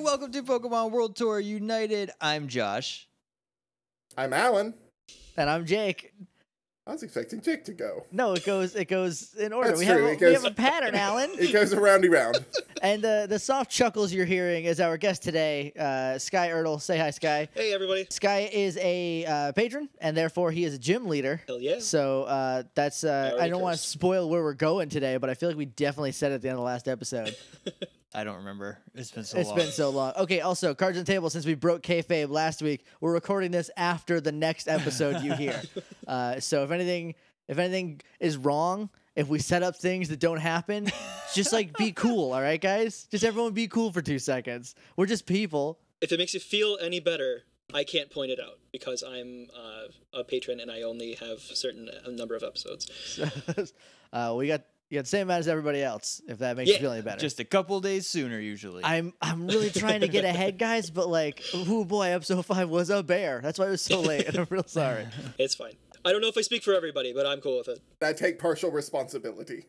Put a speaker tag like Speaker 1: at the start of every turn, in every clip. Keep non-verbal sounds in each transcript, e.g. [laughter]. Speaker 1: welcome to Pokemon World Tour United. I'm Josh.
Speaker 2: I'm Alan.
Speaker 1: And I'm Jake.
Speaker 2: I was expecting Jake to go.
Speaker 1: No, it goes it goes in order.
Speaker 2: That's
Speaker 1: we
Speaker 2: true,
Speaker 1: have a,
Speaker 2: it
Speaker 1: we
Speaker 2: goes-
Speaker 1: have a pattern, Alan.
Speaker 2: [laughs] It goes roundy [laughs] round.
Speaker 1: and uh, the soft chuckles you're hearing is our guest today, uh, Sky Ertle. Say hi, Sky.
Speaker 3: Hey everybody!
Speaker 1: Sky is a uh, patron, and therefore he is a gym leader.
Speaker 3: Hell yeah!
Speaker 1: So uh, that's uh, I
Speaker 3: already
Speaker 1: don't want to
Speaker 3: cursed.
Speaker 1: spoil where we're going today, but I feel like we definitely said it at the end of the last episode. I don't remember. It's been so long. It's been so long. Okay. Also, cards on the table. Since we broke kayfabe last week, we're recording this after the next episode you hear. Uh, so if anything, if anything is wrong, if we set up things that don't happen, just like be cool. All right, guys. Just everyone be cool for two seconds. We're just people. [laughs]
Speaker 3: If it makes you feel any better, I can't point it out because I'm uh, a patron and I only have certain a number of episodes.
Speaker 1: uh, we got you got the same amount as everybody else. If that makes you
Speaker 3: Yeah,
Speaker 1: feel any better.
Speaker 4: [laughs] Just a couple days sooner, usually.
Speaker 1: I'm I'm really trying to get ahead, guys, but like, oh boy, episode five was a bear. That's why it was so late, [laughs] and I'm real sorry.
Speaker 3: It's fine. I don't know if I speak for everybody, but I'm cool with it.
Speaker 2: I take partial responsibility.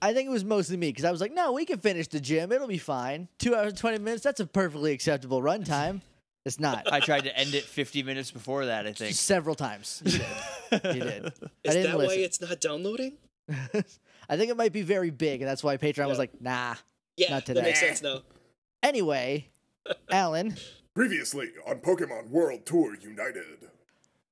Speaker 1: I think it was mostly me because I was like, no, we can finish the gym. It'll be fine. Two hours and twenty minutes. That's a perfectly acceptable runtime. It's
Speaker 4: [laughs]
Speaker 1: not.
Speaker 4: [laughs] I tried to end it 50 minutes before that, I think.
Speaker 1: Several times. You
Speaker 4: [laughs]
Speaker 1: did. You did. I
Speaker 3: Is
Speaker 1: didn't
Speaker 3: that why
Speaker 1: listen.
Speaker 3: it's not downloading?
Speaker 1: I think it might be very big, and that's why Patreon was
Speaker 3: Yeah.
Speaker 1: like, nah.
Speaker 3: Yeah,
Speaker 1: Not
Speaker 3: that makes
Speaker 2: today.
Speaker 3: sense now.
Speaker 4: [laughs]
Speaker 1: Anyway, Alan,
Speaker 2: Previously on Pokemon World Tour United.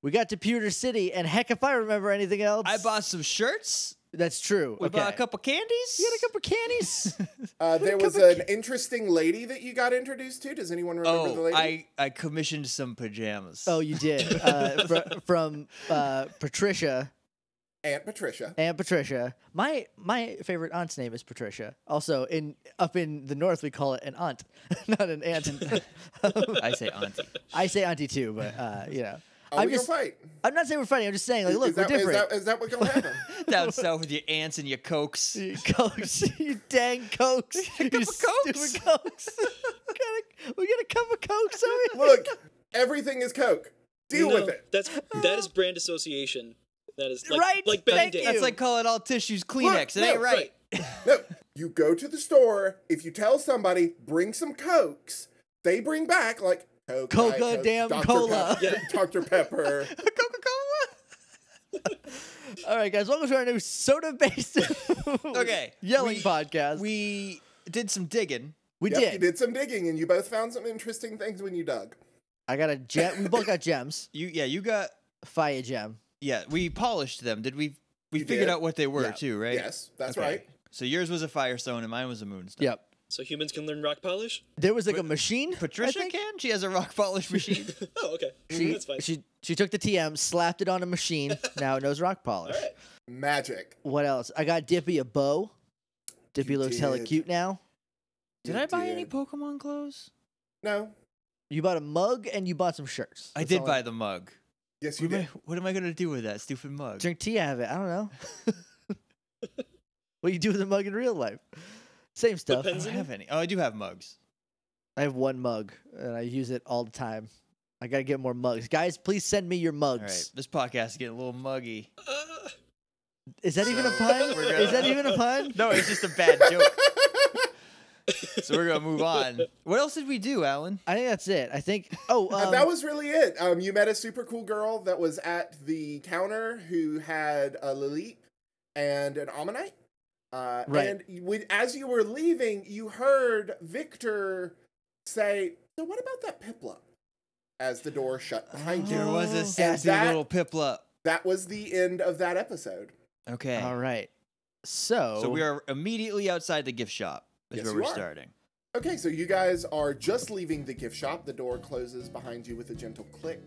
Speaker 1: we got to Pewter City, and heck, if I remember anything else,
Speaker 4: I bought some shirts.
Speaker 1: That's true.
Speaker 4: We bought a
Speaker 1: Okay.
Speaker 4: couple candies.
Speaker 1: You got a
Speaker 4: [laughs]
Speaker 1: couple candies.
Speaker 2: Uh, there was an interesting lady that you got introduced to. Does anyone remember the
Speaker 4: Oh,
Speaker 2: lady?
Speaker 4: I, I commissioned some pajamas.
Speaker 1: eh? Oh, you did. Uh, fr- from uh, Patricia
Speaker 2: Aunt Patricia.
Speaker 1: and Patricia. My my favorite aunt's name is Patricia. Also, in up in the north, we call it an aunt, [laughs] not an aunt. [laughs] Um,
Speaker 4: [laughs] I say auntie.
Speaker 1: I say auntie too, but uh, you know,
Speaker 2: Oh,
Speaker 1: I'm
Speaker 2: we
Speaker 1: just.
Speaker 2: gonna fight.
Speaker 1: I'm not saying we're fighting. I'm just saying, like, look,
Speaker 2: is, that,
Speaker 1: we're
Speaker 2: is, [laughs]
Speaker 1: different.
Speaker 2: that, is that what's
Speaker 1: [laughs]
Speaker 2: gonna happen?
Speaker 4: Down south with your aunts and your cokes.
Speaker 1: You cokes, [laughs] you dang cokes,
Speaker 4: [laughs]
Speaker 1: you
Speaker 4: cup of Cokes.
Speaker 1: stupid cokes. [laughs] we, got a, we got a cup of
Speaker 4: [laughs]
Speaker 1: cokes over here.
Speaker 2: Look, everything is Coke. Deal
Speaker 3: No,
Speaker 2: with it.
Speaker 3: That's that is brand association. That is like,
Speaker 1: Right,
Speaker 3: Like
Speaker 1: thank
Speaker 3: Band-Aid.
Speaker 1: you.
Speaker 4: That's like calling all tissues Kleenex. it
Speaker 2: no,
Speaker 4: ain't right.
Speaker 3: right.
Speaker 2: No, you go to the store. If you tell somebody, bring some Cokes, they bring back like Coke, Diet
Speaker 1: Coca
Speaker 2: Coke,
Speaker 1: damn
Speaker 2: Dr.
Speaker 1: cola. [laughs]
Speaker 2: Pepper, Dr. Pepper.
Speaker 1: Coca Cola. [laughs] All right, guys, welcome to our new soda based
Speaker 4: [laughs] Okay,
Speaker 1: [laughs] yelling
Speaker 4: we-
Speaker 1: podcast. We,
Speaker 4: We did some digging.
Speaker 2: Yep,
Speaker 1: did.
Speaker 2: You did some digging, and you both found some interesting things when you dug.
Speaker 1: I got a gem. We both got gems.
Speaker 4: You Yeah, you got.
Speaker 1: Fire gem.
Speaker 4: Yeah, we polished them. Did we? We
Speaker 2: You
Speaker 4: figured
Speaker 2: did.
Speaker 4: out what they were,
Speaker 1: Yeah.
Speaker 4: too, right?
Speaker 2: Yes, that's
Speaker 4: Okay.
Speaker 2: right.
Speaker 4: So yours was a firestone and mine was a moonstone.
Speaker 1: Yep.
Speaker 3: So humans can learn rock polish. [laughs]
Speaker 1: There was like a machine. I
Speaker 4: Patricia
Speaker 1: think.
Speaker 4: can? She has a rock
Speaker 2: [laughs]
Speaker 4: polish machine.
Speaker 3: Oh, okay.
Speaker 1: She,
Speaker 3: That's fine.
Speaker 1: she she took the TM, slapped it on a machine. now it knows rock polish.
Speaker 3: All right.
Speaker 2: Magic.
Speaker 1: What else? I got Dippy a bow. Dippy
Speaker 2: You
Speaker 1: looks hella
Speaker 2: did.
Speaker 1: cute now.
Speaker 4: Did
Speaker 2: You
Speaker 4: I buy any
Speaker 2: did.
Speaker 4: Pokemon clothes?
Speaker 2: No.
Speaker 1: You bought a mug and you bought some shirts.
Speaker 4: I
Speaker 1: That's
Speaker 4: did
Speaker 1: all
Speaker 4: buy the mug.
Speaker 2: Yes, you
Speaker 4: What am,
Speaker 2: did.
Speaker 4: I, what am I gonna do with that stupid mug?
Speaker 1: Drink tea out of it. I don't know. what you do with a mug in real life? Same stuff.
Speaker 4: I
Speaker 3: Depends.
Speaker 4: don't have any. Oh, I do have mugs.
Speaker 1: I have one mug and I use it all the time. I gotta get more mugs, guys. Please send me your
Speaker 4: All right,
Speaker 1: mugs.
Speaker 4: this podcast is getting a little
Speaker 2: [laughs]
Speaker 4: muggy.
Speaker 3: Uh,
Speaker 1: Is that even a
Speaker 2: So-
Speaker 1: pun?
Speaker 4: We're
Speaker 1: Is that
Speaker 4: gonna-
Speaker 1: even a pun?
Speaker 4: No, it's just a bad
Speaker 2: [laughs]
Speaker 4: joke. so we're gonna move on. What else did we do, Alan?
Speaker 1: I think that's it. I think. [laughs] Oh,
Speaker 2: Uh,
Speaker 1: um,
Speaker 2: that was really it. Um, you met a super cool girl that was at the counter who had a Lilith and an Ammonite. Uh,
Speaker 1: Right.
Speaker 2: And you- when, as you were leaving, you heard Victor say, So, what about that Piplup? As the door shut behind
Speaker 4: There
Speaker 2: you.
Speaker 4: was
Speaker 1: Oh.
Speaker 4: a sassy
Speaker 2: that-
Speaker 4: little piplup.
Speaker 2: That was the end of that episode.
Speaker 4: Okay.
Speaker 1: all right. So,
Speaker 4: So we are immediately outside the gift shop. Is
Speaker 2: Yes,
Speaker 4: where
Speaker 2: you
Speaker 4: we're
Speaker 2: are.
Speaker 4: starting.
Speaker 2: Okay, so you guys are just leaving the gift shop. The door closes behind you with a gentle click.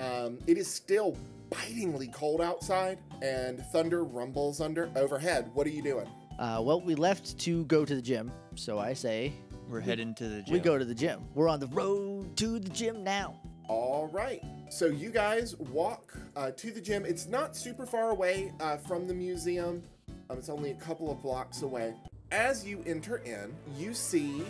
Speaker 2: Um, it is still bitingly cold outside, and thunder rumbles under overhead. What are you doing?
Speaker 1: Uh, well, we left to go to the gym. So I say
Speaker 4: We're heading to the gym.
Speaker 1: we go to the gym. We're on the road to the gym now.
Speaker 2: All right. So you guys walk uh, to the gym. It's not super far away uh, from the museum. Um, it's only a couple of blocks away. As you enter in, you see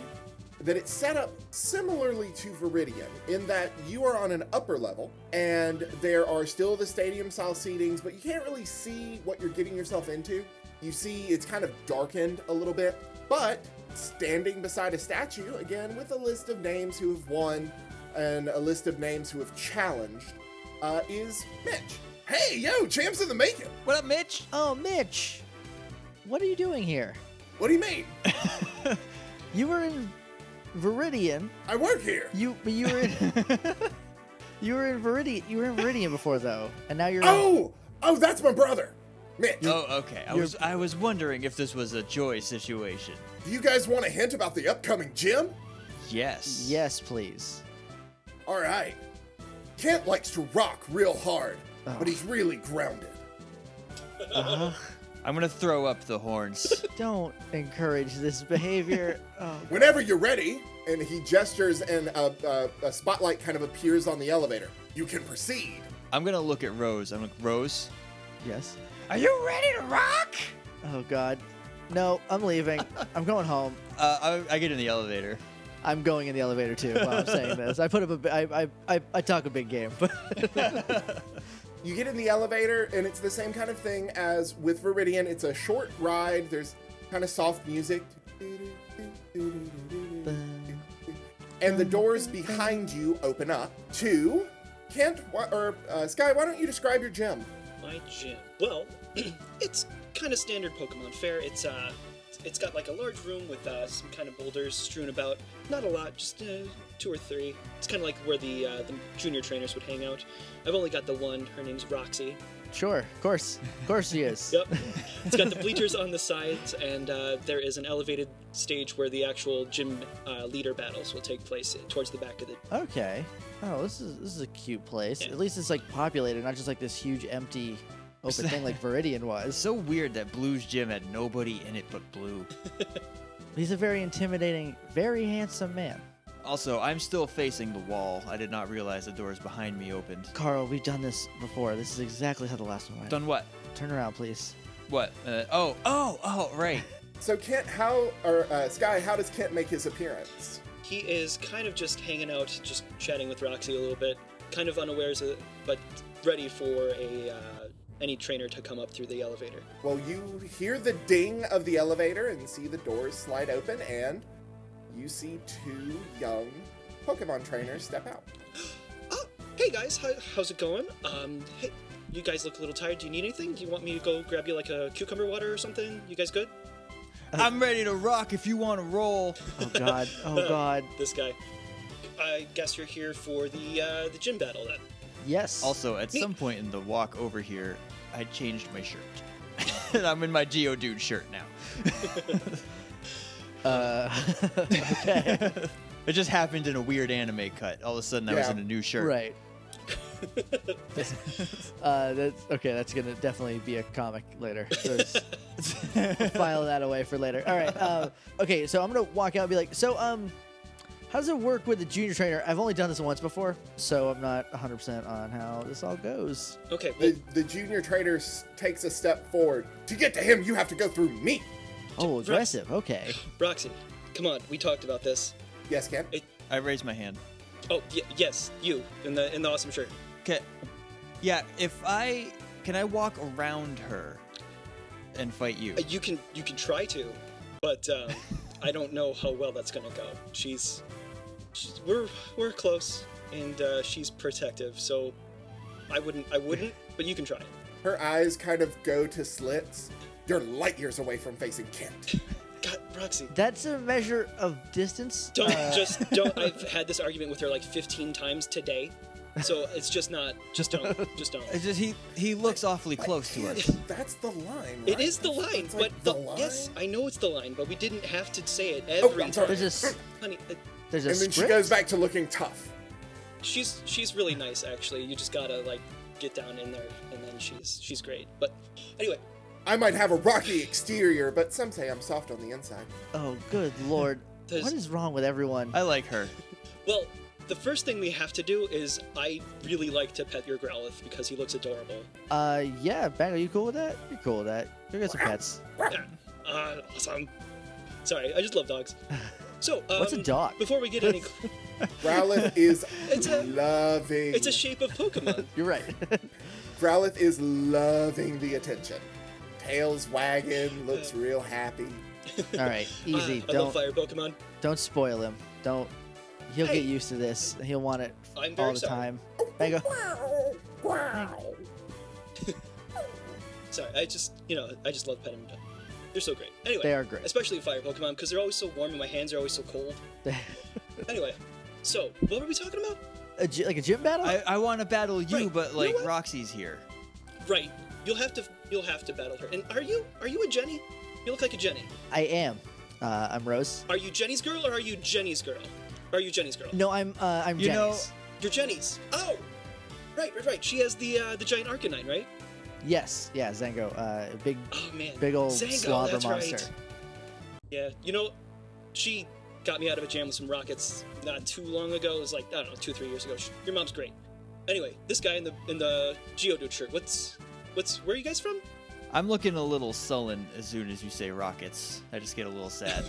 Speaker 2: that it's set up similarly to Viridian in that you are on an upper level and there are still the stadium style seatings, but you can't really see what you're getting yourself into. You see it's kind of darkened a little bit, but standing beside a statue, again with a list of names who have won and a list of names who have challenged, uh, is Mitch. Hey, yo, champs in the making.
Speaker 4: What up, Mitch?
Speaker 1: Oh, Mitch, what are you doing here?
Speaker 2: What do you mean?
Speaker 1: You were in Viridian.
Speaker 2: I work here.
Speaker 1: You you
Speaker 4: [laughs]
Speaker 1: were in you were in Viridian. You were in Viridian before though, and now you're. in-
Speaker 2: Oh, oh, that's my brother, Mitch.
Speaker 4: Oh, okay. I
Speaker 1: You're-
Speaker 4: was I was wondering if this was a joy situation.
Speaker 2: Do you guys want a hint about the upcoming gym?
Speaker 4: Yes.
Speaker 1: Yes, please.
Speaker 2: All right. Kent likes to rock real hard, but he's really grounded.
Speaker 4: Uh-huh. I'm gonna throw up the horns.
Speaker 1: [laughs] Don't encourage
Speaker 4: [laughs]
Speaker 1: this behavior. Oh,
Speaker 2: Whenever you're ready, and he gestures, and a, a, a spotlight kind of appears on the elevator. You can proceed.
Speaker 4: I'm gonna look at Rose. I'm like, Rose,
Speaker 1: yes.
Speaker 4: are you ready to rock?
Speaker 1: Oh God. No, I'm leaving. I'm going home.
Speaker 4: Uh, I, I get in the elevator.
Speaker 1: I'm going in the elevator too. While I'm saying this, I put up a. bi- I I I, I talk a big game, but [laughs]
Speaker 2: You get in the elevator, and it's the same kind of thing as with Viridian. It's a short ride. There's kind of soft music. And the doors behind you open up to Kent wh- or uh, Sky. Why don't you describe your gym?
Speaker 3: My gym. Well, [clears throat] it's kind of standard Pokemon fare. It's uh, it's got like a large room with uh, some kind of boulders strewn about. Not a lot, just uh, two or three. It's kind of like where the uh, the junior trainers would hang out. I've only got the one. Her name's Roxy.
Speaker 1: sure, of course, of course she is.
Speaker 3: Yep. it's got the bleachers on the sides, and uh, there is an elevated stage where the actual gym uh, leader battles will take place towards the back of the.
Speaker 1: Okay. Oh, this is this is a cute place. At least it's like populated, not just like this huge empty open
Speaker 4: [laughs]
Speaker 1: thing like Viridian
Speaker 4: It's
Speaker 1: was.
Speaker 4: so weird that Blue's gym had nobody in it but Blue.
Speaker 1: He's a very intimidating, very handsome man.
Speaker 4: Also, I'm still facing the wall. I did not realize the doors behind me opened.
Speaker 1: Carl, we've done this before. This is exactly how the last one went.
Speaker 4: Done what?
Speaker 1: Turn around, please.
Speaker 4: What? Uh, oh, oh, oh, right.
Speaker 2: So Kent, how or uh, Sky? How does Kent make his appearance?
Speaker 3: He is kind of just hanging out, just chatting with Roxy a little bit, kind of unawares, of, but ready for a uh, any trainer to come up through the elevator.
Speaker 2: Well, you hear the ding of the elevator and see the doors slide open, and you see two young Pokemon trainers step out.
Speaker 3: Oh, hey guys, how, how's it going? Um, hey, you guys look a little tired. Do you need anything? Do you want me to go grab you like a cucumber water or something? You guys good?
Speaker 4: I'm ready to rock if you want to roll.
Speaker 1: Oh God. Oh
Speaker 4: [laughs]
Speaker 1: God.
Speaker 3: Uh, This guy. I guess you're here for the uh, the gym battle then.
Speaker 1: Yes.
Speaker 4: Also, at some point in the walk over here, I changed my shirt. [laughs] and I'm in my Geodude shirt [laughs] now. [laughs]
Speaker 1: Uh, okay.
Speaker 4: It just happened in a weird anime cut. All of a sudden, I was
Speaker 2: Yeah.
Speaker 4: in a new shirt.
Speaker 1: right. [laughs] uh, that's okay. That's gonna definitely be a comic later. There's- file that away for later. All right. Uh, okay. So I'm gonna walk out and be like, so um, how does it work with the junior trainer? I've only done this once before, so I'm not 100 percent on how this all goes.
Speaker 3: Okay. Well,
Speaker 2: The, the junior trainer s- takes a step forward. To get to him, you have to go through me.
Speaker 1: Oh, aggressive. Okay.
Speaker 3: Roxy, come on. We talked about this.
Speaker 2: Yes, Kent.
Speaker 3: It,
Speaker 4: I raised my hand.
Speaker 3: oh y- yes, you in the in the awesome shirt.
Speaker 4: Okay. Yeah, if I. Can I walk around her and fight you?
Speaker 3: Uh, You can you can try to, but um, I don't know how well that's gonna go. She's, she's we're we're close, and uh, she's protective, so I wouldn't I wouldn't, but you can try it.
Speaker 2: Her eyes kind of go to slits. You're light years away from facing Kent.
Speaker 3: God, Roxy,
Speaker 1: That's a measure of distance.
Speaker 3: don't
Speaker 1: Uh,
Speaker 3: just don't. I've had this argument with her like 15 times today, so it's just not. Just don't. Just don't.
Speaker 4: It's just he, he looks awfully close to us.
Speaker 2: That's the line.
Speaker 3: It
Speaker 2: right?
Speaker 3: is the
Speaker 2: That's-
Speaker 3: line,
Speaker 2: that's
Speaker 3: but
Speaker 2: like
Speaker 3: the, yes, I know it's the line, but we didn't have to say it every
Speaker 2: I'm sorry.
Speaker 3: time.
Speaker 1: There's a s-
Speaker 3: Honey, uh,
Speaker 1: there's a
Speaker 2: and then she
Speaker 1: script?
Speaker 2: goes back to looking tough.
Speaker 3: she's she's really nice actually. You just gotta like get down in there, and then she's she's great. But anyway,
Speaker 2: I might have a rocky exterior, but some say I'm soft on the inside.
Speaker 1: Oh, good lord.
Speaker 3: There's-
Speaker 1: What is wrong with everyone?
Speaker 4: I like her.
Speaker 3: well, the first thing we have to do is I really like to pet your Growlithe because he looks adorable.
Speaker 1: Uh, yeah, Bang, are you cool with that? You're cool with that. You got some pets.
Speaker 3: Yeah. Uh, awesome. Sorry, I just love dogs. So,
Speaker 1: [laughs]
Speaker 3: um,
Speaker 1: What's a dog?
Speaker 3: Before we get
Speaker 1: [laughs]
Speaker 3: any, [laughs]
Speaker 2: Growlithe is
Speaker 3: It's a-
Speaker 2: loving.
Speaker 3: it's a shape of Pokemon.
Speaker 1: You're right.
Speaker 2: Growlithe is loving the attention. Tails wagging, looks real happy.
Speaker 4: [laughs]
Speaker 1: All right, [laughs] easy.
Speaker 3: Ah, I
Speaker 1: don't
Speaker 3: love fire Pokemon.
Speaker 1: don't spoil him. Don't. He'll
Speaker 3: Hey.
Speaker 1: get used to this. He'll want it
Speaker 3: I'm very
Speaker 1: all the
Speaker 3: sorry.
Speaker 1: time. Mango.
Speaker 3: Sorry, I just you know I just love petting them. They're so great. Anyway,
Speaker 1: They are great.
Speaker 3: especially fire Pokemon because they're always so warm and my hands are always so cold. Anyway, so what were we talking about?
Speaker 1: [laughs] a, gy- like a gym battle.
Speaker 4: I, I want to battle you,
Speaker 3: Right,
Speaker 4: but
Speaker 3: you
Speaker 4: like
Speaker 3: know what?
Speaker 4: Roxy's here.
Speaker 3: Right, you'll have to you'll have to battle her. And are you are you a Jenny? You look like a Jenny.
Speaker 1: I am. Uh, I'm Rose.
Speaker 3: Are you Jenny's girl or are you Jenny's girl? Are you Jenny's girl?
Speaker 1: No, I'm. Uh, I'm
Speaker 4: You know-
Speaker 1: Jennings.
Speaker 3: You're Jenny's. Oh, right, right, right. She has the uh, the giant Arcanine, right?
Speaker 1: Yes. Yeah. Zango. Uh,
Speaker 4: [laughs]
Speaker 1: big.
Speaker 3: Oh man,
Speaker 1: Big ol'
Speaker 3: Zango,
Speaker 1: slobber
Speaker 3: that's
Speaker 1: monster.
Speaker 3: Right. Yeah, you know, she got me out of a jam with some rockets not too long ago. It was like I don't know, two three years ago. She, your mom's great. Anyway, this guy in the in the Geodude shirt. What's what's where are you guys from?
Speaker 4: I'm looking a little sullen as soon as you say rockets. I just get a little
Speaker 1: [laughs]
Speaker 4: sad.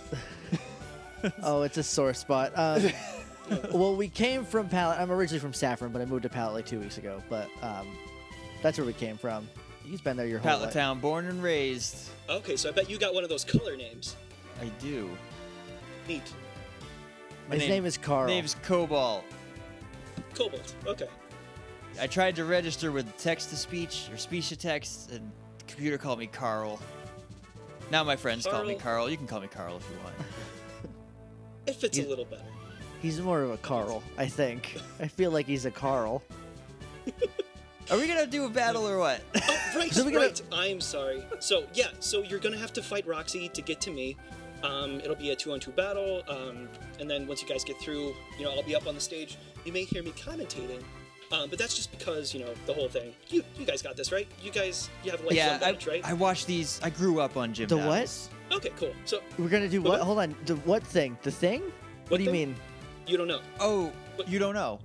Speaker 1: Oh, it's a sore spot.
Speaker 4: [laughs]
Speaker 1: Um, well, we came from Palette. I'm originally from Saffron, but I moved to Palette like two weeks ago. But um, that's where we came from. He's been there your whole
Speaker 4: Pallet
Speaker 1: life.
Speaker 4: Town, born and raised.
Speaker 3: Okay, so I bet you got one of those color names.
Speaker 4: I do.
Speaker 3: Neat,
Speaker 4: My
Speaker 1: His name, is Carl.
Speaker 4: Name's Cobalt.
Speaker 3: Cobalt. Okay,
Speaker 4: I tried to register with text to speech or speech to text, and the computer called me Carl. Now my friends call me
Speaker 3: Carl.
Speaker 4: Carl. You can call me Carl if you want.
Speaker 3: it fits
Speaker 1: You-
Speaker 3: a little better.
Speaker 1: He's more of a Carl,
Speaker 4: [laughs]
Speaker 1: I think. I feel like he's a Carl.
Speaker 4: Are we gonna do a battle or
Speaker 3: [laughs]
Speaker 4: what?
Speaker 3: Oh, right,
Speaker 1: So we gotta-
Speaker 3: right. I'm sorry. So yeah, so you're gonna have to fight Roxy to get to me. Um, it'll be a two-on-two battle, um, and then once you guys get through, you know, I'll be up on the stage. You may hear me commentating, um, but that's just because you know the whole thing. You you guys got this, right? You guys you have a lifelong
Speaker 4: yeah, I,
Speaker 3: match, right?
Speaker 4: I watched these. I grew up on gym.
Speaker 1: The what?
Speaker 4: battles.
Speaker 3: Okay, cool. So
Speaker 1: We're gonna do what?
Speaker 3: What?
Speaker 1: Hold on. The what thing? The thing? What,
Speaker 3: What
Speaker 1: do you
Speaker 3: thing?
Speaker 1: mean?
Speaker 3: you don't know.
Speaker 4: Oh,
Speaker 3: But-
Speaker 4: you don't know.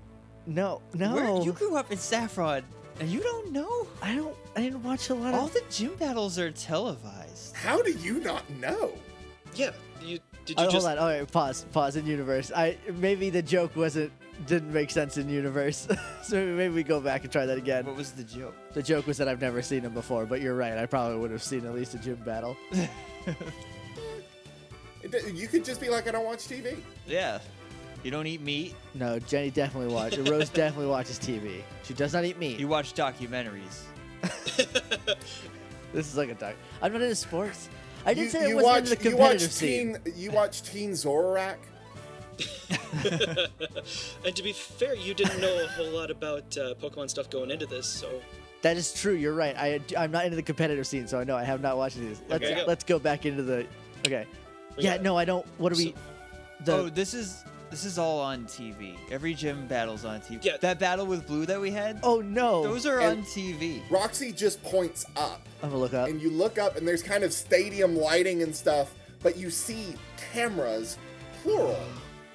Speaker 1: No, no.
Speaker 4: Where, you grew up in Saffron, and you don't know?
Speaker 1: I don't. I didn't watch a lot
Speaker 4: All
Speaker 1: of.
Speaker 4: the gym battles are televised.
Speaker 2: How do you not know?
Speaker 3: Yeah, you did
Speaker 1: Oh,
Speaker 3: you
Speaker 1: hold
Speaker 3: just
Speaker 1: on. All right, pause. Pause in universe. I maybe the joke wasn't didn't make sense in universe. [laughs] so maybe we go back and try that again.
Speaker 4: What was the joke?
Speaker 1: The joke was that I've never seen him before, but you're right. I probably would have seen at least a gym battle. [laughs]
Speaker 2: It d- You could just be like, I don't watch TV.
Speaker 4: Yeah. You don't eat meat.
Speaker 1: No, Jenny definitely watches. Rose definitely watches TV. She does not eat meat.
Speaker 4: You watch documentaries.
Speaker 1: This is like a duck. I'm not into sports. I didn't
Speaker 2: you,
Speaker 1: say I
Speaker 2: you
Speaker 1: wasn't into the
Speaker 2: you watch
Speaker 1: competitive scene.
Speaker 2: teen, You watch Teen Zorak.
Speaker 3: [laughs] and to be fair, you didn't know a whole lot about uh, Pokemon stuff going into this, so
Speaker 1: That is true. You're right. I I'm not into the competitive scene, so I know I have not watched these. Let's
Speaker 3: Okay.
Speaker 1: let's go back into the. Okay. Yeah.
Speaker 3: Yeah.
Speaker 1: No, I don't. What do we?
Speaker 3: So-
Speaker 1: The
Speaker 4: oh, this is this is all on TV. Every gym battle's on TV.
Speaker 3: Yeah.
Speaker 4: That battle with Blue that we had.
Speaker 1: oh no.
Speaker 4: Those are
Speaker 2: And-
Speaker 4: on TV.
Speaker 2: Roxy just points up,
Speaker 1: I'm gonna look up.
Speaker 2: and you look up, and there's kind of stadium lighting and stuff, but you see cameras, plural,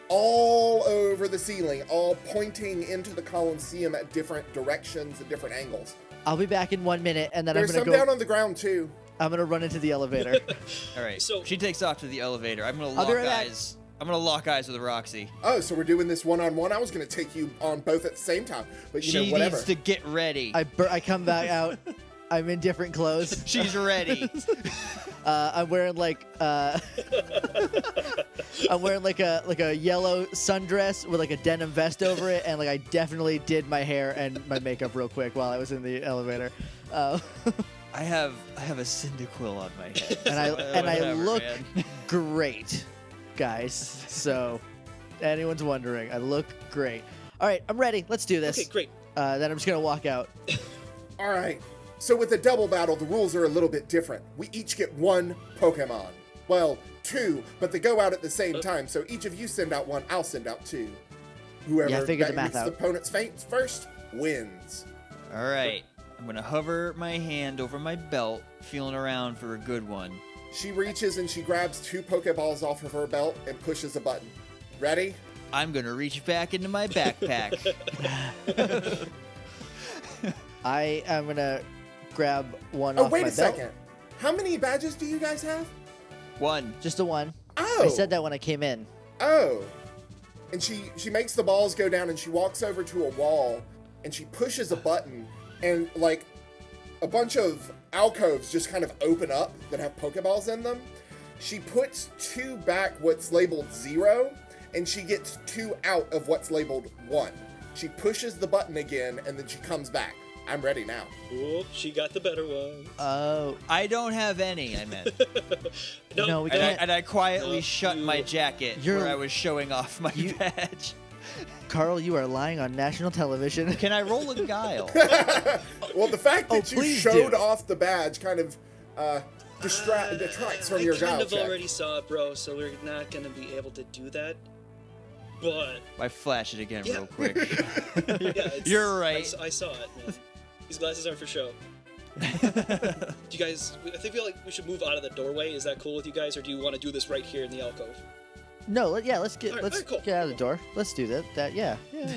Speaker 2: all over the ceiling, all pointing into the Coliseum at different directions and different angles.
Speaker 1: I'll be back in one minute, and then I'm
Speaker 2: There's
Speaker 1: gonna
Speaker 2: some
Speaker 1: go.
Speaker 2: down on the ground too.
Speaker 1: I'm gonna run into the elevator.
Speaker 4: All right.
Speaker 3: So-
Speaker 4: she takes off to the elevator. I'm gonna
Speaker 1: I'll
Speaker 4: lock
Speaker 1: be right back.
Speaker 4: eyes. I'm gonna lock eyes with Roxy.
Speaker 2: Oh, so we're doing this one on one. I was going to take you on both at the same time, but you
Speaker 4: she
Speaker 2: know whatever.
Speaker 4: needs to get ready.
Speaker 1: I bur- I come back out. I'm in different clothes.
Speaker 4: She's ready.
Speaker 1: Uh, I'm wearing like uh, [laughs] I'm wearing like a like a yellow sundress with like a denim vest over it, and like I definitely did my hair and my makeup real quick while I was in the elevator. Uh,
Speaker 4: I have I have a Cyndaquil on my head.
Speaker 1: and I
Speaker 4: So,
Speaker 1: and I
Speaker 4: whatever,
Speaker 1: look
Speaker 4: man.
Speaker 1: [laughs] great, guys. So, anyone's wondering, I look great. All right, I'm ready. Let's do this.
Speaker 3: okay, great.
Speaker 1: Uh, then I'm just gonna walk out.
Speaker 2: All right. So with the double battle, the rules are a little bit different. We each get one Pokemon. Well, two, but they go out at the same time. So each of you send out one. I'll send out two. Whoever
Speaker 1: Yeah, figure the
Speaker 2: that
Speaker 1: math
Speaker 2: meets
Speaker 1: out.
Speaker 2: the opponent's faints first wins.
Speaker 4: All right. I'm gonna hover my hand over my belt, feeling around for a good one.
Speaker 2: She reaches and she grabs two Pokeballs off of her belt and pushes a button. Ready?
Speaker 4: I'm gonna reach back into my
Speaker 3: [laughs]
Speaker 4: backpack.
Speaker 1: I am gonna grab one
Speaker 2: Oh,
Speaker 1: off
Speaker 2: wait a
Speaker 1: my belt.
Speaker 2: second. How many badges do you guys have?
Speaker 4: one.
Speaker 1: Just the one.
Speaker 2: Oh.
Speaker 1: I said that when I came in.
Speaker 2: Oh. And she she makes the balls go down and she walks over to a wall and she pushes a button and like a bunch of alcoves just kind of open up that have pokeballs in them She puts two back what's labeled zero, and she gets two out of what's labeled one. She pushes the button again, and then she comes back. I'm ready now.
Speaker 3: Ooh, she got the better one.
Speaker 1: Oh,
Speaker 4: I don't have any. I meant,
Speaker 3: No,
Speaker 1: No, we
Speaker 4: and I,
Speaker 1: can't.
Speaker 4: and I quietly
Speaker 3: No,
Speaker 4: shut
Speaker 3: you-
Speaker 4: my jacket
Speaker 1: You're-
Speaker 4: where I was showing off my badge.
Speaker 1: Carl, you are lying on national television. [laughs]
Speaker 4: Can I roll a guile?
Speaker 2: Well, the fact
Speaker 1: Oh,
Speaker 2: that you
Speaker 1: please
Speaker 2: showed
Speaker 1: do.
Speaker 2: off the badge kind of uh, distra- detracts from
Speaker 3: I
Speaker 2: your
Speaker 3: kind
Speaker 2: guile
Speaker 3: of
Speaker 2: check.
Speaker 3: already saw it, bro. So we're not gonna be able to do that. But
Speaker 4: I flash it again
Speaker 3: Yeah.
Speaker 4: real quick.
Speaker 3: yeah, it's,
Speaker 4: You're
Speaker 3: I
Speaker 4: right.
Speaker 3: s- I, saw it. Man. These glasses aren't for show. do you guys? I think feel like we should move out of the doorway. Is that cool with you guys, or do you want to do this right here in the alcove?
Speaker 1: no, let, yeah, let's get
Speaker 3: All right,
Speaker 1: let's
Speaker 3: all right, cool,
Speaker 1: get out of the
Speaker 3: cool.
Speaker 1: door. Let's do that. That yeah, yeah.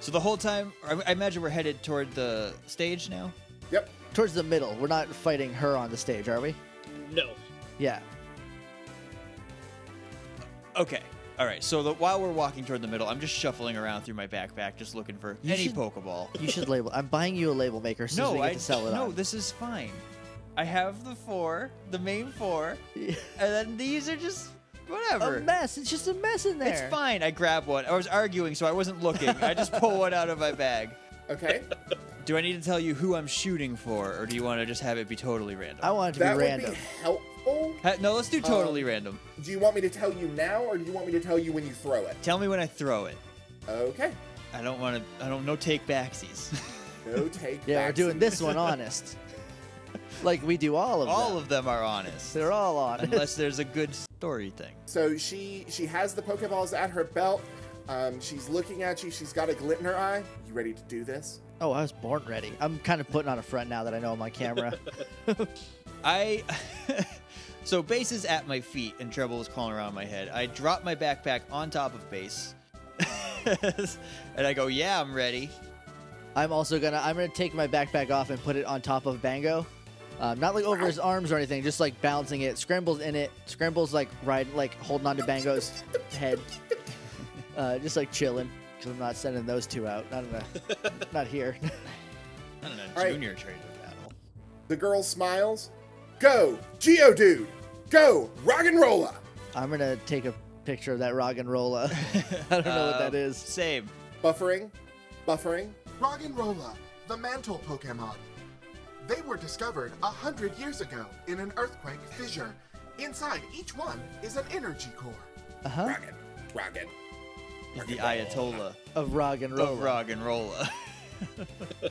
Speaker 4: so the whole time, I, I imagine we're headed toward the stage now.
Speaker 2: Yep.
Speaker 1: Towards the middle. We're not fighting her on the stage, are we?
Speaker 3: No.
Speaker 1: Yeah.
Speaker 4: Okay. All right. So the, while we're walking toward the middle, I'm just shuffling around through my backpack, just looking for
Speaker 1: You
Speaker 4: any
Speaker 1: should-
Speaker 4: Pokeball.
Speaker 1: You should label. I'm buying you a label maker so we
Speaker 4: no,
Speaker 1: get
Speaker 4: I
Speaker 1: to sell it
Speaker 4: no.
Speaker 1: on.
Speaker 4: This is fine. I have the four, the main
Speaker 1: [laughs]
Speaker 4: four, and then these are just whatever.
Speaker 1: a mess. It's just a mess in there.
Speaker 4: It's fine. I grab one. I was arguing, so I wasn't looking. I just pull one out of my bag.
Speaker 2: Okay.
Speaker 4: Do I need to tell you who I'm shooting for, or do you want to just have it be totally random?
Speaker 1: I want it to
Speaker 2: that
Speaker 1: be
Speaker 2: would
Speaker 1: random.
Speaker 2: be helpful.
Speaker 4: Ha- no, let's do totally random.
Speaker 2: Do you want me to tell you now, or do you want me to tell you when you throw it?
Speaker 4: Tell me when I throw it.
Speaker 2: Okay.
Speaker 4: I don't want to. I don't. No take backsies.
Speaker 1: [laughs]
Speaker 2: No take.
Speaker 1: Yeah, we're
Speaker 2: backsies.
Speaker 1: doing this one honest. [laughs] like we do all of
Speaker 4: all
Speaker 1: them.
Speaker 4: of them are honest,
Speaker 1: [laughs] They're all honest.
Speaker 4: unless there's a good story thing.
Speaker 2: So she she has the Pokeballs at her belt. Um, she's looking at you. She's got a glint in her eye. You ready to do this?
Speaker 1: oh, I was born ready. I'm kind of putting on a front now that I know I'm
Speaker 4: [laughs]
Speaker 1: on camera.
Speaker 4: I. [laughs] so bass is at my feet and treble is crawling around my head. I drop my backpack on top of bass, [laughs] and I go, "Yeah, I'm ready."
Speaker 1: I'm also gonna I'm gonna take my backpack off and put it on top of Bango. Um, not like over his arms or anything, just like balancing it. Scrambles in it. Scrambles like ride like holding onto Bango's
Speaker 4: [laughs]
Speaker 1: head. Uh, just like chilling. Cause I'm not sending those two out. Not in a, not here. [laughs]
Speaker 4: I don't know,
Speaker 2: All right.
Speaker 4: junior trainer battle.
Speaker 2: The girl smiles. Go, Geodude. Go, rock and roller.
Speaker 1: I'm gonna take a picture of that rock and rolla. [laughs] I don't know what that
Speaker 4: Uh,
Speaker 1: is.
Speaker 4: Same.
Speaker 2: Buffering, buffering.
Speaker 5: Roggenrola, the mantle Pokemon. They were discovered a hundred years ago in an earthquake fissure. Inside each one is an energy core.
Speaker 1: Uh huh.
Speaker 2: Rocket, rocket.
Speaker 4: Is the Ayatollah
Speaker 1: Of rock and rolla.
Speaker 4: of rock and rolla. [laughs]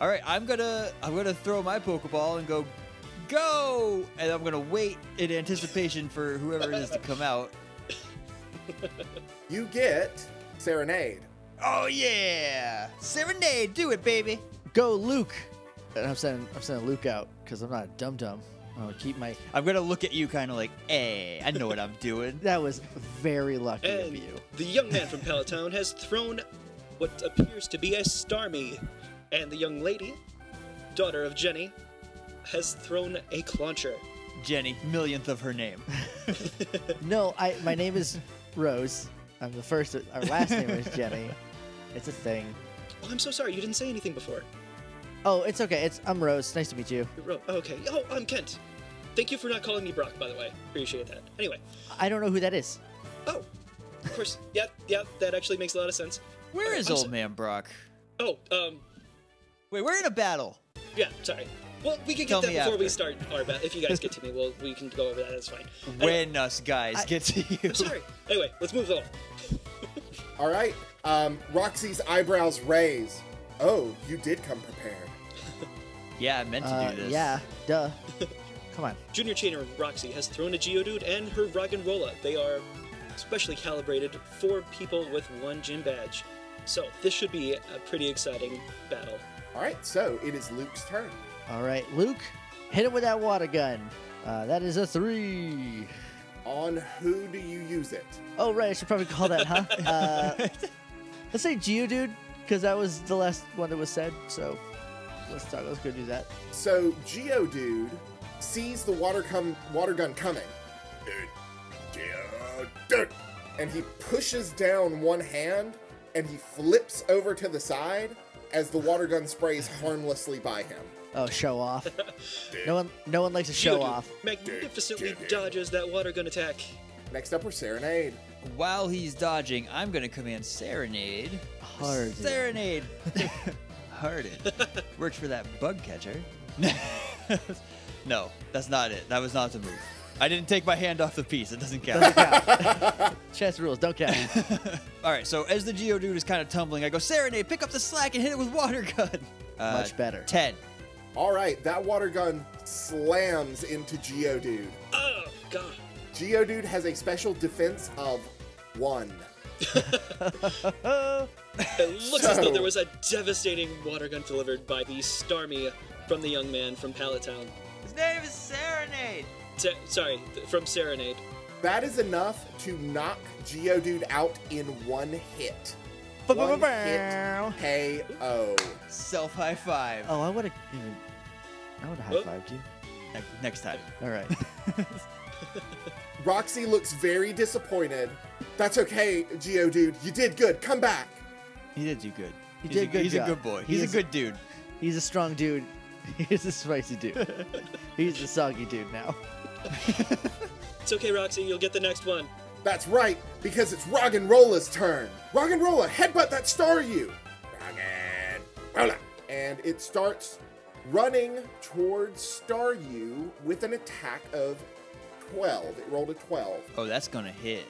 Speaker 4: All right, I'm gonna I'm gonna throw my Pokeball and go go, and I'm gonna wait in anticipation for whoever it is to come out.
Speaker 2: You get serenade.
Speaker 4: Oh yeah, serenade, do it, baby.
Speaker 1: Go Luke. And I'm sending I'm sending Luke out because I'm not a dum dum. I'm gonna keep my.
Speaker 4: I'm gonna look at you kind of like, hey, I know what I'm doing. [laughs]
Speaker 1: That was very lucky of
Speaker 3: And
Speaker 1: you.
Speaker 3: the young man from Palatown has thrown what appears to be a Starmie, and the young lady, daughter of Jenny, has thrown a Clauncher.
Speaker 4: Jenny, millionth of her name.
Speaker 1: No, I my name is Rose. I'm the first. Our last name is
Speaker 4: [laughs]
Speaker 1: Jenny. It's a thing.
Speaker 3: Oh, I'm so sorry. You didn't say anything before.
Speaker 1: Oh, it's okay. It's I'm Rose. Nice to meet you.
Speaker 3: You're Ro- oh, okay. Oh, I'm Kent. Thank you for not calling me Brock, by the way. Appreciate that. Anyway.
Speaker 1: I don't know who that is.
Speaker 3: Oh, of course. [laughs] Yep, yep. That actually makes a lot of sense.
Speaker 4: Where is
Speaker 3: I'm
Speaker 4: old
Speaker 3: so-
Speaker 4: man Brock?
Speaker 3: Oh, um,
Speaker 4: Wait, we're in a battle.
Speaker 3: yeah. Sorry. Well, we can
Speaker 4: Tell
Speaker 3: get that
Speaker 4: me
Speaker 3: before we
Speaker 4: after.
Speaker 3: start our bet. If you guys get to me, well, we can go over that. That's fine. Anyway,
Speaker 4: When us guys get to you.
Speaker 3: [laughs] I'm sorry. Anyway, let's move on.
Speaker 2: All right. Um, Roxy's eyebrows raise. Oh, you did come prepared.
Speaker 4: Yeah, I meant to
Speaker 1: Uh,
Speaker 4: do this.
Speaker 1: yeah, duh. Come on.
Speaker 3: Junior Chainer Roxy has thrown a Geodude and her Roggenrola. They are specially calibrated for people with one gym badge. So this should be a pretty exciting battle.
Speaker 2: All right. So it is Luke's turn.
Speaker 1: All right, Luke, hit him with that water gun. Uh, that is a three.
Speaker 2: On who do you use it?
Speaker 1: Oh right, I should probably call that, huh? Uh, let's say Geodude, because that was the last one that was said. So let's talk. Let's go do that.
Speaker 2: So Geodude sees the water come water gun coming. Geodude. And he pushes down one hand and he flips over to the side as the water gun sprays harmlessly by him.
Speaker 1: Oh, show off. no one, no one likes to show
Speaker 3: Geodude
Speaker 1: off.
Speaker 3: magnificently
Speaker 2: Geodude.
Speaker 3: dodges that water gun attack.
Speaker 2: Next up, we're Serenade.
Speaker 4: While he's dodging, I'm gonna command Serenade. [laughs]
Speaker 1: Hard.
Speaker 4: Serenade. Harden. [laughs] Worked for that bug catcher. [laughs] no, that's not it. That was not the move. I didn't take my hand off the piece. It doesn't count.
Speaker 1: Chess rules. Don't count.
Speaker 4: [laughs] All right, so as the Geodude is kind of tumbling, I go, Serenade, pick up the slack and hit it with water [laughs] gun. Uh,
Speaker 1: Much better.
Speaker 4: 10.
Speaker 2: All right, that water gun slams into Geodude.
Speaker 3: Oh god.
Speaker 2: Geodude has a special defense of one.
Speaker 3: It looks as
Speaker 2: So-
Speaker 3: though there was a devastating water gun delivered by the Starmie from the young man from Palatown.
Speaker 4: His name is Serenade.
Speaker 3: Se- sorry, th- from Serenade.
Speaker 2: That is enough to knock Geodude out in one hit. One hit KO.
Speaker 4: Self high five.
Speaker 1: Oh, I would have even. I would have high
Speaker 3: Oh.
Speaker 1: fived you.
Speaker 4: Ne- next time.
Speaker 1: All right.
Speaker 2: Roxy looks very disappointed. That's okay, Geodude. You did good. Come back.
Speaker 4: He did do good.
Speaker 1: He
Speaker 4: he's
Speaker 1: did
Speaker 4: a,
Speaker 1: a good
Speaker 4: He's
Speaker 1: job.
Speaker 4: a good boy.
Speaker 1: He
Speaker 4: He's
Speaker 1: is-
Speaker 4: a good dude.
Speaker 1: He's a strong dude. [laughs] He's a spicy dude. He's a soggy dude now.
Speaker 3: It's okay, Roxy, you'll get the next one.
Speaker 2: That's right, because it's Rog and Rolla's turn. Rog and Rolla, headbutt that star you. Rog and Rolla. And it starts running towards Star You with an attack of 12. It rolled a 12.
Speaker 4: Oh, that's going to hit.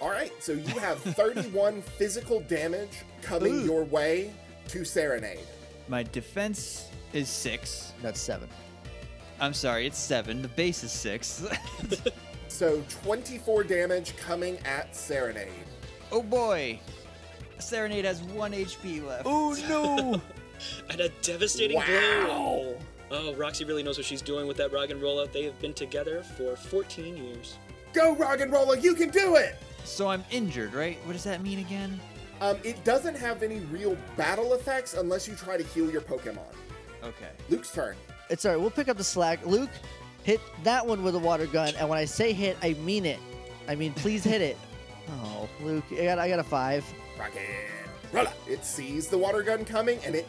Speaker 2: All right, so you have 31 physical damage coming
Speaker 4: Ooh.
Speaker 2: your way to Serenade.
Speaker 4: My defense is six.
Speaker 1: That's seven.
Speaker 4: I'm sorry, it's seven. The base is six. [laughs]
Speaker 2: So 24 damage coming at Serenade.
Speaker 4: oh boy. Serenade has one HP left.
Speaker 1: Oh no!
Speaker 3: And a devastating blow.
Speaker 2: Wow!
Speaker 3: Oh, Roxy really knows what she's doing with that rock and roll out. They have been together for 14 years.
Speaker 2: Go, Rog and Rolla, you can do it!
Speaker 4: So I'm injured, right? What does that mean again?
Speaker 2: Um, it doesn't have any real battle effects unless you try to heal your Pokemon.
Speaker 4: Okay.
Speaker 2: Luke's turn.
Speaker 1: it's all right. We'll pick up the slack. Luke, hit that one with a water gun. And when I say hit, I mean it. I mean, please hit it. [laughs] Oh, Luke, I got, I got a five.
Speaker 2: Rocket Rolla. It sees the water gun coming and it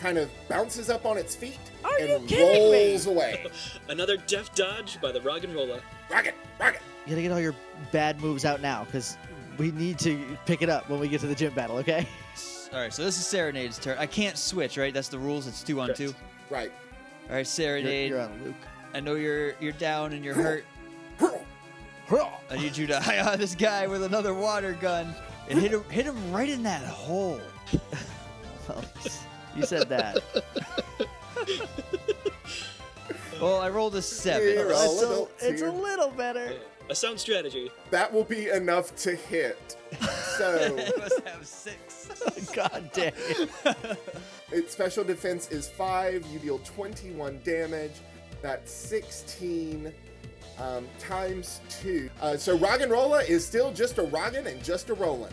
Speaker 2: kind of bounces up on its feet
Speaker 1: Are you
Speaker 2: and
Speaker 1: kidding me?
Speaker 2: rolls
Speaker 1: [laughs]
Speaker 2: away.
Speaker 3: Another deft dodge by the rock and roller.
Speaker 2: Rocket, rocket.
Speaker 1: You gotta get all your bad moves out now, because we need to pick it up when we get to the gym battle, okay?
Speaker 4: All right, so this is Serenade's turn. I can't switch, right? That's the rules. It's two on
Speaker 3: Correct.
Speaker 4: two.
Speaker 2: Right.
Speaker 4: All right,
Speaker 1: [laughs] You're,
Speaker 4: Serenade.
Speaker 1: you're on, Luke.
Speaker 4: I know you're you're down and you're hurt.
Speaker 2: Hurl.
Speaker 1: [laughs] Hurrah!
Speaker 4: I need you to [laughs] eye on this guy with another water gun and hit him hit him right in that hole.
Speaker 1: Well, Oh, you said [laughs] that.
Speaker 4: Well, I rolled a seven. [laughs]
Speaker 2: You're all
Speaker 1: it's, a,
Speaker 2: adults
Speaker 1: it's a
Speaker 2: here.
Speaker 1: little better. [laughs]
Speaker 3: A sound strategy.
Speaker 2: That will be enough to hit.
Speaker 1: [laughs]
Speaker 2: So
Speaker 4: I must have six. [laughs]
Speaker 1: God damn. it.
Speaker 2: its special defense is five. You deal 21 damage. That's 16 um, times two. Uh, so Rog and Rolla is still just a Roggin and just a Rollin.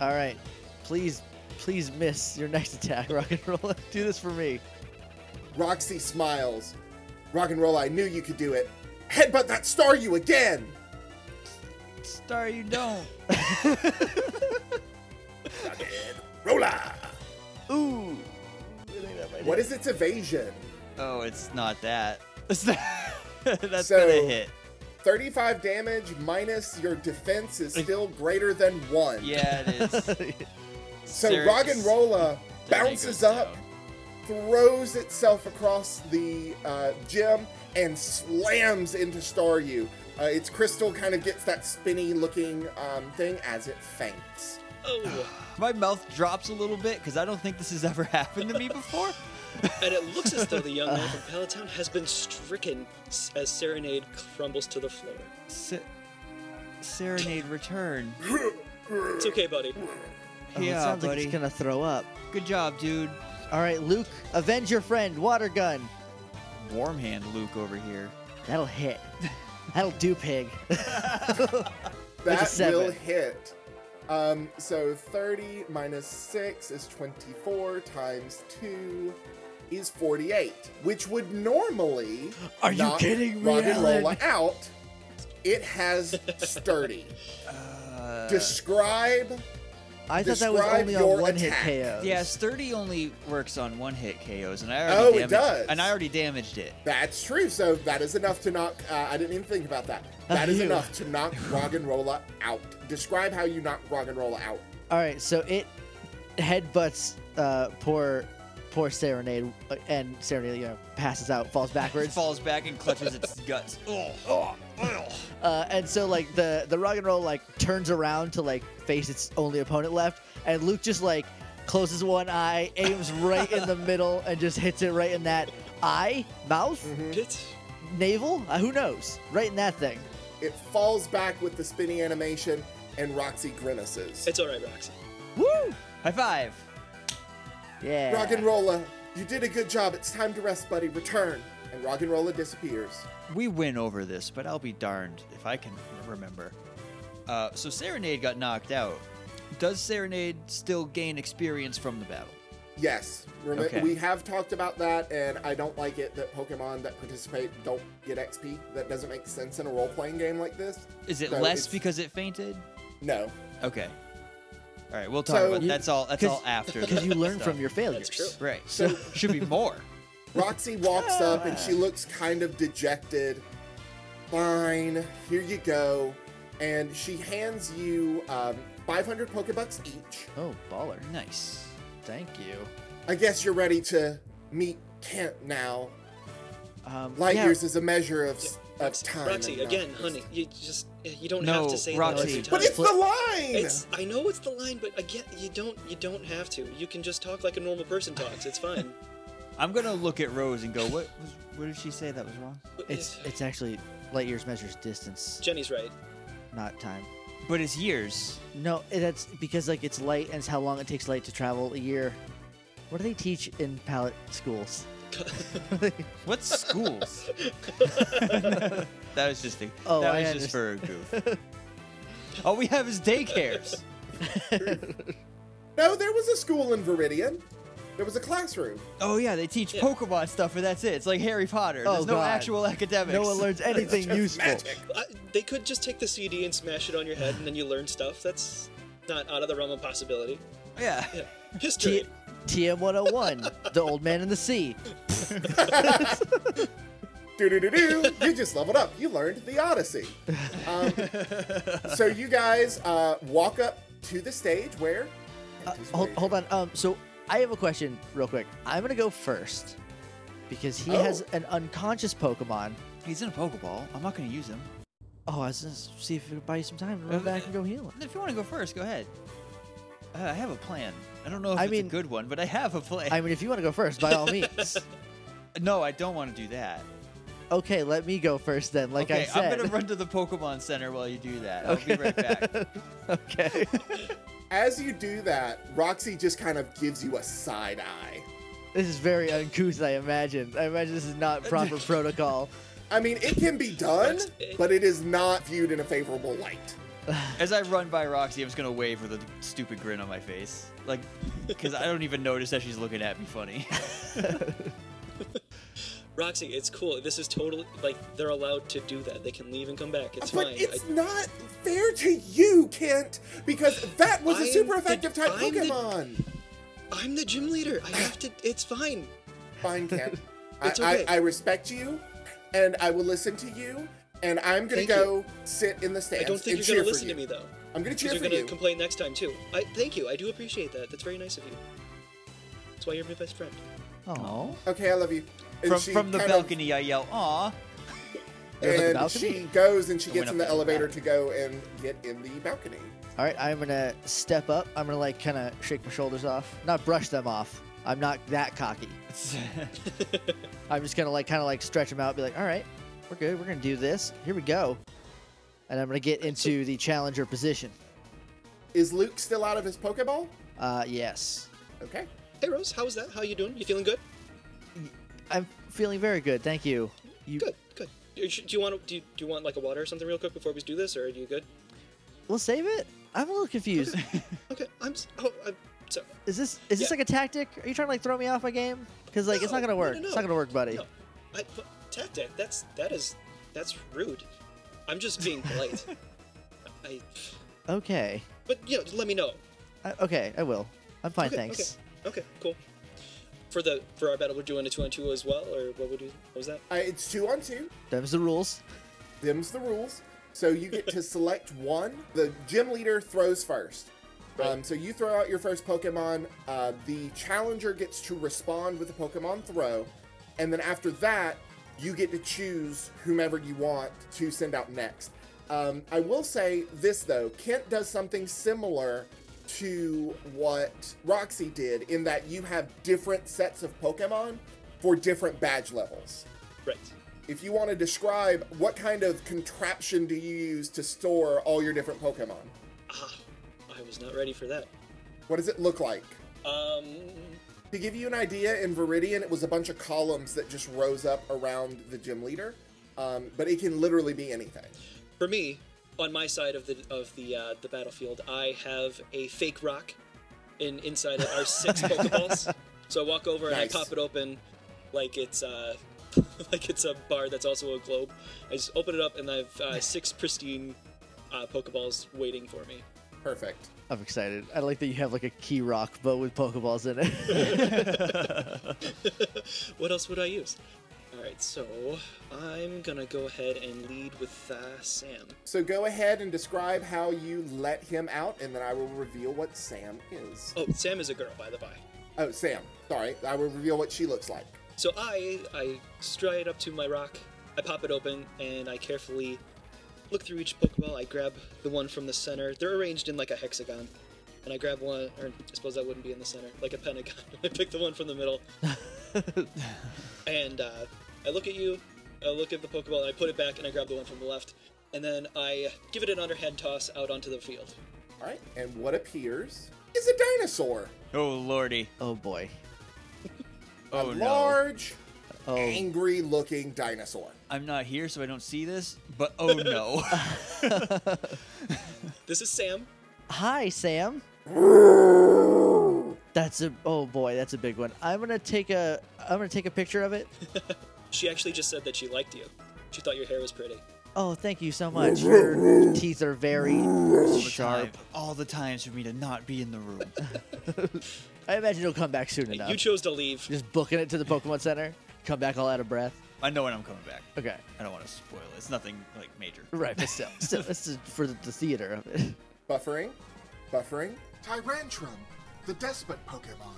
Speaker 1: All right. Please, please miss your next attack, [laughs] Rock and Roll. Do this for me.
Speaker 2: Roxy smiles. Rock and roll, I knew you could do it. Headbutt that star you again!
Speaker 4: Star, you don't.
Speaker 2: Rolla!
Speaker 1: Ooh.
Speaker 2: What is its evasion?
Speaker 4: Oh, it's not that. [laughs] That's gonna
Speaker 2: So-
Speaker 4: hit.
Speaker 2: 35 damage minus your defense is still greater than one.
Speaker 4: Yeah, it is.
Speaker 2: so
Speaker 4: Ser-
Speaker 2: Rock and Rolla
Speaker 4: Serenade
Speaker 2: bounces
Speaker 4: goes
Speaker 2: up,
Speaker 4: down.
Speaker 2: throws itself across the uh, gym, and slams into Star You. Uh, its crystal kind of gets that spinny looking um, thing as it faints.
Speaker 3: Oh,
Speaker 4: My mouth drops a little bit because I don't think this has ever [laughs] happened to me before.
Speaker 3: and it looks as though the young
Speaker 2: [laughs]
Speaker 3: man from Palatown has been stricken s- as Serenade crumbles to the floor.
Speaker 4: Se- Serenade return.
Speaker 3: It's okay, buddy.
Speaker 1: Oh, it
Speaker 4: yeah,
Speaker 1: sounds like
Speaker 4: buddy.
Speaker 1: it's gonna throw up.
Speaker 4: Good job, dude.
Speaker 1: All right, Luke, avenge your friend, water gun.
Speaker 4: Warm hand Luke over here.
Speaker 1: That'll hit.
Speaker 4: [laughs]
Speaker 1: That'll do, pig. That's a
Speaker 2: That
Speaker 1: seven.
Speaker 2: will hit. Um, so 30 minus 6 is 24 times 2 is 48, which would normally
Speaker 1: Are you
Speaker 2: knock
Speaker 1: kidding me,
Speaker 2: Rock and
Speaker 1: Alan?
Speaker 2: Rolla out.
Speaker 1: [laughs]
Speaker 2: It has sturdy.
Speaker 4: Uh,
Speaker 2: Describe
Speaker 1: I thought that was
Speaker 2: Describe
Speaker 1: only
Speaker 2: your
Speaker 1: on one hit
Speaker 2: attack.
Speaker 1: KOs.
Speaker 4: Yeah, sturdy only works on one hit KOs, and I
Speaker 2: Oh, it
Speaker 4: already damaged,
Speaker 2: does.
Speaker 4: and I already damaged it.
Speaker 2: That's true. So that is enough to knock. Uh, I didn't even think about that. That is
Speaker 1: you.
Speaker 2: enough to
Speaker 1: [laughs]
Speaker 2: knock Roggenrola out. Describe how you knock Roggenrola out.
Speaker 1: All right, so it headbutts uh, poor poor Serenade, uh, and Serenade you know passes out, falls
Speaker 4: It [laughs]
Speaker 1: backwards,
Speaker 4: falls back and clutches its guts. Oh, oh, oh.
Speaker 1: uh, and so like the the rock and roll like turns around to like face its only opponent left, and Luke just like closes one eye, aims right
Speaker 4: [laughs]
Speaker 1: in the middle, and just hits it right in that eye, mouth,
Speaker 3: It's
Speaker 1: navel, uh, who knows, right in that thing.
Speaker 2: It falls back with the spinny animation, and Roxy grimaces.
Speaker 3: it's all right, Roxy.
Speaker 1: Woo!
Speaker 4: High five.
Speaker 1: Yeah.
Speaker 2: Roggenrola, you did a good job. It's time to rest, buddy. Return. And Roggenrola disappears.
Speaker 4: We win over this, but I'll be darned if I can remember. Uh, so Serenade got knocked out. Does Serenade still gain experience from the battle?
Speaker 2: Yes, Remi-
Speaker 4: Okay.
Speaker 2: we have talked about that, and I don't like it that Pokemon that participate don't get XP. That doesn't make sense in a role playing game like this.
Speaker 4: Is it
Speaker 2: No,
Speaker 4: less
Speaker 2: it's-
Speaker 4: because it fainted?
Speaker 2: No.
Speaker 4: Okay. All right, we'll talk
Speaker 2: So-
Speaker 4: about that's all. That's
Speaker 1: 'Cause-
Speaker 4: all after
Speaker 1: Because you
Speaker 4: the
Speaker 1: learn
Speaker 4: stuff.
Speaker 1: from your failures.
Speaker 3: true.
Speaker 4: [laughs] right. So should
Speaker 1: [laughs]
Speaker 4: be more.
Speaker 2: Roxy walks up and she looks kind of dejected. Fine, here you go. And she hands you um, 500 Pokebucks each.
Speaker 1: Oh, baller.
Speaker 4: Nice.
Speaker 1: Thank you.
Speaker 2: I guess you're ready to meet Kent now.
Speaker 1: Um,
Speaker 2: Light
Speaker 1: yeah,
Speaker 2: years is a measure of, s- of
Speaker 3: Roxy,
Speaker 2: time.
Speaker 3: Roxy
Speaker 2: and
Speaker 3: again,
Speaker 2: not-
Speaker 3: honey. You just you don't
Speaker 4: No,
Speaker 3: have to say
Speaker 4: Roxy.
Speaker 3: that every time.
Speaker 2: But it's the line!
Speaker 3: It's I know it's the line, but again, you don't you don't have to. You can just talk like a normal person talks.
Speaker 2: [laughs]
Speaker 3: It's fine.
Speaker 4: I'm gonna look at Rose and go, what? Was, what did she say that was wrong?
Speaker 1: It's it's actually light years measures distance,
Speaker 3: Jenny's right.
Speaker 1: not time.
Speaker 4: But it's years.
Speaker 1: No, that's because like it's light and it's how long it takes light to travel a year. What do they teach in pallet schools?
Speaker 4: What schools?
Speaker 1: [laughs]
Speaker 4: that was just a,
Speaker 1: Oh,
Speaker 4: that
Speaker 1: I
Speaker 4: was just for a
Speaker 1: [laughs]
Speaker 4: goof. All we have is daycares.
Speaker 2: No, there was a school in Viridian. There was a classroom.
Speaker 4: Oh yeah, they teach
Speaker 3: Yeah.
Speaker 4: Pokemon stuff, and that's it. It's like Harry Potter.
Speaker 1: Oh,
Speaker 4: There's no
Speaker 1: God.
Speaker 4: actual academics.
Speaker 1: No one learns anything useful.
Speaker 3: I, they could just take the CD and smash it on your head, and then you learn stuff. That's not out of the realm of possibility.
Speaker 4: [laughs] Yeah.
Speaker 3: Yeah.
Speaker 1: T-
Speaker 3: History.
Speaker 1: TM 101, [laughs] the old man in the sea.
Speaker 2: Do do do do. You just leveled up. You learned the Odyssey. Um, so you guys uh, walk up to the stage where.
Speaker 1: Uh, hold, hold on. Um, so I have a question, real quick. I'm gonna go first because he has
Speaker 2: Oh.
Speaker 1: an unconscious Pokemon.
Speaker 4: He's in a Pokeball. I'm not gonna use him.
Speaker 1: Oh, I was gonna s- see if it would buy you some time to run back and go heal him.
Speaker 4: If you want to go first, go ahead. Uh, I have a plan. I don't know if
Speaker 1: I
Speaker 4: it's
Speaker 1: mean-
Speaker 4: a good one, but I have a plan.
Speaker 1: I mean, if you want to go first, by all [laughs] means.
Speaker 4: No, I don't want to do that.
Speaker 1: Okay, let me go first then. Like
Speaker 4: okay,
Speaker 1: I said.
Speaker 4: am gonna run to the Pokemon Center while you do that. I'll be right back.
Speaker 1: okay.
Speaker 2: As you do that, Roxy just kind of gives you a side eye.
Speaker 1: This is very uncouth, I imagine. I imagine this is [laughs] not proper protocol.
Speaker 2: I mean, it can be done,
Speaker 3: That's it.
Speaker 2: but it is not viewed in a favorable light.
Speaker 4: As I run by Roxy, I'm just gonna wave with a stupid grin on my face, like, because I don't even notice that she's looking at me funny.
Speaker 3: Roxy, it's cool. This is totally like they're allowed to do that. They can leave and come back. It's
Speaker 2: but
Speaker 3: fine.
Speaker 2: it's
Speaker 3: I-
Speaker 2: not fair to you, Kent, because that was a
Speaker 3: I'm
Speaker 2: super
Speaker 3: the-
Speaker 2: effective type
Speaker 3: I'm the-
Speaker 2: Pokemon.
Speaker 3: I'm the gym leader. I have to. It's fine.
Speaker 2: Fine, Kent.
Speaker 3: [laughs] It's
Speaker 2: I,
Speaker 3: okay.
Speaker 2: I, I respect you, and I will listen to you, and I'm gonna
Speaker 3: Thank
Speaker 2: go sit in the stands.
Speaker 3: I don't
Speaker 2: and
Speaker 3: think you're
Speaker 2: cheer
Speaker 3: gonna
Speaker 2: for
Speaker 3: listen
Speaker 2: you.
Speaker 3: to me though.
Speaker 2: I'm gonna
Speaker 3: 'Cause
Speaker 2: cheer
Speaker 3: you're
Speaker 2: for
Speaker 3: gonna
Speaker 2: you.
Speaker 3: complain next time too. I thank you. I do appreciate that. That's very nice of you. That's why you're my best friend.
Speaker 1: Oh.
Speaker 2: okay, I love you.
Speaker 4: [laughs]
Speaker 2: And
Speaker 4: from
Speaker 2: she
Speaker 4: from the
Speaker 2: kind of-
Speaker 4: balcony, I yell, "Aw!" [laughs]
Speaker 1: There's a
Speaker 2: and
Speaker 1: balcony?
Speaker 2: she goes and she
Speaker 4: I
Speaker 2: gets
Speaker 4: went
Speaker 2: in
Speaker 4: up
Speaker 2: the
Speaker 4: there.
Speaker 2: elevator to go and get in the balcony.
Speaker 1: All right, I'm gonna step up. I'm gonna like kind of shake my shoulders off, not brush them off. I'm not that cocky. I'm just gonna like kind of like stretch them out, be like, all right, we're good. We're gonna do this. Here we go. And I'm gonna get into the challenger position.
Speaker 2: Is Luke still out of his Pokeball?
Speaker 1: Uh, yes,
Speaker 2: Okay.
Speaker 3: Hey Rose, how was that? How you doing? You feeling good?
Speaker 1: I'm feeling very good. Thank you. You
Speaker 3: Good, good. Do you- do you want do you, do you want like a water or something real quick before we do this, or are you good?
Speaker 1: We'll save it. I'm a little confused.
Speaker 3: Okay, I'm. s- Oh, I'm sorry.
Speaker 1: Is this is this
Speaker 3: Yeah.
Speaker 1: like a tactic? Are you trying to like throw me off my game? Because like it's not
Speaker 3: No,
Speaker 1: gonna
Speaker 3: no,
Speaker 1: work.
Speaker 3: no, no.
Speaker 1: It's not gonna work, buddy.
Speaker 3: No, I, but tactic. That's that is that's rude.
Speaker 1: [laughs]
Speaker 3: I'm just being polite. I.
Speaker 1: Okay.
Speaker 3: But you know, let me know.
Speaker 1: I, okay, I will. I'm fine,
Speaker 3: Okay,
Speaker 1: thanks.
Speaker 3: Okay, cool. For the for our battle, we're doing a two on two as well, or what would you? What was that?
Speaker 2: Uh, it's two on two.
Speaker 1: Them's the rules.
Speaker 2: Them's the rules. So you get to select one. The gym leader throws first. Um, so you throw out your first Pokemon. Uh, the challenger gets to respond with a Pokemon throw, and then after that, you get to choose whomever you want to send out next. Um, I will say this though, Kent does something similar to what Roxy did in that you have different sets of Pokemon for different badge levels
Speaker 3: Right.
Speaker 2: if you want to describe what kind of contraption do you use to store all your different Pokemon?
Speaker 3: Ah, I was not ready for that.
Speaker 2: What does it look like?
Speaker 3: Um,
Speaker 2: To give you an idea, in Viridian, it was a bunch of columns that just rose up around the gym leader, um, but it can literally be anything.
Speaker 3: for me, on my side of the of the uh, the battlefield, I have a fake rock in inside of our six Pokeballs. So I walk over and I
Speaker 2: Nice.
Speaker 3: pop it open, like it's uh, [laughs] like it's a bar that's also a globe. I just open it up and I have uh, six pristine uh, Pokeballs waiting for me.
Speaker 2: Perfect.
Speaker 1: I'm excited. I like that you have like a key rock, but with Pokeballs in it. [laughs]
Speaker 3: what else would I use? All right, so I'm gonna go ahead and lead with uh, Sam.
Speaker 2: So go ahead and describe how you let him out, and then I will reveal what Sam is.
Speaker 3: Oh, Sam is a girl, by the by.
Speaker 2: Oh, Sam. Sorry, I will reveal what she looks like.
Speaker 3: So I I stride up to my rock, I pop it open, and I carefully look through each Pokeball. I grab the one from the center. They're arranged in like a hexagon, and I grab one. Or I suppose that wouldn't be in the center, like a pentagon. [laughs] I pick the one from the middle, and uh, I look at you. I look at the Pokeball, and I put it back, and I grab the one from the left, and then I give it an underhand toss out onto the field.
Speaker 2: All right, and what appears is a dinosaur.
Speaker 4: Oh lordy.
Speaker 1: oh boy.
Speaker 4: Oh
Speaker 2: a
Speaker 4: no.
Speaker 2: large,
Speaker 1: Oh,
Speaker 2: angry-looking dinosaur.
Speaker 4: I'm not here, so I don't see this. But oh
Speaker 2: [laughs]
Speaker 4: no.
Speaker 3: This is Sam.
Speaker 1: hi Sam. That's a oh boy, that's a big one. I'm gonna take a I'm gonna take a picture of it.
Speaker 3: She actually just said that she liked you. She thought your hair was pretty.
Speaker 1: Oh, thank you so much. Your teeth are very sharp.
Speaker 4: Time- All the times for me to not be in the room.
Speaker 1: [laughs] I imagine you'll come back soon
Speaker 3: You
Speaker 1: enough.
Speaker 3: chose to leave. [laughs]
Speaker 1: Just booking it to the Pokemon Center. Come back all out of breath.
Speaker 4: I know when I'm coming back.
Speaker 1: Okay.
Speaker 4: I don't want to spoil it. It's nothing like major.
Speaker 1: Right, but still, [laughs] still this is for the, the theater of it.
Speaker 2: Buffering, buffering.
Speaker 5: Tyrantrum, the despot Pokemon.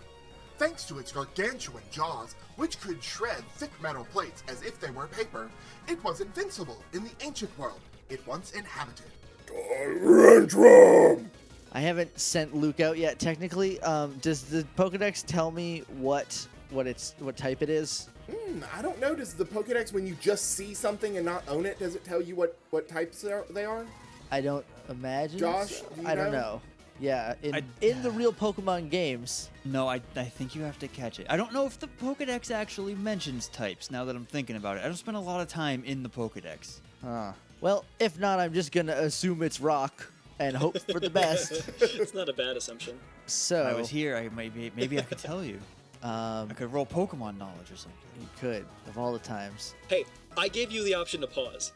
Speaker 5: Thanks to its gargantuan jaws, which could shred thick metal plates as if they were paper, it was invincible in the ancient world it once inhabited.
Speaker 2: Tyrantrum!
Speaker 1: I haven't sent Luke out yet. Technically, um, does the Pokedex tell me what what it's what type it is?
Speaker 2: Hmm, I don't know. Does the Pokedex, when you just see something and not own it, does it tell you what what types are, they are?
Speaker 1: I don't imagine.
Speaker 2: Josh,
Speaker 1: so.
Speaker 2: do you
Speaker 1: I don't
Speaker 2: know?
Speaker 1: know. Yeah, in
Speaker 4: I-
Speaker 1: in the real Pokemon games,
Speaker 4: No, I, I think you have to catch it. I don't know if the Pokedex actually mentions types now that I'm thinking about it. I don't spend a lot of time in the Pokedex.
Speaker 1: huh. Well, if not, I'm just gonna assume it's rock and hope for the
Speaker 3: [laughs]
Speaker 1: best.
Speaker 3: it's not a bad assumption.
Speaker 1: So
Speaker 4: I was here. I maybe maybe I could tell you.
Speaker 1: [laughs] Um,
Speaker 4: I could roll Pokemon knowledge or something.
Speaker 1: you could of all the times.
Speaker 3: Hey, I gave you the option to pause.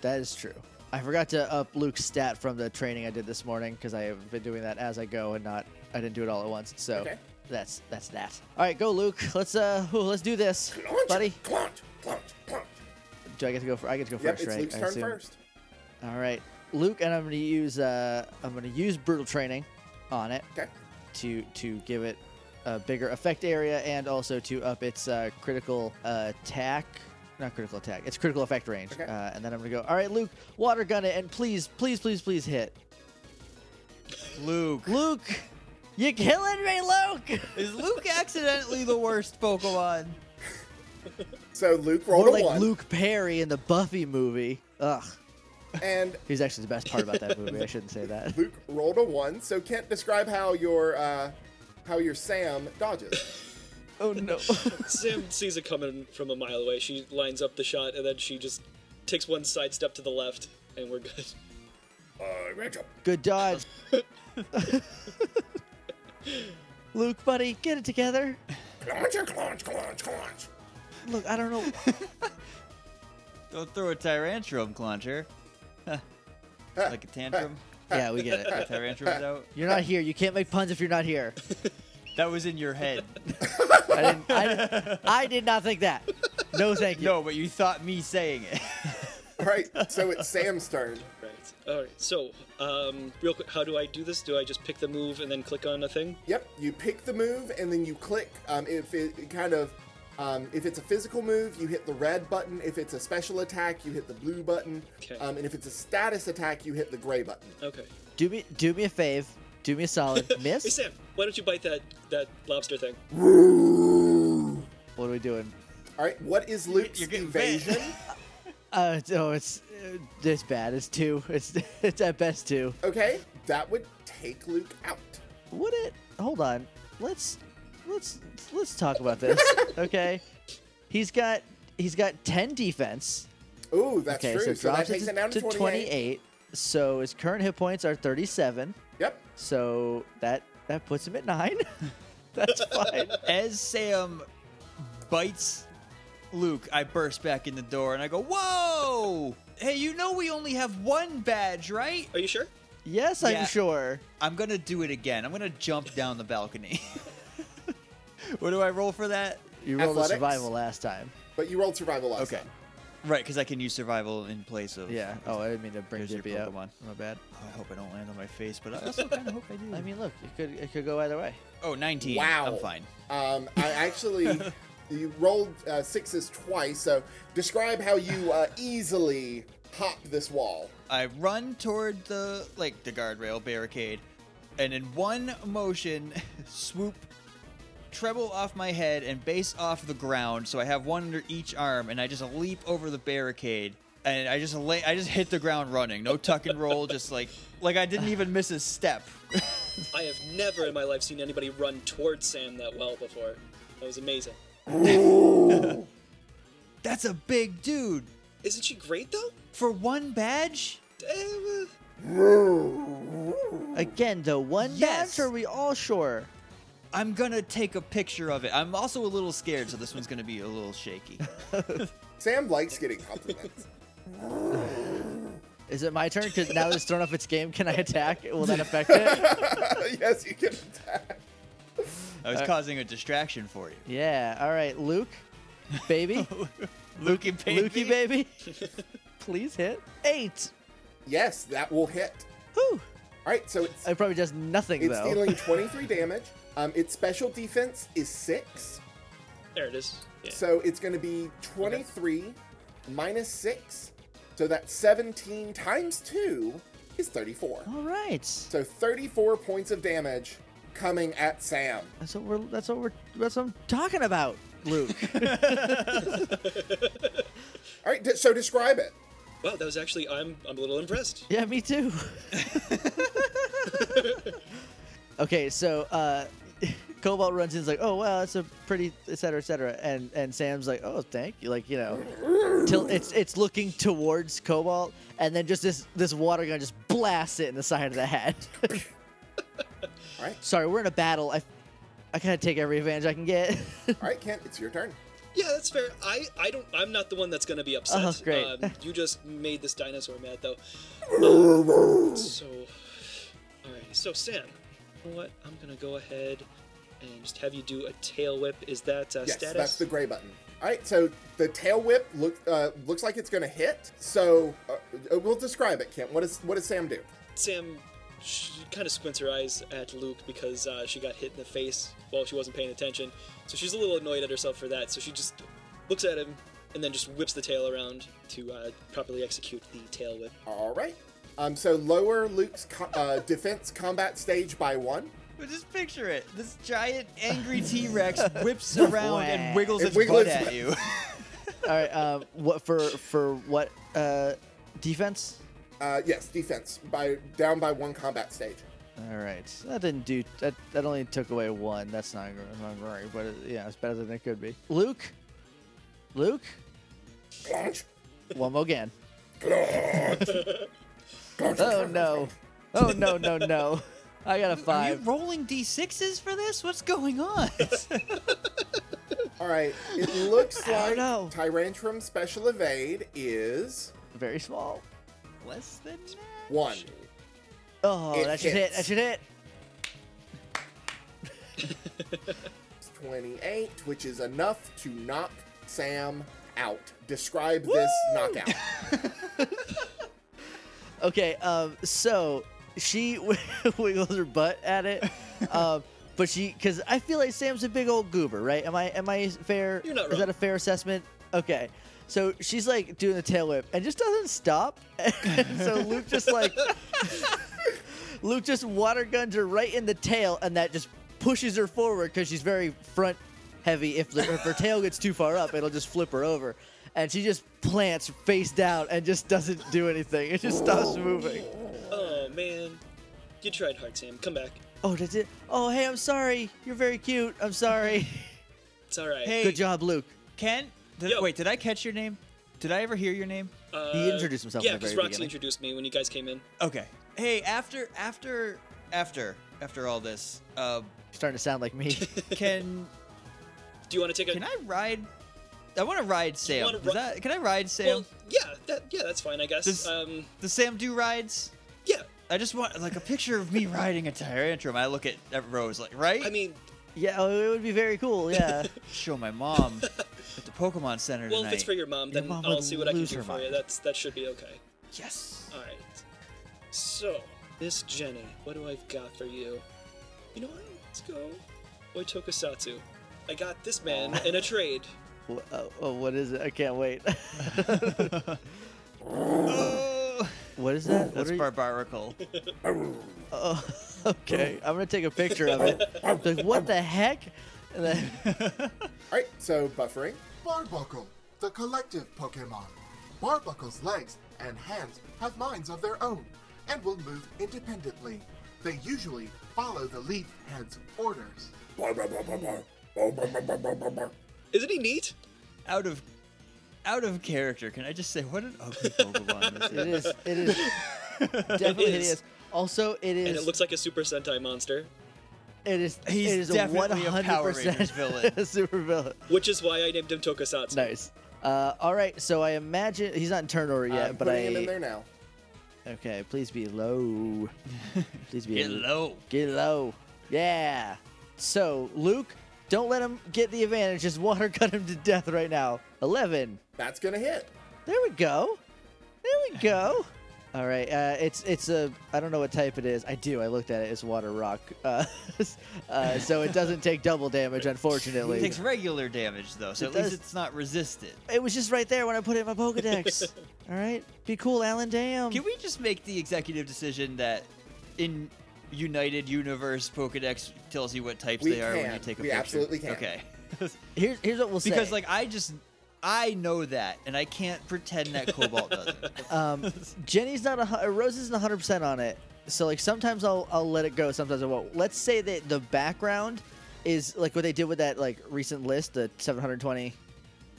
Speaker 1: That is true. I forgot to up Luke's stat from the training I did this morning because I have been doing that as I go and not I didn't do it all at once. So
Speaker 2: Okay.
Speaker 1: that's that's that. All right, go Luke. Let's uh, [laughs] ooh, let's do this, buddy.
Speaker 2: Clunch, clunch, clunch.
Speaker 1: Do I get to go? For, I get to go
Speaker 2: Yep,
Speaker 1: first,
Speaker 2: it's
Speaker 1: right?
Speaker 2: Luke's
Speaker 1: I
Speaker 2: turn
Speaker 1: assume.
Speaker 2: first.
Speaker 1: All right, Luke, and I'm gonna use uh, I'm gonna use brutal training on it
Speaker 2: Okay.
Speaker 1: to to give it a bigger effect area and also to up its uh, critical uh, attack. Not critical attack. It's critical effect range.
Speaker 2: Okay.
Speaker 1: Uh, and then I'm gonna go. All right, Luke, water gun it, and please, please, please, please hit.
Speaker 4: Luke.
Speaker 1: Luke, you killing me, Luke.
Speaker 4: Is Luke accidentally the worst Pokemon?
Speaker 2: So Luke rolled
Speaker 1: More
Speaker 2: a
Speaker 1: like
Speaker 2: one,
Speaker 1: Luke Perry in the Buffy movie. Ugh,
Speaker 2: and
Speaker 1: he's actually the best part about that movie. I shouldn't
Speaker 4: [laughs]
Speaker 1: say that.
Speaker 2: Luke rolled a one. So Kent, describe how your uh, how your Sam dodges.
Speaker 1: Oh no.
Speaker 3: Sam [laughs] sees it coming from a mile away. She lines up the shot and then she just takes one side step to the left and we're good. [laughs]
Speaker 2: uh, Rachel.
Speaker 1: Good dodge. [laughs] Luke, buddy, get it together.
Speaker 2: Clunch, clunch, clunch, clunch.
Speaker 1: Look, I don't know. [laughs]
Speaker 4: Don't throw a Tyrantrum, Clauncher. like a tantrum.
Speaker 1: [laughs] yeah, we get
Speaker 4: If
Speaker 1: it.
Speaker 4: that answer was out.
Speaker 1: You're not here. You can't make puns if you're not here.
Speaker 4: That was in your head.
Speaker 1: I didn't. I, didn't- I did not think that. [laughs] No, thank you.
Speaker 4: No, but you thought me saying
Speaker 1: [laughs]
Speaker 4: it.
Speaker 2: All right, so it's Sam's turn.
Speaker 3: Right. All right. So, um, real quick, how do I do this? Do I just pick the move and then click on a thing?
Speaker 2: Yep, you pick the move and then you click. Um, if it it kind of, um, if it's a physical move, you hit the red button. If it's a special attack, you hit the blue button.
Speaker 3: Okay.
Speaker 2: Um, and if it's a status attack, you hit the gray button.
Speaker 3: Okay.
Speaker 1: Do me, do me a fave. Do me a [laughs] solid.
Speaker 3: Hey
Speaker 1: Miss.
Speaker 3: Sam, why don't you bite that that lobster thing?
Speaker 1: What are we doing?
Speaker 2: All right, what is Luke's
Speaker 4: You're getting bit.
Speaker 2: evasion?
Speaker 1: Uh, it's- oh, it's uh, it's bad. It's two. [laughs] It's it's at best two.
Speaker 2: okay, that would take Luke out.
Speaker 1: Would it? Hold on. Let's let's let's talk about this. [laughs] Okay. He's got he's got ten defense.
Speaker 2: Ooh, that's
Speaker 1: okay,
Speaker 2: true.
Speaker 1: so
Speaker 2: So, that
Speaker 1: drops
Speaker 2: takes
Speaker 1: it
Speaker 2: him down
Speaker 1: to,
Speaker 2: to
Speaker 1: 28.
Speaker 2: 28.
Speaker 1: So his current hit points are 37.
Speaker 2: Yep.
Speaker 1: So that that puts him at nine. [laughs] That's fine.
Speaker 4: As Sam bites Luke, I burst back in the door and I go, "Whoa! Hey, you know we only have one badge, right?"
Speaker 3: Are you sure?
Speaker 1: Yes,
Speaker 4: Yeah.
Speaker 1: I'm sure.
Speaker 4: I'm gonna do it again. I'm gonna jump down the balcony. [laughs] what do I roll for that?
Speaker 1: You rolled a
Speaker 2: Athletics?
Speaker 1: survival last time.
Speaker 2: But you rolled survival last
Speaker 4: Okay.
Speaker 2: time.
Speaker 4: Right, because I can use survival in place of. [laughs]
Speaker 1: Yeah. Oh, I didn't mean to bring
Speaker 4: Here's your
Speaker 1: Dippy up.
Speaker 4: Pokemon.
Speaker 1: My bad.
Speaker 4: I hope I don't land on my face, but I
Speaker 1: [laughs]
Speaker 4: also kind of hope I do.
Speaker 1: I mean, look, it could it could go either way.
Speaker 4: oh,
Speaker 1: E,
Speaker 4: 19.
Speaker 2: Wow.
Speaker 4: I'm fine.
Speaker 2: Um,
Speaker 1: [laughs]
Speaker 2: I actually, you rolled uh, sixes twice, so describe how you uh, easily hop this wall.
Speaker 4: I run toward the like the guardrail barricade, and in one motion, [laughs] swoop, treble off my head and base off the ground. So I have one under each arm, and I just leap over the barricade, and I just lay, I just hit the ground running, no tuck and
Speaker 1: [laughs]
Speaker 4: roll, just like like I didn't even miss a step.
Speaker 3: I have never in my life seen anybody run towards Sam that well before. That was amazing.
Speaker 4: That's a big dude
Speaker 3: Isn't she great though?
Speaker 4: for one badge.
Speaker 3: Eh,
Speaker 1: Again, though, one
Speaker 4: Yes.
Speaker 1: match are we all sure?
Speaker 4: I'm gonna take a picture of it. I'm also a little scared, so this one's gonna be a little shaky.
Speaker 2: Sam likes getting compliments. [laughs]
Speaker 1: Is it my turn? Because now that it's thrown off its game, can I attack? Will that affect
Speaker 2: [laughs]
Speaker 1: it?
Speaker 2: yes, you can attack.
Speaker 4: I was causing a distraction for you.
Speaker 1: yeah. All right, Luke, baby,
Speaker 4: Lukey baby.
Speaker 1: Lukey baby, please hit eight.
Speaker 2: Yes, that will hit.
Speaker 1: Whew.
Speaker 2: All right, so it's
Speaker 1: It probably does nothing
Speaker 2: it's
Speaker 1: though. [laughs]
Speaker 2: dealing 23 damage. Um, its special defense is six,
Speaker 3: there it is. Yeah.
Speaker 2: so it's going to be 23 minus six, so that's 17 times two is 34.
Speaker 1: all right.
Speaker 2: So 34 points of damage coming at Sam.
Speaker 1: That's what we're. That's what we're. That's what I'm talking about,
Speaker 2: [laughs]
Speaker 1: Luke.
Speaker 2: All right, d- so describe it.
Speaker 3: Wow, that was actually I'm I'm a little impressed.
Speaker 1: yeah, me too.
Speaker 2: [laughs]
Speaker 1: okay, so uh, [laughs] Cobalt runs in, is like, oh wow, that's a pretty, et cetera, et cetera, and and Sam's like, oh thank you, like you know, till it's it's looking towards Cobalt, and then just this this water gun just blasts it in the side of
Speaker 2: [laughs]
Speaker 1: the head. [laughs]
Speaker 2: All right,
Speaker 1: Sorry, we're in a battle. I I gotta take every advantage I can get. [laughs]
Speaker 2: all right, Kent, it's your turn.
Speaker 3: Yeah, that's fair. I I don't I'm not the one that's gonna be upset.
Speaker 1: Oh, great.
Speaker 3: Um, you just made this dinosaur mad though. Um, so, all right. So Sam, you know what I'm gonna go ahead and just have you do a tail whip. Is that uh,
Speaker 2: Yes,
Speaker 3: status?
Speaker 2: that's the gray button. All right, so the tail whip look, uh, looks like it's going to hit. So uh, uh, we'll describe it, Kent. What, is, what does Sam do?
Speaker 3: Sam she kind of squints her eyes at Luke because uh, she got hit in the face while she wasn't paying attention. So she's a little annoyed at herself for that. So she just looks at him and then just whips the tail around to uh, properly execute the tail whip.
Speaker 2: All right. Um, so lower Luke's co- uh, defense combat stage by one.
Speaker 4: But just picture it. This giant angry T Rex whips around and wiggles
Speaker 2: It
Speaker 4: its
Speaker 2: wiggles
Speaker 4: butt
Speaker 2: its
Speaker 4: at you.
Speaker 1: all right, um, what for for what uh defense?
Speaker 2: Uh, yes, defense by down by one combat stage.
Speaker 1: All right, that didn't do. That that only took away one. That's not gr- not great, but it, yeah, it's better than it could be. Luke, Luke,
Speaker 2: Plunge,
Speaker 1: one more again.
Speaker 2: plunge, plunge,
Speaker 1: Oh
Speaker 2: plunge,
Speaker 1: no! Oh no! No no! I got a
Speaker 4: Are you
Speaker 1: five.
Speaker 4: rolling d6s for this? What's going on?
Speaker 2: plunge. All right.
Speaker 1: [laughs]
Speaker 2: It looks
Speaker 1: I
Speaker 2: like
Speaker 1: don't know.
Speaker 2: Tyrantrum special evade is
Speaker 1: [laughs] Very small.
Speaker 4: Less than that?
Speaker 2: one.
Speaker 1: Oh,
Speaker 2: It
Speaker 1: that should hit.
Speaker 2: hits.
Speaker 1: That should hit.
Speaker 2: 28, which is enough to knock Sam out. Describe this
Speaker 1: [laughs]
Speaker 2: knockout.
Speaker 1: Okay, um, so she [laughs] wiggles her butt at
Speaker 3: [laughs]
Speaker 1: it, um, but she because I feel like Sam's a big old goober, right? Am I am I fair?
Speaker 3: You're not
Speaker 1: Is that
Speaker 3: wrong.
Speaker 1: a fair assessment? Okay, so she's like doing the tail whip and just doesn't stop. [laughs] And so Luke just
Speaker 3: [laughs]
Speaker 1: like Luke just water guns her right in the tail, and that just pushes her forward because she's very front heavy. If, the, if her tail gets too far up, it'll just flip her over. And she just plants face down and just doesn't do anything. It just stops moving.
Speaker 3: Oh man, you tried hard, Sam. Come back.
Speaker 1: Oh, that's it. Oh, hey, I'm sorry. You're very cute. I'm sorry.
Speaker 3: It's all right.
Speaker 4: Hey.
Speaker 1: Good job, Luke.
Speaker 4: Ken, did,
Speaker 3: Yo.
Speaker 4: wait, did I catch your name? Did I ever hear your name?
Speaker 3: Uh,
Speaker 1: He introduced himself at
Speaker 3: Yeah,
Speaker 1: the
Speaker 3: because
Speaker 1: very
Speaker 3: Roxy
Speaker 1: beginning.
Speaker 3: introduced me when you guys came in.
Speaker 4: Okay. Hey, after after after after all this, uh,
Speaker 1: You're starting to sound like me. [laughs]
Speaker 4: can
Speaker 3: Do you want to take a?
Speaker 4: can I ride? I want to ride Sam.
Speaker 3: wanna
Speaker 4: Is
Speaker 3: ri-
Speaker 4: that- can I ride Sam?
Speaker 3: Well, yeah, that yeah, that's fine, I guess.
Speaker 4: Does-
Speaker 3: Um,
Speaker 4: Does Sam do rides?
Speaker 3: yeah.
Speaker 4: I just want like a picture of me [laughs] riding a tyrantrum. I look at, at Rose like, right?
Speaker 3: I mean,
Speaker 1: yeah, oh, it would be very cool. Yeah.
Speaker 4: show my
Speaker 3: [laughs]
Speaker 4: mom at the Pokemon Center
Speaker 3: well,
Speaker 4: tonight.
Speaker 3: if it's for your mom, then
Speaker 4: mom
Speaker 3: I'll
Speaker 4: would
Speaker 3: see what I can
Speaker 4: lose
Speaker 3: do
Speaker 4: her
Speaker 3: for you.
Speaker 4: mind.
Speaker 3: That's that should be okay.
Speaker 4: yes.
Speaker 3: All right. So, Miss Jenny, what do I've got for you? You know what? Let's go. Oitokusatsu. I got this man in a trade.
Speaker 1: Wh- oh, oh, what is it? I can't wait. [laughs]
Speaker 4: Oh,
Speaker 1: what is that? What
Speaker 4: that's
Speaker 1: are you-
Speaker 3: [laughs]
Speaker 4: barbarical.
Speaker 1: Oh, okay. I'm gonna take a picture of it. like, what the heck? And then,
Speaker 2: All right, so buffering.
Speaker 5: Barbuckle, the collective Pokemon. Barbuckle's legs and hands have minds of their own and will move independently. They usually follow the lead head's orders.
Speaker 3: Isn't he neat?
Speaker 4: out of out of character. Can I just say what an ugly
Speaker 1: [laughs]
Speaker 4: Pokemon this
Speaker 1: it
Speaker 4: is?
Speaker 1: is. It is definitely
Speaker 3: is.
Speaker 1: hideous. Also, it is.
Speaker 3: And it looks like a Super Sentai monster,
Speaker 1: it is.
Speaker 4: He's
Speaker 1: it is
Speaker 4: definitely a Power
Speaker 1: 100%
Speaker 4: Rangers
Speaker 1: [laughs]
Speaker 4: villain.
Speaker 1: super villain.
Speaker 3: which is why I named him Tokusatsu.
Speaker 1: Nice. Uh, all right. So I imagine he's not in turn order yet,
Speaker 2: I'm
Speaker 1: but I.
Speaker 2: Uh, putting him in there now.
Speaker 1: Okay, please
Speaker 4: [laughs]
Speaker 1: be low. please be
Speaker 4: Get low.
Speaker 1: Get low. Yeah. So Luke, don't let him get the advantage. Just water [laughs] cut him to death right now. Eleven.
Speaker 2: That's gonna hit.
Speaker 1: There we go. There
Speaker 4: [laughs]
Speaker 1: we go. All right. Uh, it's it's a I don't know what type it is. I do. I looked at it. It's water rock. [laughs] Uh, uh, so it doesn't take double damage,
Speaker 4: It
Speaker 1: unfortunately.
Speaker 4: takes regular damage though, so
Speaker 1: It
Speaker 4: at
Speaker 1: does.
Speaker 4: least it's not resisted.
Speaker 1: It was just right there when I put it in
Speaker 4: [laughs]
Speaker 1: my Pokedex. All right. Be cool, Alan. Damn.
Speaker 4: Can we just make the executive decision that in United Universe Pokedex tells you what types
Speaker 2: We
Speaker 4: they are when
Speaker 2: can.
Speaker 4: you take a
Speaker 2: We
Speaker 4: picture?
Speaker 2: absolutely can.
Speaker 4: Okay.
Speaker 1: Here's here's what we'll say.
Speaker 4: because like I just I know that and I can't pretend that Cobalt
Speaker 1: [laughs]
Speaker 4: doesn't.
Speaker 1: Um, Jenny's not a hu- uh, Rose isn't hundred percent on it. So like sometimes I'll I'll let it go, sometimes I won't. Let's say that the background is like what they did with that like recent list, the seven hundred twenty,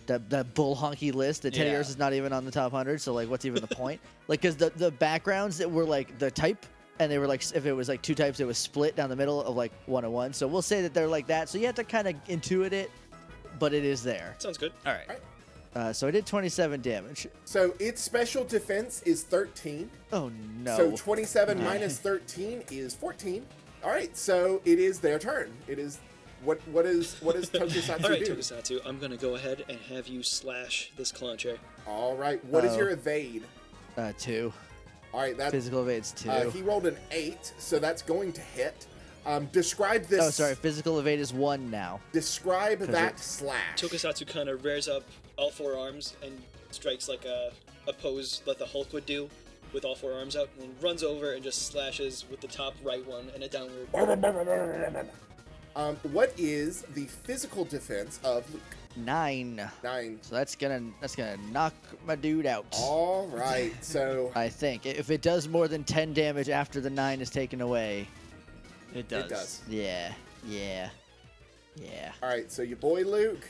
Speaker 1: that that bull honky list. That Teddy
Speaker 4: Yeah.
Speaker 1: Ursa is not even on the top hundred. So like, what's even the point? Like, cause the the backgrounds that were like the type. And they were like, if it was like two types, it was split down the middle of like 101. So we'll say that they're like that. So you have to kind of intuit it, but it is there.
Speaker 3: Sounds good.
Speaker 4: All right.
Speaker 2: All right.
Speaker 1: Uh, so I did 27 damage.
Speaker 2: So its special defense is 13.
Speaker 1: Oh no.
Speaker 2: So
Speaker 1: [laughs]
Speaker 2: 27 minus 13 is 14. All right, so it is their turn. It is what what is what
Speaker 1: [laughs]
Speaker 2: does Tokusatsu
Speaker 3: All right,
Speaker 2: do?
Speaker 3: Tokusatsu, I'm gonna go ahead and have you slash this Clauncher.
Speaker 2: All right, what is
Speaker 1: Oh.
Speaker 2: your evade?
Speaker 1: uh, two.
Speaker 2: All right, that's
Speaker 1: Physical evades two.
Speaker 2: Uh, he rolled an eight, so that's going to hit. Um, describe this.
Speaker 1: oh, sorry. Physical evade is one now.
Speaker 2: Describe that
Speaker 1: it-
Speaker 2: slash.
Speaker 3: Tokusatsu kind of rears up all four arms and strikes like a, a pose that the Hulk would do with all four arms out, and then runs over and just slashes with the top right one and a downward.
Speaker 2: Um, what is the physical defense of Luke?
Speaker 1: Nine.
Speaker 2: Nine?
Speaker 1: So that's gonna that's gonna knock my dude out.
Speaker 2: All right,
Speaker 1: [laughs]
Speaker 2: so
Speaker 1: I think if it does more than ten damage after the nine is taken away,
Speaker 4: It does.
Speaker 2: it does.
Speaker 1: yeah, yeah, yeah.
Speaker 2: All right, so your boy Luke.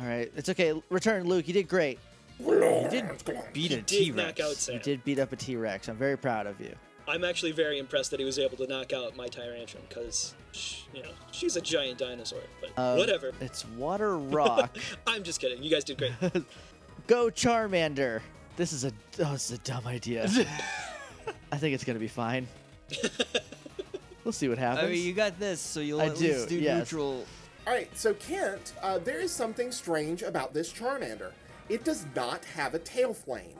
Speaker 1: All right, it's okay. Return, Luke. You did great.
Speaker 4: You did beat a
Speaker 3: Did
Speaker 4: T
Speaker 3: knock out
Speaker 4: Rex.
Speaker 1: You
Speaker 3: Sam.
Speaker 1: did beat up a T Rex. I'm very proud of you.
Speaker 3: I'm actually very impressed that he was able to knock out my Tyrantrum because, you know, she's a giant dinosaur. But
Speaker 1: Um,
Speaker 3: whatever.
Speaker 1: It's water
Speaker 3: [laughs]
Speaker 1: rock.
Speaker 3: I'm just kidding. You guys
Speaker 1: [laughs]
Speaker 3: did great.
Speaker 1: Go Charmander. This is a oh, this is a dumb idea. I think it's gonna be fine. We'll see what happens.
Speaker 4: I mean, you got this, so you'll
Speaker 1: I
Speaker 4: at least
Speaker 1: do,
Speaker 4: do
Speaker 1: yes.
Speaker 4: neutral.
Speaker 2: All right, so Kent, uh, there is something strange about this Charmander. It does not have a tail flame.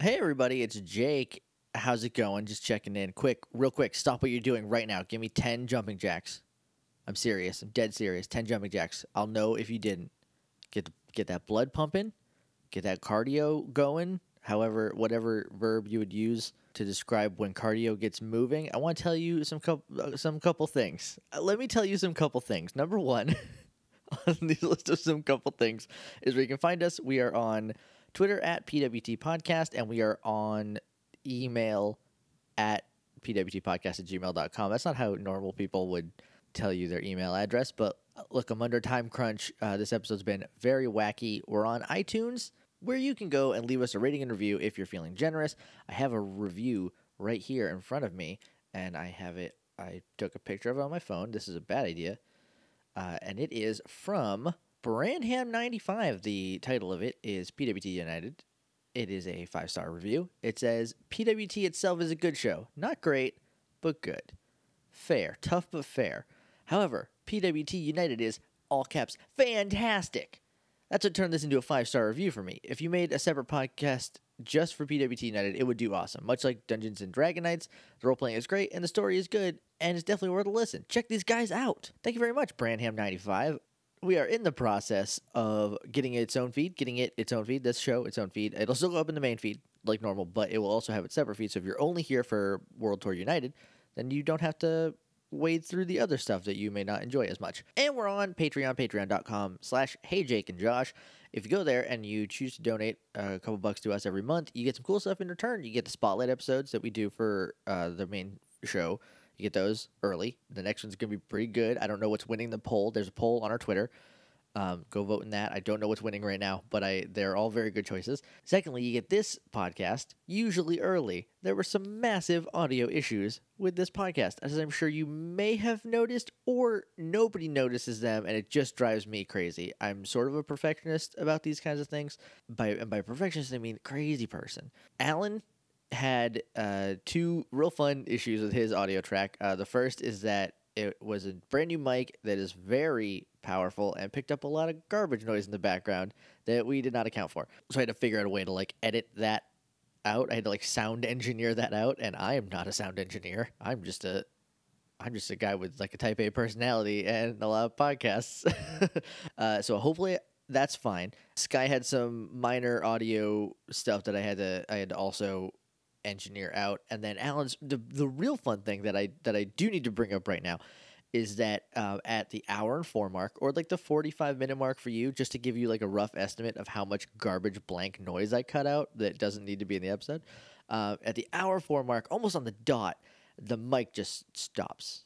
Speaker 1: Hey everybody, it's Jake. How's it going? Just checking in. Quick, real quick, stop what you're doing right now. Give me 10 jumping jacks. I'm serious. I'm dead serious. 10 jumping jacks. I'll know if you didn't. Get get that blood pumping. Get that cardio going. However, whatever verb you would use to describe when cardio gets moving, I want to tell you some couple some couple things. Uh, Let me tell you some couple things. Number [laughs] 1, [laughs] on the list of some couple things is where you can find us. We are on Twitter at PWT Podcast, and we are on email at PWT Podcast at gmail.com. That's not how normal people would tell you their email address, but uh, look, I'm under time crunch. Uh, this episode's been very wacky. We're on iTunes, where you can go and leave us a rating and review if you're feeling generous. I have a review right here in front of me, and I have it. I took a picture of it on my phone. This is a bad idea uh, and it is from Branham 95. The title of it is PWT United. It is a five star review. It says PWT itself is a good show. Not great, but good. Fair. Tough, but fair. However, PWT United is, all caps, fantastic. That's what turned this into a five star review for me. If you made a separate podcast just for PWT United, it would do awesome. Much like Dungeons and Dragon Knights, the role playing is great and the story is good and it's definitely worth a listen. Check these guys out. Thank you very much, Branham95. We are in the process of getting it its own feed, getting it its own feed, this show its own feed. It'll still go up in the main feed like normal, but it will also have its separate feed. So if you're only here for World Tour United, then you don't have to wade through the other stuff that you may not enjoy as much. And we're on Patreon, patreon.com slash hey Jake and Josh. If you go there and you choose to donate a couple bucks to us every month, you get some cool stuff in return. You get the spotlight episodes that we do for uh, the main show. You get those early. The next one's going to be pretty good. I don't know what's winning the poll. There's a poll on our Twitter. Um, go vote in that. I don't know what's winning right now, but I they're all very good choices. Secondly, you get this podcast usually early. There were some massive audio issues with this podcast, as I'm sure you may have noticed, or nobody notices them, and it just drives me crazy. I'm sort of a perfectionist about these kinds of things. By and by perfectionist, I mean crazy person. Alan had uh, two real fun issues with his audio track. Uh, the first is that it was a brand new mic that is very powerful and picked up a lot of garbage noise in the background that we did not account for. So I had to figure out a way to like edit that out. I had to like sound engineer that out, and I am not a sound engineer. I'm just a I'm just a guy with like a type A personality and a lot of podcasts. [laughs] uh, so hopefully that's fine. Sky had some minor audio stuff that I had to I had to also engineer out. And then Alan's the, the real fun thing that I that I do need to bring up right now is that uh, at the hour and four mark or like the 45 minute mark for you just to give you like a rough estimate of how much garbage blank noise i cut out that doesn't need to be in the episode uh, at the hour four mark almost on the dot the mic just stops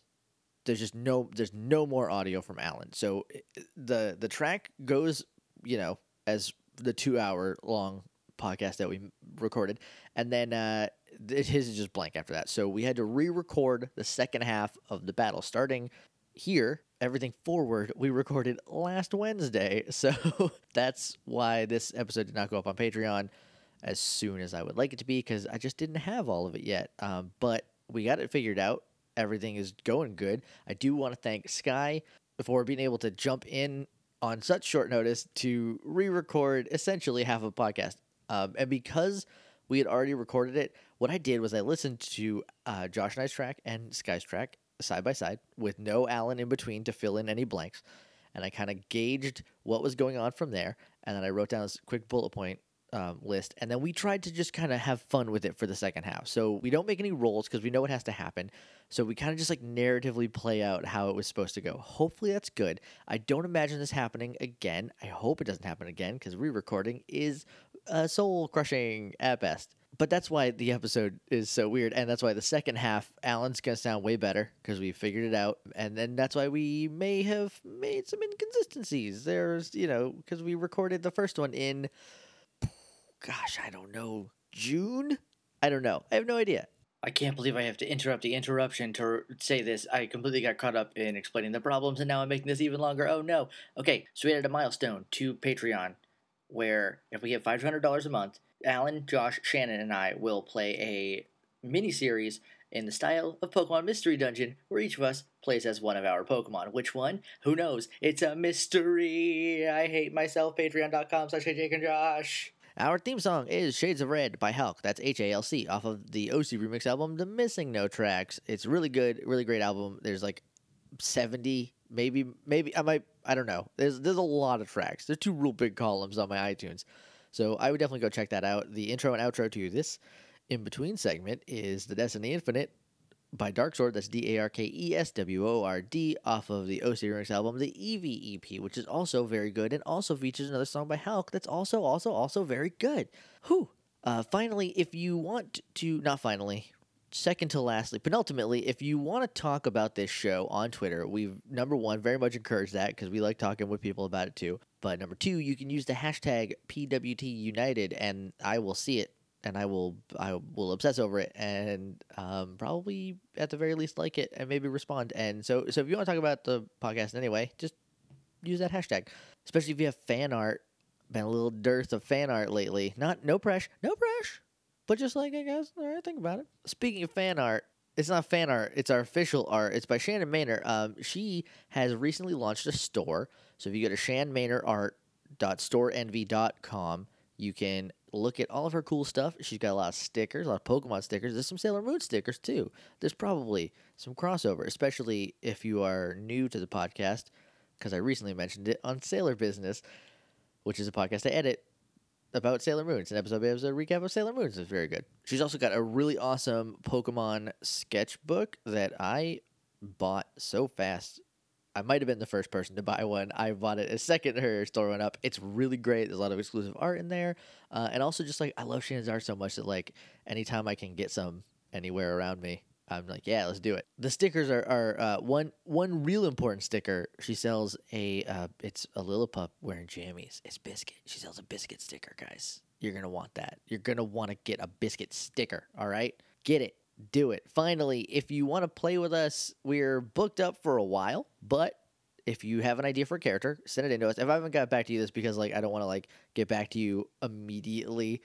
Speaker 1: there's just no there's no more audio from alan so i- the the track goes you know as the two hour long podcast that we m- recorded and then uh, th- his is just blank after that. So we had to re-record the second half of the battle, starting here. Everything forward we recorded last Wednesday, [laughs] so that's why this episode did not go up on Patreon as soon as I would like it to be because I just didn't have all of it yet. Um, but we got it figured out. Everything is going good. I do want to thank Sky for being able to jump in on such short notice to re-record essentially half a podcast. Um, and because we had already recorded it. What I did was I listened to uh, Josh and I's track and Sky's track side by side with no Alan in between to fill in any blanks. And I kind of gauged what was going on from there. And then I wrote down this quick bullet point um, list. And then we tried to just kind of have fun with it for the second half. So we don't make any rolls because we know it has to happen. So we kind of just like narratively play out how it was supposed to go. Hopefully that's good. I don't imagine this happening again. I hope it doesn't happen again because re recording is uh, soul crushing at best. But that's why the episode is so weird, and that's why the second half, Alan's gonna sound way better because we figured it out, and then that's why we may have made some inconsistencies. There's, you know, because we recorded the first one in, gosh, I don't know, June. I don't know. I have no idea. I can't believe I have to interrupt the interruption to say this. I completely got caught up in explaining the problems, and now I'm making this even longer. Oh no. Okay, so we added a milestone to Patreon
Speaker 6: where if we get five hundred dollars a month, Alan, Josh, Shannon, and I will play a mini series in the style of Pokemon Mystery Dungeon, where each of us plays as one of our Pokemon. Which one? Who knows? It's a mystery. I hate myself. Patreon.com slash Hey Jake and Josh.
Speaker 1: Our theme song is Shades of Red by Halk. That's H A L C off of the OC remix album, The Missing No Tracks. It's really good, really great album. There's like 70, maybe, maybe, I might, I don't know. There's, there's a lot of tracks. There's two real big columns on my iTunes. So I would definitely go check that out. The intro and outro to this in between segment is The Destiny Infinite by Dark Sword. That's D A R K E S W O R D off of the OC Remix album, the E EV EP, which is also very good and also features another song by Halk that's also, also, also very good. Whew. Uh, finally, if you want to, not finally, second to lastly, penultimately, if you want to talk about this show on Twitter, we've number one, very much encourage that because we like talking with people about it too. But number two, you can use the hashtag PWTUnited and I will see it and I will I will obsess over it and um, probably at the very least like it and maybe respond. And so so if you want to talk about the podcast in any way, just use that hashtag. Especially if you have fan art. Been a little dearth of fan art lately. Not no press, no press. But just like I guess, all right, think about it. Speaking of fan art, it's not fan art. It's our official art. It's by Shannon Maynor. Um, she has recently launched a store. So if you go to shanmaynardart.storenv.com, you can look at all of her cool stuff. She's got a lot of stickers, a lot of Pokemon stickers. There's some Sailor Moon stickers too. There's probably some crossover, especially if you are new to the podcast, because I recently mentioned it on Sailor Business, which is a podcast I edit about Sailor Moon. It's an episode by episode recap of Sailor Moon. It's very good. She's also got a really awesome Pokemon sketchbook that I bought so fast. I might have been the first person to buy one. I bought it a second her store went up. It's really great. There's a lot of exclusive art in there, uh, and also just like I love Shannon's art so much that like anytime I can get some anywhere around me, I'm like, yeah, let's do it. The stickers are, are uh, one one real important sticker. She sells a uh, it's a Lillipup wearing jammies. It's biscuit. She sells a biscuit sticker, guys. You're gonna want that. You're gonna want to get a biscuit sticker. All right, get it. Do it. Finally, if you want to play with us, we're booked up for a while, but if you have an idea for a character, send it into us. If I haven't got back to you this because like I don't want to like get back to you immediately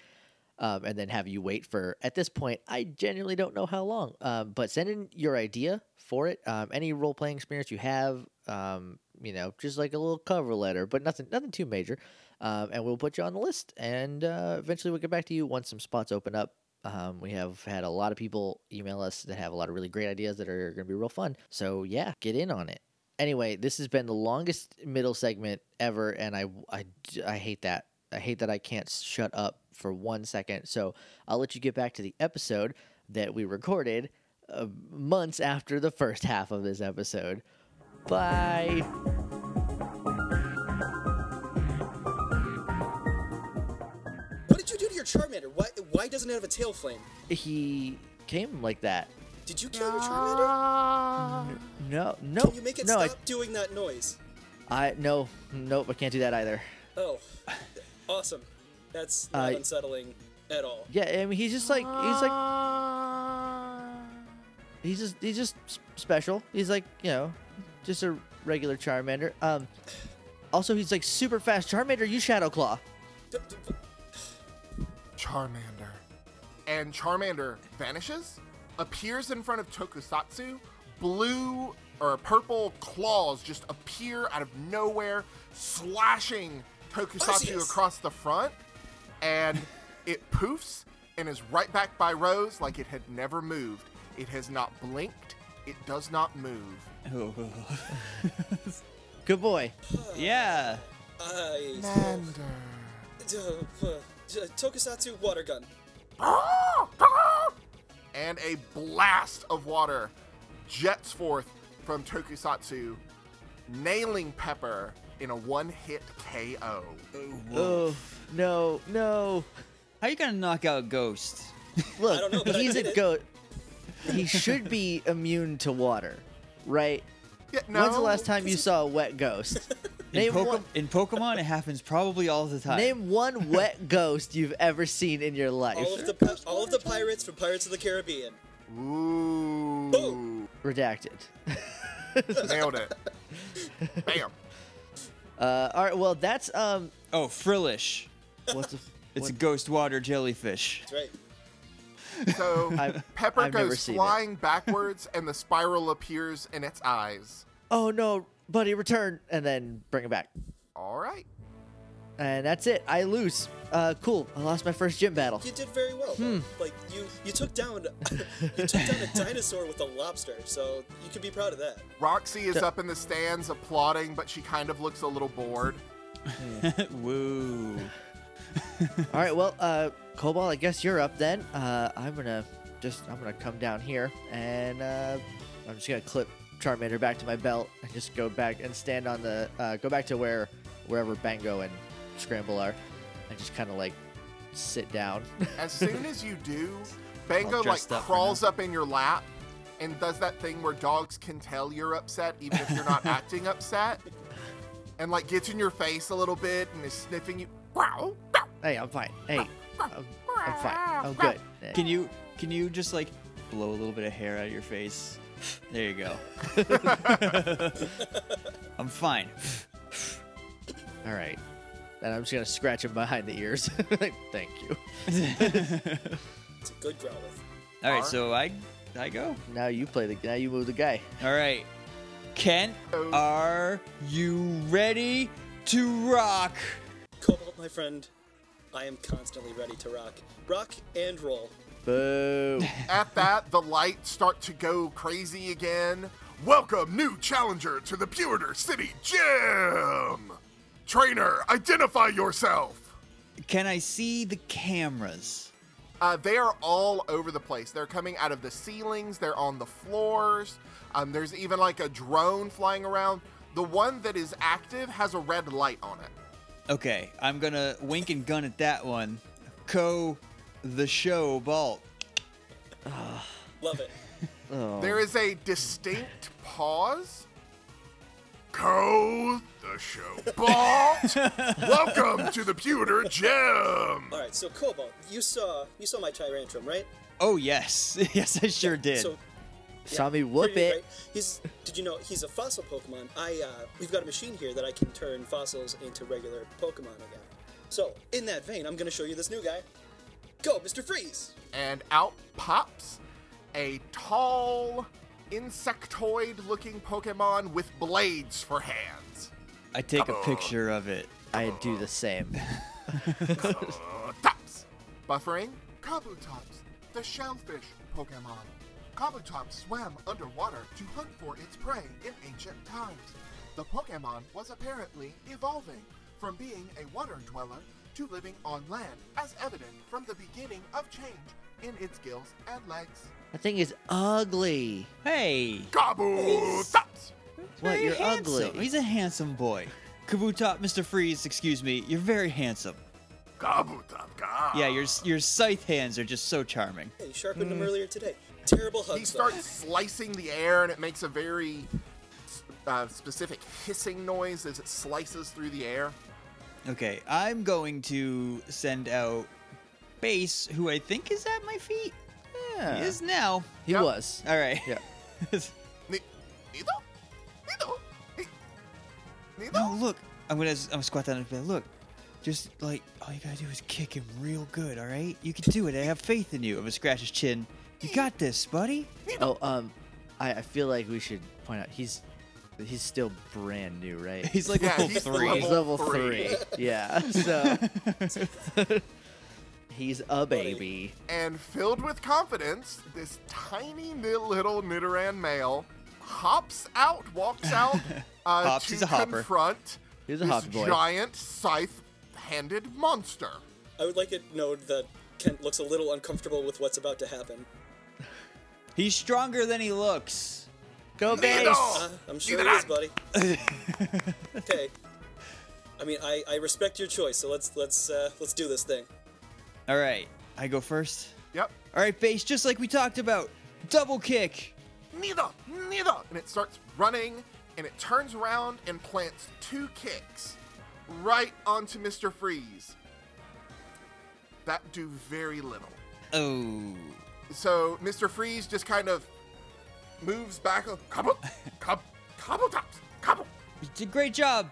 Speaker 1: um, and then have you wait for at this point i genuinely don't know how long um, but send in your idea for it um, any role-playing experience you have um, you know just like a little cover letter but nothing nothing too major um, and we'll put you on the list and uh, eventually we'll get back to you once some spots open up um, we have had a lot of people email us that have a lot of really great ideas that are going to be real fun so yeah get in on it anyway this has been the longest middle segment ever and i i, I hate that I hate that I can't shut up for one second. So I'll let you get back to the episode that we recorded uh, months after the first half of this episode. Bye.
Speaker 3: What did you do to your Charmander? Why, why doesn't it have a tail flame?
Speaker 1: He came like that.
Speaker 3: Did you kill your Charmander?
Speaker 1: No, no,
Speaker 3: Can you make it
Speaker 1: no,
Speaker 3: stop doing that noise?
Speaker 1: I, I no, nope, I can't do that either.
Speaker 3: Oh, awesome. That's not
Speaker 1: Uh,
Speaker 3: unsettling at all.
Speaker 1: Yeah, I mean, he's just like he's like he's just he's just s- special. He's like you know, just a regular Charmander. Um, also he's like super fast. Charmander, you Shadow Claw.
Speaker 3: D- d-
Speaker 5: Charmander. And Charmander vanishes, appears in front of Tokusatsu, blue or purple claws just appear out of nowhere, slashing Tokusatsu
Speaker 3: Arceus!
Speaker 5: across the front, and it poofs and is right back by Rose like it had never moved. It has not blinked, it does not move.
Speaker 1: Good boy.
Speaker 4: yeah.
Speaker 3: I- D- uh, d- Tokusatsu water gun.
Speaker 5: and a blast of water jets forth from Tokusatsu, nailing Pepper in a one hit KO.
Speaker 1: Oh no, no.
Speaker 4: How you gonna knock out Ghost?
Speaker 1: Look,
Speaker 3: don't know, but I
Speaker 1: he's
Speaker 3: did
Speaker 1: a
Speaker 3: it.
Speaker 1: goat. He should be immune to water, right?
Speaker 5: Yeah, no.
Speaker 1: When's the last time you saw a wet
Speaker 3: [laughs]
Speaker 1: ghost?
Speaker 4: In,
Speaker 1: name
Speaker 4: Poke-
Speaker 1: one.
Speaker 4: in Pokemon, it happens probably all the time.
Speaker 1: Name one wet ghost you've ever seen in your life.
Speaker 3: All of the pi- all of the pirates from Pirates of the Caribbean.
Speaker 5: Ooh.
Speaker 1: Redacted.
Speaker 5: Nailed it. Bam.
Speaker 1: Uh, all right, well that's um
Speaker 4: oh, Frillish.
Speaker 1: What's a,
Speaker 4: [laughs] It's
Speaker 1: what?
Speaker 4: a ghost water jellyfish. [laughs]
Speaker 3: That's right.
Speaker 2: So
Speaker 1: [laughs] I've-
Speaker 2: Pepper
Speaker 1: I've never
Speaker 2: goes
Speaker 1: seen it.
Speaker 2: flying backwards, and the spiral appears in its eyes.
Speaker 1: oh no, buddy, return and then bring it back.
Speaker 2: All right.
Speaker 1: And that's it. I lose. Uh, cool. I lost my first
Speaker 4: [laughs]
Speaker 1: gym battle.
Speaker 3: You did very well. though.
Speaker 4: Hmm.
Speaker 3: Like you, you took down, [laughs] you took down a dinosaur with a lobster. So you could be proud of that.
Speaker 2: Roxy is up in the stands applauding, but she kind of looks a little bored.
Speaker 4: Woo.
Speaker 1: All right. Well, uh, Cobalt, I guess you're up then. Uh, I'm gonna just I'm gonna come down here and uh, I'm just gonna clip Charmander back to my belt and just go back and stand on the uh, go back to where wherever Bango and Scramble are and just kind of like sit down. [laughs]
Speaker 2: As soon as you do,
Speaker 4: [laughs] All
Speaker 2: Bango like
Speaker 4: dressed up for
Speaker 2: crawls up in your lap and does that thing where dogs can tell you're upset even if
Speaker 4: [laughs]
Speaker 2: you're not acting upset, and like gets in your face a little bit and is sniffing you. Wow.
Speaker 1: hey, I'm fine.
Speaker 4: [laughs]
Speaker 1: Hey, I'm, I'm fine. I'm good.
Speaker 4: Can you can you just like blow a little bit of hair out of your face? There you
Speaker 1: [laughs]
Speaker 4: go. [laughs] I'm fine.
Speaker 1: All right. And I'm just gonna scratch him behind the ears. [laughs] Like, Thank you.
Speaker 3: It's a good growl.
Speaker 4: All right, so I I go.
Speaker 1: Now you play the. Now you move the guy.
Speaker 4: All right. Kent, are you ready to rock?
Speaker 3: Cobalt, my friend, I am constantly ready to rock, rock and roll.
Speaker 1: [laughs] Boo.
Speaker 2: At
Speaker 4: [laughs]
Speaker 2: that, the lights start to go crazy again. Welcome, new challenger, to the Pewter City Gym! Trainer, identify yourself!
Speaker 4: Can I see the cameras?
Speaker 2: Uh, they are all over the place. They're coming out of the ceilings, they're on the floors. Um, there's even like a drone flying around. The one that is active has a red light on it.
Speaker 4: Okay, I'm gonna wink and gun at that one. Co the show Balt.
Speaker 3: Love it.
Speaker 2: There is a distinct pause. Go the show. Balt! Welcome to the Pewter Gym!
Speaker 3: All right, so Cobalt, you saw you saw my Tyrantrum, right?
Speaker 4: Oh yes. [laughs] Yes, I sure did.
Speaker 3: So
Speaker 1: Saw me whoop
Speaker 3: Pretty
Speaker 1: it.
Speaker 3: great. He's. Did you know he's a fossil Pokemon? I. Uh, we've got a machine here that I can turn fossils into regular Pokemon again. So in that vein, I'm gonna show you this new guy. Go, Mr. Freeze.
Speaker 2: and out pops a tall insectoid looking Pokemon with blades for hands.
Speaker 4: I take a picture of it.
Speaker 1: I do the same.
Speaker 2: Tops. Buffering?
Speaker 7: Kabutops, the shellfish Pokemon. Kabutops swam underwater to hunt for its prey in ancient times. The Pokemon was apparently evolving from being a water dweller to living on land, as evident from the beginning of change in its gills and legs.
Speaker 1: That thing is ugly.
Speaker 4: Hey.
Speaker 2: Gobble Tops.
Speaker 1: What?
Speaker 4: very
Speaker 1: You're
Speaker 4: handsome.
Speaker 1: ugly.
Speaker 4: He's a handsome boy. Kabutop, Mr. Freeze, excuse me. You're very handsome.
Speaker 2: Gobble top gob.
Speaker 4: Yeah, your your scythe hands are just so charming.
Speaker 3: Hey, you sharpened him earlier today. Terrible
Speaker 2: He
Speaker 3: hugs. though.
Speaker 2: starts slicing the air and it makes a very uh, specific hissing noise as it slices through the air.
Speaker 4: Okay, I'm going to send out Base, who I think is at my feet.
Speaker 1: Yeah.
Speaker 4: He is now.
Speaker 1: He
Speaker 2: Yep.
Speaker 1: was.
Speaker 4: All right.
Speaker 1: Yeah.
Speaker 2: Ne- Neither? Neither? Ne- Neither?
Speaker 4: [laughs] no, look. I'm gonna I'm gonna squat down and be like, look. Just like all you gotta do is kick him real good, all right? You can do it. I have faith in you. I'm gonna scratch his chin. You got this, buddy.
Speaker 1: Oh, um, I, I feel like we should point out he's he's still brand new,
Speaker 4: [laughs]
Speaker 1: right?
Speaker 4: He's like
Speaker 2: Yeah,
Speaker 4: level
Speaker 2: he's
Speaker 4: three.
Speaker 1: He's level
Speaker 2: Level
Speaker 1: three. [laughs] yeah. So he's a baby.
Speaker 2: And filled with confidence, this tiny ni- little Nidoran male hops out, walks out uh,
Speaker 4: Hops,
Speaker 2: to
Speaker 4: he's a hopper.
Speaker 2: confront
Speaker 1: He's a
Speaker 2: this
Speaker 1: hopper boy.
Speaker 2: giant scythe-handed monster.
Speaker 3: I would like it known that Kent looks a little uncomfortable with what's about to happen.
Speaker 4: He's stronger than he looks.
Speaker 1: Go
Speaker 2: Neither!
Speaker 1: base.
Speaker 3: Uh, I'm sure
Speaker 2: Neither
Speaker 3: he is,
Speaker 2: that.
Speaker 3: buddy. okay. I mean, I, I respect your choice. So let's let's uh, let's do this thing.
Speaker 4: All right. I go first.
Speaker 2: Yep.
Speaker 4: All right, base, just like we talked about, double kick.
Speaker 2: Neither, neither. And it starts running, and it turns around and plants two kicks right onto Mr. Freeze. That do very little.
Speaker 4: Oh,
Speaker 2: So Mr. Freeze just kind of moves back. up. Cobble, cobble, cobble tops, cobble.
Speaker 4: you did a great job.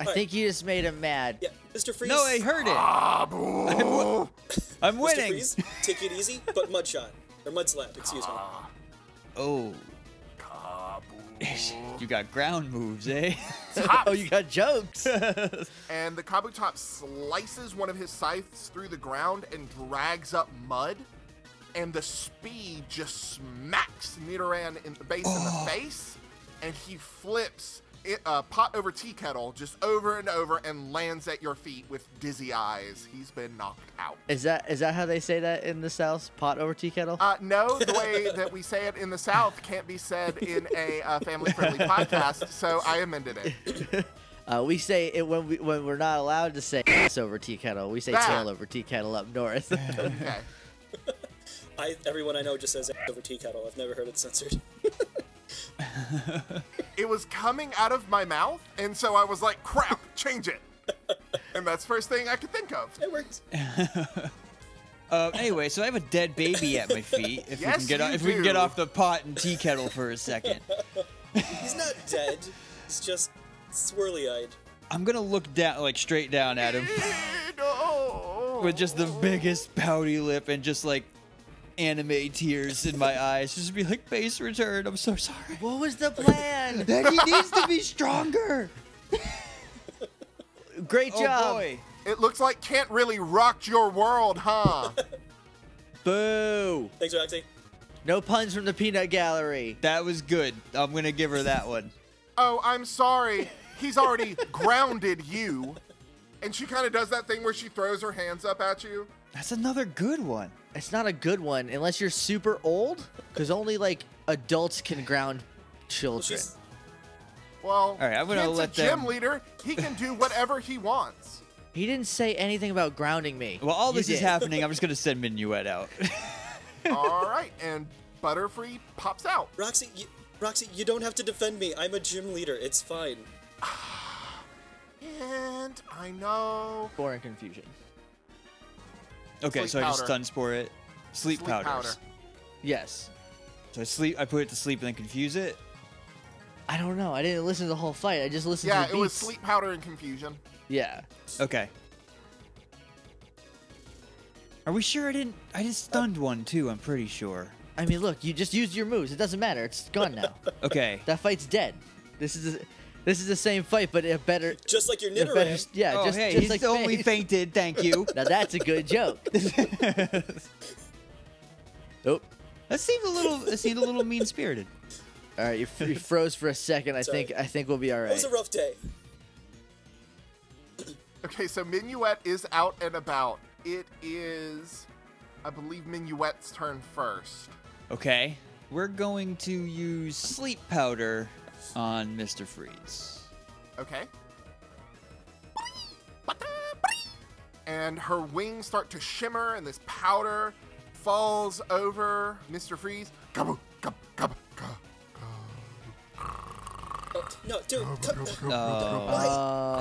Speaker 1: I think you just made him mad.
Speaker 3: Yeah, Mr. Freeze.
Speaker 4: No, I heard it.
Speaker 2: Ah.
Speaker 4: I'm, wi- I'm
Speaker 3: Mr.
Speaker 4: winning.
Speaker 3: Freeze, take it easy, but mudshot. Or mudslap, excuse me.
Speaker 4: Oh. you got ground moves, eh? [laughs]
Speaker 1: Oh, you got [laughs] jokes.
Speaker 2: and the Kabutop slices one of his scythes through the ground and drags up mud, and the speed just smacks Nidoran in the base in the face, and he flips it, uh, pot over tea kettle just over and over and lands at your feet with dizzy eyes. He's been knocked out.
Speaker 1: is that is that how they say that in the South? Pot over tea kettle.
Speaker 2: Uh, no, the way that we say it in the South can't be said in a uh, family-friendly podcast, so I amended it.
Speaker 1: Uh, we say it when we when we're not allowed to say [laughs] ass over tea kettle. We say
Speaker 2: That.
Speaker 1: tail over tea kettle
Speaker 4: [laughs]
Speaker 1: up north. [laughs]
Speaker 2: Okay.
Speaker 3: I, everyone I know just says ass over tea kettle. I've never heard it censored. [laughs]
Speaker 2: it was coming out of my mouth, and so I was like, crap, change it. And that's the first thing I could think of.
Speaker 3: It works.
Speaker 4: Uh, anyway, so I have a dead baby at my feet. If we
Speaker 2: Yes,
Speaker 4: can get off,
Speaker 2: you
Speaker 4: if we can get
Speaker 2: do.
Speaker 4: off the pot and tea kettle for a second,
Speaker 3: He's not dead. He's just swirly eyed.
Speaker 4: I'm gonna look down, like straight down at him, [laughs]
Speaker 2: No.
Speaker 4: with just the biggest pouty lip and just like anime tears in my eyes, just be like, "Base return. I'm so [laughs] sorry."
Speaker 1: what was the plan?
Speaker 4: [laughs] Then he needs to be stronger.
Speaker 1: Great
Speaker 4: Oh
Speaker 1: job.
Speaker 4: boy.
Speaker 2: It looks like can't really rock your world, huh?
Speaker 1: Boo!
Speaker 3: Thanks, Roxy.
Speaker 1: No puns from the peanut gallery.
Speaker 4: That was good. I'm gonna give her that one.
Speaker 2: oh, I'm sorry. He's already grounded you. And she kind of does that thing where she throws her hands up at you.
Speaker 4: That's another good one.
Speaker 1: It's not a good one unless you're super old, because only like adults can ground children.
Speaker 3: She's,
Speaker 2: Well,
Speaker 4: right, I'm gonna
Speaker 2: Kent's
Speaker 4: let
Speaker 2: a gym
Speaker 4: them-
Speaker 2: leader. He can do whatever
Speaker 4: [laughs]
Speaker 2: he wants.
Speaker 1: He didn't say anything about grounding me.
Speaker 4: Well, all
Speaker 1: You
Speaker 4: this is
Speaker 1: did.
Speaker 4: happening. I'm just gonna send Minuet [laughs] out.
Speaker 2: All right, and Butterfree pops out.
Speaker 3: Roxy, you, Roxy, you don't have to defend me. I'm a gym leader. It's fine.
Speaker 2: And I know
Speaker 1: Boring confusion.
Speaker 4: Okay,
Speaker 2: Sleep
Speaker 4: so I just
Speaker 2: powder.
Speaker 4: stun spore it. Sleep,
Speaker 2: Sleep
Speaker 4: powders.
Speaker 2: powder.
Speaker 1: Yes.
Speaker 4: So I sleep. I put it to sleep and then confuse it.
Speaker 1: I don't know. I didn't listen to the whole fight. I just listened
Speaker 2: Yeah,
Speaker 1: to the
Speaker 2: it was
Speaker 1: beats.
Speaker 2: sleep powder and confusion.
Speaker 1: Yeah.
Speaker 4: Okay. Are we sure I didn't? I just stunned one too. I'm pretty sure.
Speaker 1: I mean, look, you just used your moves. It doesn't matter. It's gone
Speaker 3: [laughs]
Speaker 1: now.
Speaker 4: Okay.
Speaker 1: that fight's dead. This is a, this is the same fight, but a better.
Speaker 3: Just like your
Speaker 1: a better
Speaker 3: Nidoran.
Speaker 1: yeah,
Speaker 4: oh
Speaker 1: just,
Speaker 4: hey,
Speaker 1: just
Speaker 4: he's
Speaker 1: like
Speaker 4: only
Speaker 1: Faye.
Speaker 4: fainted. Thank
Speaker 1: [laughs]
Speaker 4: you.
Speaker 1: Now that's a
Speaker 4: [laughs]
Speaker 1: good joke. oh,
Speaker 4: that seemed a little. That seemed a little mean spirited.
Speaker 1: all right. You, f- you froze for a second. I
Speaker 3: Sorry.
Speaker 1: think I think we'll be all
Speaker 3: It
Speaker 1: right.
Speaker 3: was a rough day.
Speaker 2: Okay, so Minuet is out and about. It is, I believe, Minuet's turn first.
Speaker 4: Okay. We're going to use sleep powder on Mr. Freeze.
Speaker 2: Okay. And her wings start to shimmer, and this powder falls over Mr. Freeze. Kabu, kabu, kabu, kabu.
Speaker 3: Oh, no, dude. Come,
Speaker 4: Oh,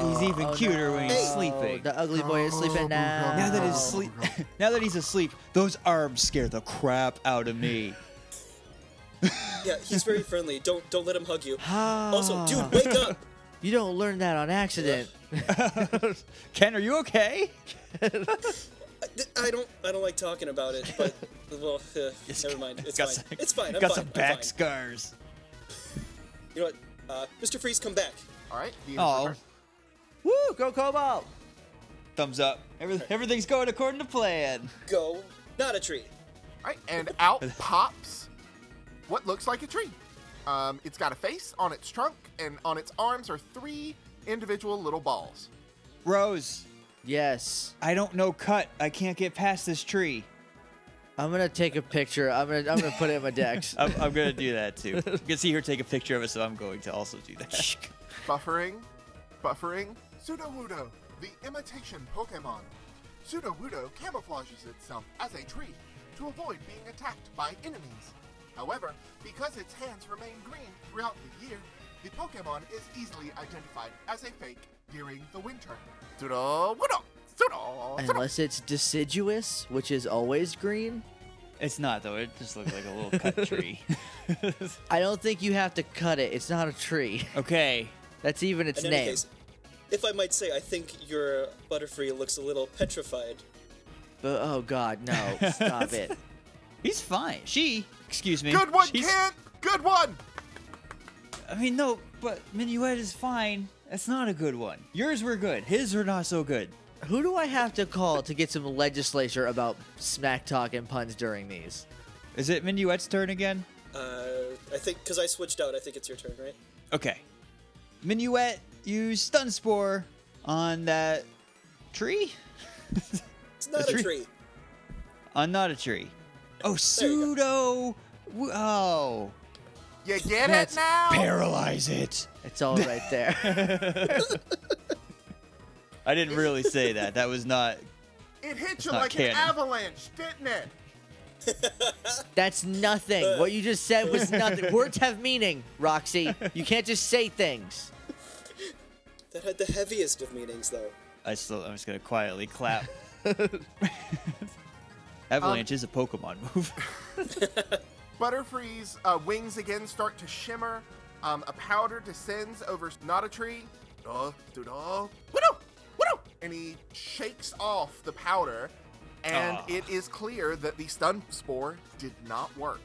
Speaker 1: Oh,
Speaker 4: he's even
Speaker 1: oh
Speaker 4: cuter when he's
Speaker 1: no.
Speaker 4: sleeping.
Speaker 1: The ugly boy is sleeping now.
Speaker 4: Now that he's sleep, [laughs] now that he's asleep, those arms scare the crap out of me.
Speaker 3: yeah, he's very friendly. Don't don't let him hug you. Also, dude, wake up.
Speaker 1: you don't learn that on accident.
Speaker 4: Ken, are you okay?
Speaker 3: I, th- I don't I don't like talking about it,
Speaker 4: [laughs]
Speaker 3: but well, uh, never mind. It's fine.
Speaker 4: Got some-
Speaker 3: it's fine. I'm
Speaker 4: got
Speaker 3: fine.
Speaker 4: some
Speaker 3: I'm
Speaker 4: back
Speaker 3: fine.
Speaker 4: scars.
Speaker 3: You know what? Uh, Mr. Freeze, come back.
Speaker 2: All right. the
Speaker 4: Oh,
Speaker 2: interpreter.
Speaker 1: Woo, go Cobalt!
Speaker 4: thumbs up. Everyth- everything's going according to plan.
Speaker 3: Go. Not a tree.
Speaker 2: All right, and out pops what looks like a tree. Um, it's got a face on its trunk, and on its arms are three individual little balls.
Speaker 4: Rose,
Speaker 1: Yes,
Speaker 4: I don't know cut. I can't get past this tree.
Speaker 1: I'm gonna take a picture. I'm gonna I'm gonna put it in
Speaker 4: [laughs]
Speaker 1: my decks.
Speaker 4: I'm, I'm gonna do that
Speaker 3: [laughs]
Speaker 4: too. You can see her take a picture of it, so I'm going to also do that.
Speaker 2: Buffering, buffering.
Speaker 8: Sudowoodo, the imitation Pokemon. Sudowoodo camouflages itself as a tree to avoid being attacked by enemies. However, because its hands remain green throughout the year, the Pokemon is easily identified as a fake during the winter.
Speaker 2: Sudowoodo, Sudo, Sudo.
Speaker 1: Unless it's deciduous, which is always green.
Speaker 4: It's not though. It just looks like a little
Speaker 3: [laughs]
Speaker 4: cut tree.
Speaker 1: I don't think you have to cut it. It's not a tree. [laughs]
Speaker 4: okay.
Speaker 1: That's even its
Speaker 3: In any
Speaker 1: name.
Speaker 3: case, If I might say, I think your Butterfree looks a little petrified.
Speaker 1: But oh god, no! Stop it.
Speaker 4: He's fine. She, excuse me.
Speaker 2: Good one,
Speaker 4: she's-
Speaker 2: kid! Good one!
Speaker 4: I mean, no, but Minuet is fine. That's not a good one. Yours were good. His were not so good.
Speaker 1: Who do I have to call to get some legislature about smack talk and puns during these?
Speaker 4: Is it Minuet's turn again?
Speaker 3: Uh, I think because I switched out, I think it's your turn, right?
Speaker 4: Okay. Minuet used stun spore on that tree?
Speaker 3: It's not
Speaker 4: The
Speaker 3: a
Speaker 4: tree-
Speaker 3: tree.
Speaker 4: on Uh, not a tree. Oh,
Speaker 3: you
Speaker 4: pseudo. w- Oh.
Speaker 2: You get
Speaker 4: Let's
Speaker 2: it now?
Speaker 4: paralyze it.
Speaker 1: It's all right there.
Speaker 4: I didn't really say that. That was not.
Speaker 2: It hit you
Speaker 4: not
Speaker 2: like
Speaker 4: canon.
Speaker 2: an avalanche, didn't it?
Speaker 1: That's nothing. What you just said was nothing. Words have meaning, Roxy. You can't just say things.
Speaker 3: That had the heaviest of meanings, though.
Speaker 4: I still. I'm just gonna quietly
Speaker 2: [laughs]
Speaker 4: clap. Avalanche is a Pokemon move. [laughs]
Speaker 2: Butterfree's uh, wings again start to shimmer. Um, a powder descends over not a tree. Duh, duh, duh. Woo-doo, woo-doo. And he shakes off the powder, and
Speaker 4: Ah.
Speaker 2: it is clear that the stun spore did not work.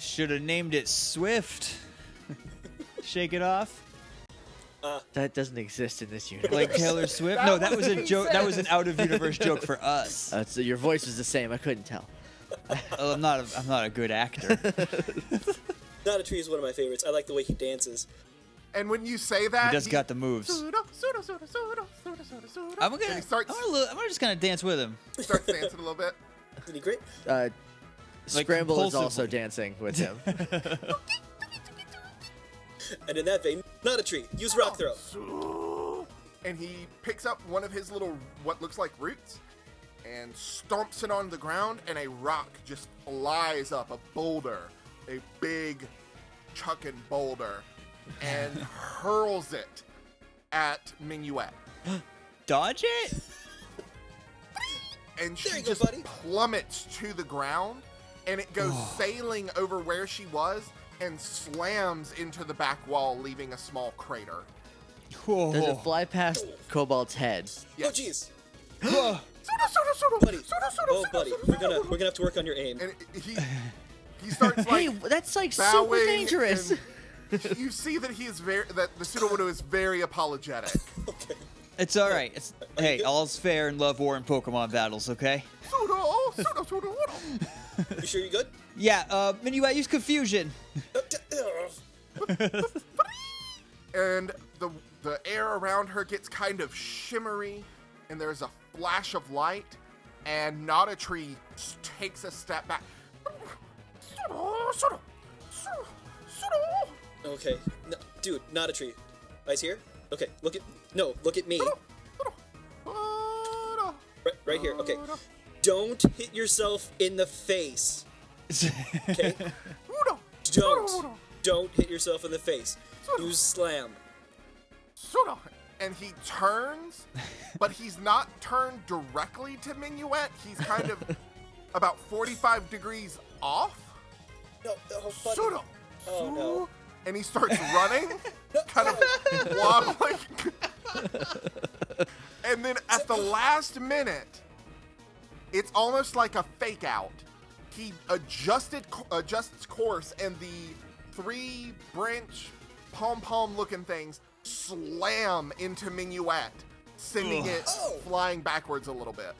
Speaker 4: Should have named it Swift. [laughs] Shake it off,
Speaker 1: That doesn't exist in this universe.
Speaker 4: like Taylor Swift.
Speaker 2: That
Speaker 4: no, that
Speaker 2: was
Speaker 4: was
Speaker 2: what
Speaker 4: a
Speaker 2: he
Speaker 4: joke. That was
Speaker 2: said.
Speaker 4: an out of universe joke for
Speaker 2: [laughs]
Speaker 4: us.
Speaker 1: Uh, so your voice was the same. I couldn't tell.
Speaker 4: Oh, I'm not. A, I'm not a good actor. He
Speaker 3: Not a tree is one of my favorites. I like the way he dances.
Speaker 2: And when you say that,
Speaker 4: just got the moves.
Speaker 2: Sudo, sudo, sudo, sudo, sudo, sudo, sudo.
Speaker 4: I'm gonna.
Speaker 2: And he starts,
Speaker 4: I'm, gonna li- I'm gonna just gonna dance with him.
Speaker 2: starts dancing a little bit.
Speaker 3: Isn't he great?
Speaker 1: Uh,
Speaker 4: Like,
Speaker 1: Scramble is also
Speaker 4: compulsively.
Speaker 1: dancing with him.
Speaker 3: And in that vein, not a tree. Use rock throw. Oh,
Speaker 2: and he picks up one of his little what looks like roots and stomps it on the ground and a rock just flies up a boulder a big chucking boulder
Speaker 3: [laughs]
Speaker 2: and hurls it at minuet
Speaker 4: Dodge it.
Speaker 2: and she
Speaker 3: There you go,
Speaker 2: just
Speaker 3: buddy.
Speaker 2: plummets to the ground and it goes sailing over where she was and slams into the back wall leaving a small
Speaker 3: Oh,
Speaker 2: crater
Speaker 4: Whoa. [gasps]
Speaker 1: Does it fly past Cobalt's head?
Speaker 2: Yes.
Speaker 3: Oh, jeez,
Speaker 4: Whoa.
Speaker 3: buddy. Oh, buddy, we're gonna we're gonna have to work on your aim.
Speaker 2: and he he starts
Speaker 1: Hey,
Speaker 2: like
Speaker 1: that's like super
Speaker 2: bowing
Speaker 1: dangerous.
Speaker 2: and you see that he is very that the pseudo widow is very apologetic.
Speaker 4: It's all right. It's hey, all's fair in love, war, and Pokemon battles. Okay.
Speaker 2: Pseudo, pseudo, pseudo widow.
Speaker 3: You sure you good?
Speaker 4: Yeah. Uh, Minuet used confusion.
Speaker 3: Uh, t- uh,
Speaker 2: and the the air around her gets kind of shimmery, and there's a flash of light, and not a tree s- takes a step back. Pseudo, pseudo, pseudo, pseudo.
Speaker 3: Okay, no, dude, not a tree. Eyes here. Okay, look at no, look at me.
Speaker 2: Pseudo.
Speaker 3: Right, right here. Okay, don't hit yourself in the face. Okay,
Speaker 2: Pseudo,
Speaker 3: don't don't hit yourself in the face. Use slam.
Speaker 2: Sudo. And he turns, but he's not turned directly to Minuet. He's kind of about 45 degrees off.
Speaker 3: No, oh, buddy.
Speaker 2: Sudo.
Speaker 3: Oh, no.
Speaker 2: And he starts running, kind of [laughs] wobbling. and then at the last minute, it's almost like a fake out. He adjusted co- adjusts course, and the three branch pom pom looking things slam into Minuet, sending it
Speaker 3: Oh.
Speaker 2: flying backwards a little bit.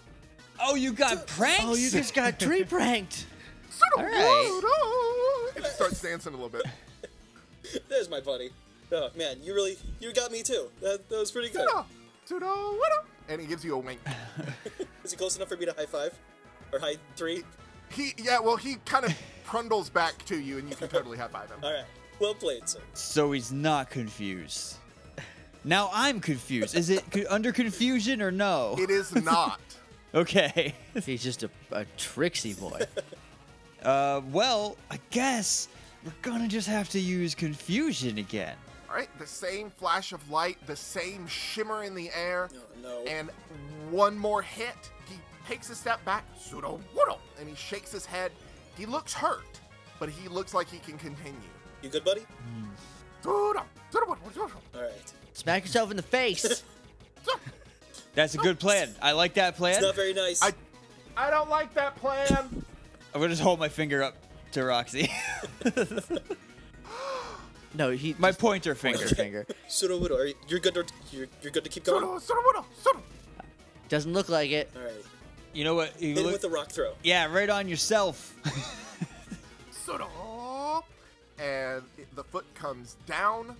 Speaker 4: Oh, you got [laughs] pranks.
Speaker 1: Oh, you just got tree pranked.
Speaker 4: All right.
Speaker 2: It starts dancing a little bit. [laughs]
Speaker 3: [laughs] There's my buddy. Oh man, you really you got me too. That, that was pretty good.
Speaker 2: And he gives you a wink.
Speaker 3: Is he close enough for me to high five or high three?
Speaker 2: He, yeah, well, he kind of trundles back to you, and you can totally high five him.
Speaker 3: All right. Well played, sir.
Speaker 4: So he's not confused. Now I'm confused. Is it co- under confusion or no?
Speaker 2: It
Speaker 3: [laughs]
Speaker 2: is not.
Speaker 4: Okay.
Speaker 1: He's just a, a tricksy [laughs] boy.
Speaker 4: Uh, well, I guess we're gonna just have to use confusion again.
Speaker 2: All right, the same flash of light, the same shimmer in the air,
Speaker 3: Oh, no.
Speaker 2: and one more hit. He takes a step back, pseudo woodle, and he shakes his head. He looks hurt, but he looks like he can continue.
Speaker 3: You good, buddy?
Speaker 2: Pseudo, pseudo, pseudo, pseudo.
Speaker 3: All right.
Speaker 1: Smack yourself in the face.
Speaker 4: That's a good
Speaker 2: Oh.
Speaker 4: plan. I like that plan.
Speaker 3: It's not very nice.
Speaker 2: I- I don't like that plan.
Speaker 4: I'm gonna just hold my finger up to Roxy.
Speaker 1: [laughs]
Speaker 4: [laughs]
Speaker 1: No, he
Speaker 4: my
Speaker 1: just
Speaker 4: pointer
Speaker 1: points
Speaker 4: finger.
Speaker 1: his [laughs] finger.
Speaker 3: Sudowoodo, are you, you're good to you're, you're good to keep going.
Speaker 2: Suru, suru, suru.
Speaker 1: Doesn't look like it.
Speaker 3: All right.
Speaker 4: [laughs] You know what? You
Speaker 3: Hit him
Speaker 4: look-
Speaker 3: with the rock throw.
Speaker 4: yeah, right on yourself.
Speaker 2: Suru.
Speaker 9: And it- the foot comes down,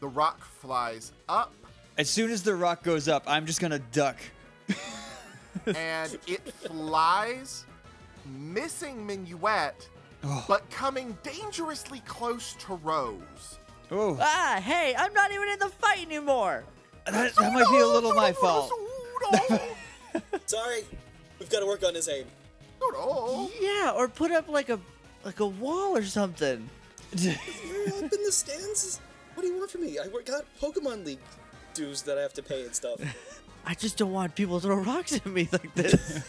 Speaker 9: the rock flies up,
Speaker 4: as soon as the rock goes up, I'm just gonna duck.
Speaker 9: and it flies, missing Minuet, but coming dangerously close to Rose.
Speaker 4: Oh,
Speaker 1: Ah, hey, I'm not even in the fight anymore.
Speaker 4: that, that might be a little my fault.
Speaker 2: Suru,
Speaker 3: Sorry, we've got to work on his aim.
Speaker 2: suru.
Speaker 1: Yeah, or put up like a like a wall or something.
Speaker 3: You're up in the stands. What do you want from me? I work- got Pokemon League dues that I have to pay and stuff.
Speaker 1: I just don't want people to throw rocks at me
Speaker 4: [laughs]
Speaker 1: like this.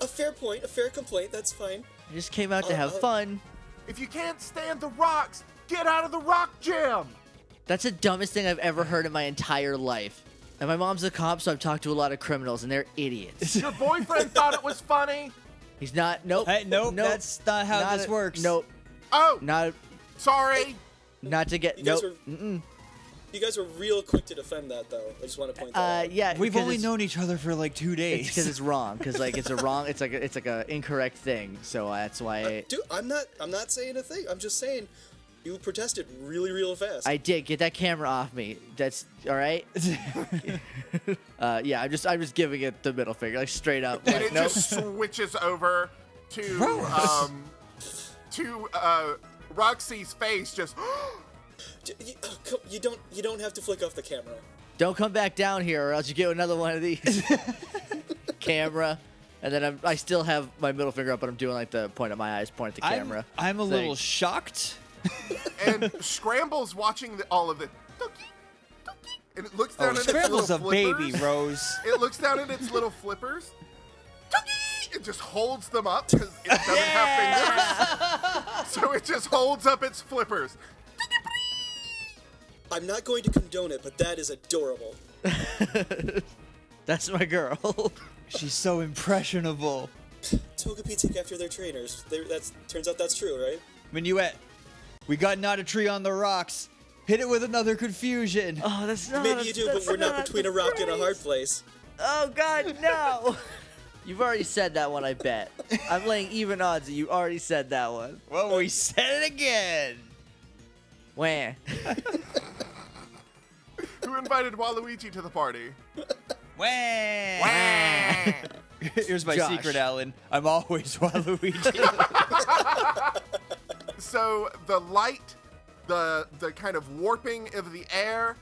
Speaker 3: A fair point, a fair complaint. That's fine.
Speaker 1: I just came out to
Speaker 3: Uh,
Speaker 1: have
Speaker 3: uh.
Speaker 1: fun.
Speaker 2: If you can't stand the rocks, get out of the rock gym.
Speaker 1: That's the dumbest thing I've ever heard in my entire life. And my mom's a cop, so I've talked to a lot of criminals, and they're
Speaker 4: [laughs]
Speaker 1: idiots.
Speaker 2: Your boyfriend thought it was funny.
Speaker 1: He's not. Nope.
Speaker 4: Hey, nope, that's not how
Speaker 1: not
Speaker 4: this
Speaker 1: a-
Speaker 4: works.
Speaker 1: Nope.
Speaker 2: Oh,
Speaker 1: Not.
Speaker 2: sorry.
Speaker 1: Not to get.
Speaker 3: You
Speaker 1: Nope.
Speaker 3: guys were you guys were real quick to defend that though. I just want to point that
Speaker 1: Uh,
Speaker 3: out.
Speaker 1: yeah.
Speaker 4: We've
Speaker 1: because
Speaker 4: only
Speaker 1: it's-
Speaker 4: known each other for like two
Speaker 1: [laughs] It's because
Speaker 4: days.
Speaker 1: it's wrong. Because like it's a wrong. It's like a, it's like a incorrect thing. So that's why I,
Speaker 3: Dude, I'm not I'm not saying a thing. I'm just saying you protested really, real fast.
Speaker 1: I did get that camera off me. That's all right. uh, yeah, I'm just I'm just giving it the middle finger, like straight up.
Speaker 2: And
Speaker 1: like,
Speaker 2: it
Speaker 1: nope.
Speaker 2: just switches over to um to uh Roxy's face just
Speaker 3: D- you, oh, come, you don't you don't have to flick off the camera.
Speaker 1: Don't come back down here, or else you get another one of these. camera, and then I'm, I still have my middle finger up, but I'm doing like the point of my eyes, point at the
Speaker 4: I'm,
Speaker 1: camera.
Speaker 4: I'm a
Speaker 1: thing.
Speaker 4: little shocked. [laughs]
Speaker 2: and scrambles watching the, all of it. Dookie, dookie. And it looks down
Speaker 4: Oh,
Speaker 2: at its
Speaker 4: Scrabble's a
Speaker 2: little
Speaker 4: baby,
Speaker 2: flippers.
Speaker 4: Rose.
Speaker 2: It looks down at its little flippers. Dookie! It just holds them up because it doesn't have fingers. [laughs] So it just holds up its flippers.
Speaker 3: I'm not going to condone it, but that is adorable.
Speaker 1: That's my girl. [laughs]
Speaker 4: She's so impressionable.
Speaker 3: Togepi take after their trainers. They, that's turns out that's true, right?
Speaker 4: Minuet, we got not a tree on the rocks. Hit it with another
Speaker 1: [laughs]
Speaker 4: confusion.
Speaker 1: oh, that's not.
Speaker 3: Maybe you do, but
Speaker 1: that's
Speaker 3: we're not between
Speaker 1: the
Speaker 3: a rock and a
Speaker 1: phrase.
Speaker 3: hard place.
Speaker 1: Oh God, no! [laughs] You've already said that one. I bet. I'm laying even odds that you already said that one.
Speaker 4: well, we said it again.
Speaker 1: Where?
Speaker 2: Who invited Waluigi to the party?
Speaker 4: Wah. Here's my
Speaker 1: Josh.
Speaker 4: secret, Alan. I'm always [laughs] Waluigi.
Speaker 2: [laughs] so the light, the the kind of warping of the air,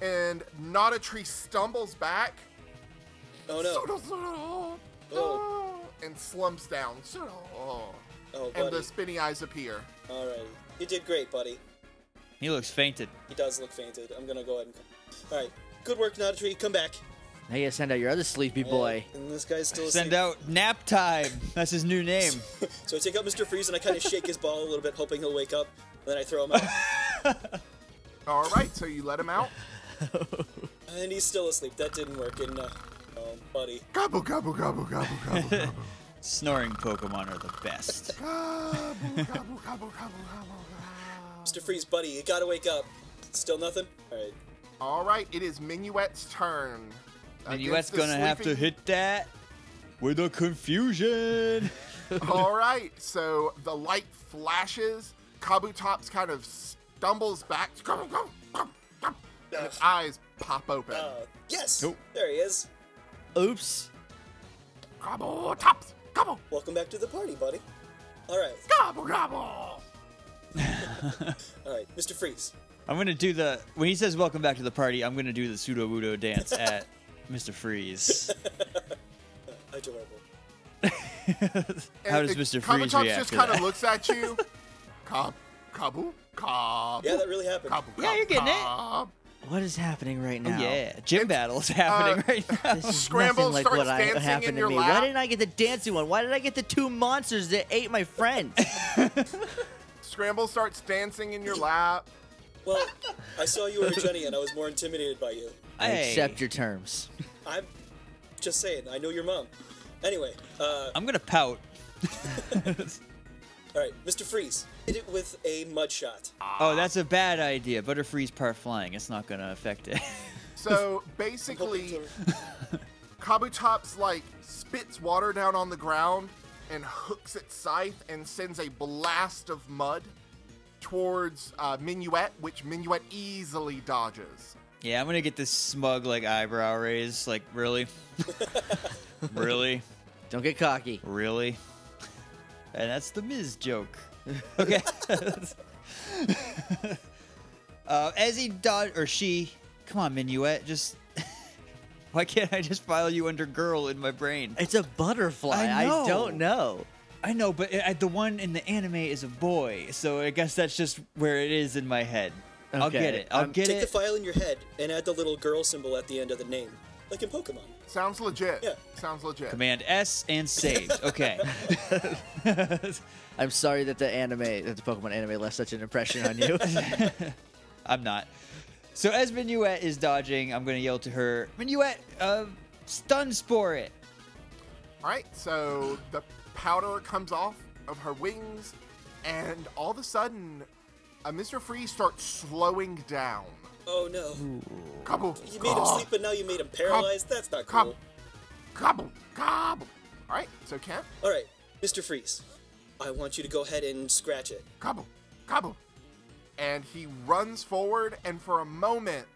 Speaker 2: and not a tree stumbles back
Speaker 3: Oh no. Oh.
Speaker 2: and slumps down.
Speaker 3: Oh
Speaker 2: And
Speaker 3: buddy.
Speaker 2: the spinny eyes appear.
Speaker 3: Alright. You did great, buddy.
Speaker 4: he looks fainted.
Speaker 3: He does look fainted. I'm gonna go ahead and Alright. Good work, not a tree. Come back.
Speaker 1: Now you gotta send out your other sleepy boy.
Speaker 3: And this guy's still asleep.
Speaker 4: Send out nap time. That's his new name.
Speaker 3: So I take out Mr. Freeze and I kind of shake his ball a little bit, hoping he'll wake up. And then I throw him
Speaker 4: [laughs]
Speaker 3: out,
Speaker 2: All right, so you let him
Speaker 3: [laughs]
Speaker 2: out.
Speaker 3: and he's still asleep. That didn't work. And uh, oh, buddy,
Speaker 2: Gobble gobble gobble gobble gobble gobble
Speaker 4: Snoring Pokemon are the best.
Speaker 2: gobble gobble gobble gobble.
Speaker 3: Mr. Freeze, buddy, you gotta wake up. Still nothing. All right.
Speaker 2: All right, it is Minuet's turn.
Speaker 4: And
Speaker 2: Against
Speaker 4: US
Speaker 2: the
Speaker 4: gonna have to
Speaker 2: sleeping-
Speaker 4: hit that with a confusion.
Speaker 2: [laughs] All right, so the light flashes. Kabutops kind of stumbles back. And his eyes pop open.
Speaker 3: Uh, yes.
Speaker 4: Nope.
Speaker 3: There he is.
Speaker 1: Oops.
Speaker 2: Kabutops! Gobble!
Speaker 3: Welcome back to the party, buddy. All right.
Speaker 2: Gobble gobble!
Speaker 3: All right, Mr. Freeze.
Speaker 4: I'm gonna do the when he says welcome back to the party. I'm gonna do the pseudo wudo dance at Mr. Freeze.
Speaker 3: Adorable.
Speaker 4: How does Mr. Freeze
Speaker 2: Kabutops
Speaker 4: react
Speaker 2: just
Speaker 4: to
Speaker 2: kind
Speaker 4: that?
Speaker 2: of looks
Speaker 4: [laughs]
Speaker 2: at you. Kab, kabu, kabu.
Speaker 3: Yeah, that really happened.
Speaker 2: kabu,
Speaker 4: Yeah,
Speaker 2: kabu,
Speaker 4: you're getting it.
Speaker 2: kabu.
Speaker 1: What is happening right now?
Speaker 4: Oh, yeah, gym battles [laughs] happening right now.
Speaker 1: This is
Speaker 2: Scramble
Speaker 1: nothing like
Speaker 2: starts
Speaker 1: what I,
Speaker 2: dancing
Speaker 1: what
Speaker 2: in
Speaker 1: happened to
Speaker 2: your
Speaker 1: me.
Speaker 2: lap.
Speaker 1: Why didn't I get the dancing one? Why did I get the two
Speaker 4: [laughs]
Speaker 1: monsters that ate my friends?
Speaker 4: [laughs]
Speaker 2: Scramble starts dancing in your lap.
Speaker 3: Well, I saw you were a Jenny, and I was more intimidated by you.
Speaker 1: I
Speaker 4: Hey.
Speaker 1: accept your terms.
Speaker 3: I'm just saying. I know your mom. Anyway, uh,
Speaker 4: I'm gonna pout.
Speaker 3: all right, Mr. Freeze hit it with a mud shot.
Speaker 4: Oh, that's a bad idea. Butterfree's part flying. It's not gonna affect it.
Speaker 2: So
Speaker 3: Hoping
Speaker 2: basically,
Speaker 3: to-
Speaker 2: Kabutops like spits water down on the ground and hooks its scythe and sends a blast of mud towards uh, Minuet, which Minuet easily dodges.
Speaker 4: yeah, I'm gonna get this smug like eyebrow raise. Like
Speaker 3: [laughs]
Speaker 4: really, really,
Speaker 1: Don't get cocky.
Speaker 4: really. And that's the Miz joke. Okay. [laughs] uh, as he dodge or she, come on, Minuet, just. [laughs] Why can't I just file you under girl in my brain?
Speaker 1: It's a butterfly.
Speaker 4: I
Speaker 1: I,
Speaker 4: know.
Speaker 1: don't know.
Speaker 4: I know, but I, the one in the anime is a boy, so I guess that's just where it is in my head. I'll
Speaker 1: Okay,
Speaker 4: get it. I'll
Speaker 1: I'm-
Speaker 4: get
Speaker 3: Um, Take the
Speaker 4: it.
Speaker 3: file in your head and add the little girl symbol at the end of the name, like in Pokemon.
Speaker 2: Sounds legit.
Speaker 3: Yeah.
Speaker 2: Sounds legit.
Speaker 4: Command S and saved. Okay.
Speaker 1: I'm sorry that the anime, that the Pokemon anime left such an impression on
Speaker 4: [laughs]
Speaker 1: you.
Speaker 4: I'm not. So as Minuet is dodging, I'm gonna yell to her, Minuet, uh, stun spore it.
Speaker 2: All right, so the powder comes off of her wings, and all of a sudden, uh, Mr. Freeze starts slowing down.
Speaker 3: Oh no!
Speaker 2: Kaboo!
Speaker 3: You made him sleep, but now you made him paralyzed. That's not
Speaker 2: Kaboo!
Speaker 3: cool.
Speaker 2: Kaboo! Kaboo! All right, so Kent,
Speaker 3: All right, Mr. Freeze, I want you to go ahead and scratch it.
Speaker 2: Kaboo! Kaboo! And he runs forward, and for a moment,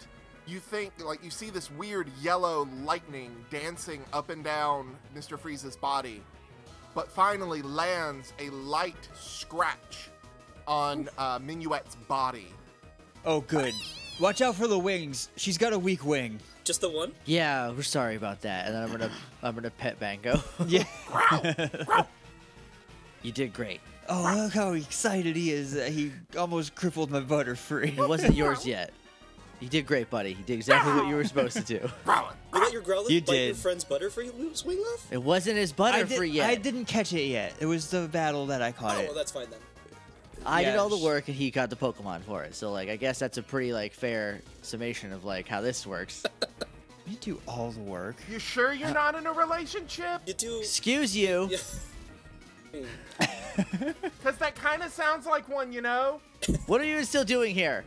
Speaker 2: you think, like, you see this weird yellow lightning dancing up and down Mr. Freeze's body, but finally lands a light scratch on uh, Minuet's body.
Speaker 4: Oh, good. Watch out for the wings. She's got a weak wing.
Speaker 3: Just the one?
Speaker 1: yeah, we're sorry about that. And then I'm gonna, I'm gonna pet Bango. [laughs]
Speaker 4: Yeah.
Speaker 1: you did great.
Speaker 4: [laughs] Oh, look how excited he is. that He almost crippled my
Speaker 1: It
Speaker 4: butterfree. [laughs]
Speaker 1: wasn't yours yet. You did great, buddy. You did exactly what you were supposed
Speaker 4: [laughs]
Speaker 1: to do.
Speaker 2: Growling.
Speaker 3: You let your Growlithe
Speaker 4: You
Speaker 3: bite your
Speaker 4: did.
Speaker 3: friend's Butterfree loose wing off?
Speaker 1: It wasn't his
Speaker 4: I,
Speaker 1: [laughs] Butterfree
Speaker 4: did,
Speaker 1: yet.
Speaker 4: I didn't catch it yet. It was the battle that I caught
Speaker 3: Oh,
Speaker 4: it.
Speaker 3: well, that's fine then.
Speaker 1: I did
Speaker 4: Yeah,
Speaker 1: all the
Speaker 4: sh-
Speaker 1: work and he got the Pokemon for it. So like I guess that's a pretty like fair summation of like how
Speaker 4: [laughs]
Speaker 1: this works.
Speaker 4: You do all the work.
Speaker 2: You sure you're not in a relationship?
Speaker 4: [laughs]
Speaker 3: You do. [laughs]
Speaker 1: Excuse you.
Speaker 3: Yeah.
Speaker 2: Because that kind of sounds like one, you know?
Speaker 1: What are you still doing here?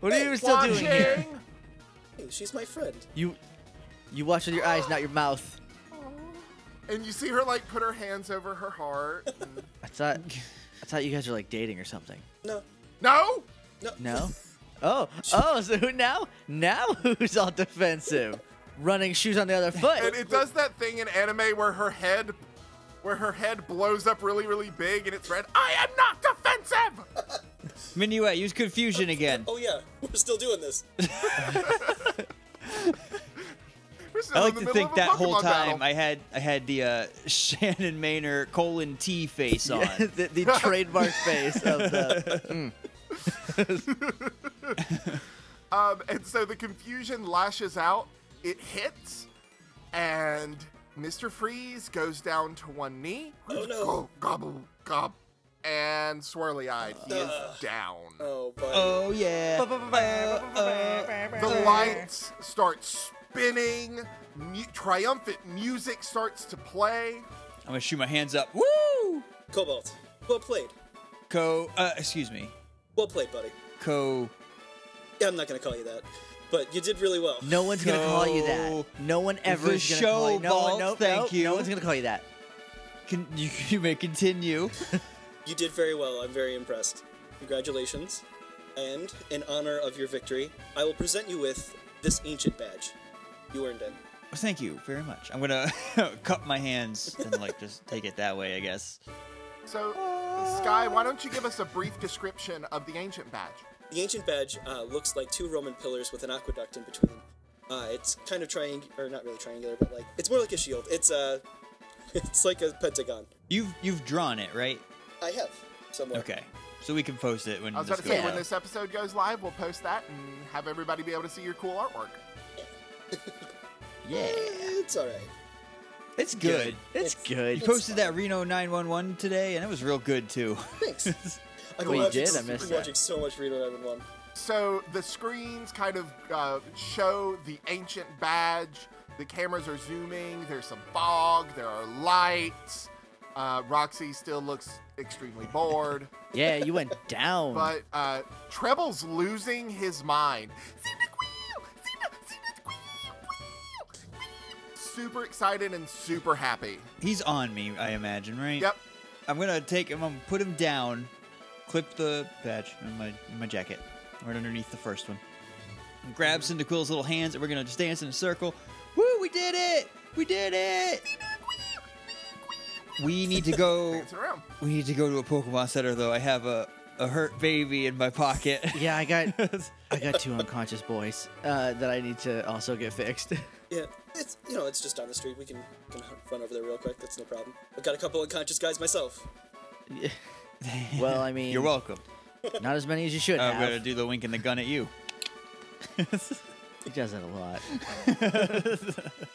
Speaker 1: What are
Speaker 3: Hey,
Speaker 1: you still doing here?
Speaker 2: Watching.
Speaker 3: Hey, She's my friend.
Speaker 1: You you watch with your eyes, not your mouth.
Speaker 2: [laughs] And you see her, like, put her hands over her heart. and-
Speaker 1: I thought I thought you guys were like dating or something.
Speaker 3: No.
Speaker 2: [laughs] no?
Speaker 3: No.
Speaker 1: No? Oh, oh, so who now? Now who's all defensive? Running shoes on the other
Speaker 2: And
Speaker 1: foot.
Speaker 2: it does that thing in anime where her head. Where her head blows up really, really big and it's red. I am not defensive!
Speaker 4: Minuet, use confusion again.
Speaker 3: [laughs] Oh yeah, we're still
Speaker 4: [laughs]
Speaker 3: doing this.
Speaker 2: We're still
Speaker 4: I like
Speaker 2: in
Speaker 4: to
Speaker 2: the middle
Speaker 4: think
Speaker 2: of a
Speaker 4: that whole
Speaker 2: Pokemon battle.
Speaker 4: time I had I had the uh, [laughs] Shannon Maynor colon T
Speaker 1: [laughs]
Speaker 4: face on.
Speaker 1: Yeah, the, the trademark face
Speaker 4: [laughs]
Speaker 1: of the
Speaker 2: Um, and so the confusion lashes out, it hits, and Mr. Freeze goes down to one knee.
Speaker 3: Oh, no.
Speaker 2: Go, gobble, gob. And swirly eyed, he is down.
Speaker 3: Oh, but
Speaker 4: Oh yeah.
Speaker 2: The lights start spinning, mu- triumphant music starts to play.
Speaker 4: I'm gonna shoot my hands up. Woo!
Speaker 3: Cobalt, well played,
Speaker 4: Co. Uh, excuse me.
Speaker 3: well played, buddy.
Speaker 4: Co.
Speaker 3: Yeah, I'm not gonna call you that, but you did really well.
Speaker 1: No one's gonna call you that. No one ever
Speaker 4: The
Speaker 1: is gonna call you. No
Speaker 4: showbolt,
Speaker 1: one, nope,
Speaker 4: thank
Speaker 1: nope,
Speaker 4: you.
Speaker 1: No one's gonna call you that.
Speaker 4: Can [laughs] you, you may continue?
Speaker 3: You did very well. I'm very impressed. Congratulations. And in honor of your victory, I will present you with this ancient badge. You earned it.
Speaker 4: Thank you very much. I'm gonna [laughs] cup my hands and like just take it that way, I guess.
Speaker 2: So, Sky, why don't you give us a brief description of the ancient badge?
Speaker 3: The ancient badge uh, looks like two Roman pillars with an aqueduct in between. Uh, it's kind of triangular, or not really triangular, but like it's more like a shield. It's a, [laughs] it's like a pentagon.
Speaker 4: You've you've drawn it right?
Speaker 3: I have somewhere.
Speaker 4: Okay. So we can post it when
Speaker 2: I was
Speaker 4: this
Speaker 2: about to say,
Speaker 4: goes
Speaker 2: when
Speaker 4: out.
Speaker 2: this episode goes live, we'll post that and have everybody be able to see your cool artwork.
Speaker 3: Yeah. It's all right.
Speaker 4: It's good.
Speaker 1: It's good.
Speaker 4: You posted that Reno 911 today, and it was real good too.
Speaker 3: Thanks. I've
Speaker 1: [laughs] Well, you
Speaker 3: watching,
Speaker 1: did, I missed
Speaker 3: been
Speaker 1: that.
Speaker 3: watching so much Reno 911.
Speaker 2: So the screens kind of uh, show the ancient badge. The cameras are zooming. There's some fog. There are lights. Uh, Roxy still looks extremely bored,
Speaker 1: Yeah, you
Speaker 4: [laughs]
Speaker 1: went down.
Speaker 2: but uh, Treble's losing his mind. Super excited and super happy.
Speaker 4: He's on me, I imagine, right?
Speaker 2: Yep.
Speaker 4: I'm gonna take him. I'm gonna put him down. Clip the badge in my in my jacket, right underneath the first one. And grab Cyndaquil's little hands, and we're gonna just dance in a circle. Woo! We did it! We did it! We need to
Speaker 1: [laughs]
Speaker 4: go.
Speaker 2: Dancing around.
Speaker 4: We need to go to a Pokemon Center, though. I have a a hurt baby in my pocket.
Speaker 1: yeah,
Speaker 4: [laughs]
Speaker 1: I got I got two unconscious boys uh, that I need to also
Speaker 4: [laughs]
Speaker 1: get fixed.
Speaker 3: Yeah, it's you know it's just down the street. We can, can run over there real quick. That's no problem. I've got a couple unconscious guys myself.
Speaker 1: well, I mean,
Speaker 4: You're welcome.
Speaker 1: Not as many as you should
Speaker 4: I'm
Speaker 1: have.
Speaker 4: gonna do the wink and the gun at
Speaker 1: [laughs]
Speaker 4: you.
Speaker 1: He does that a lot.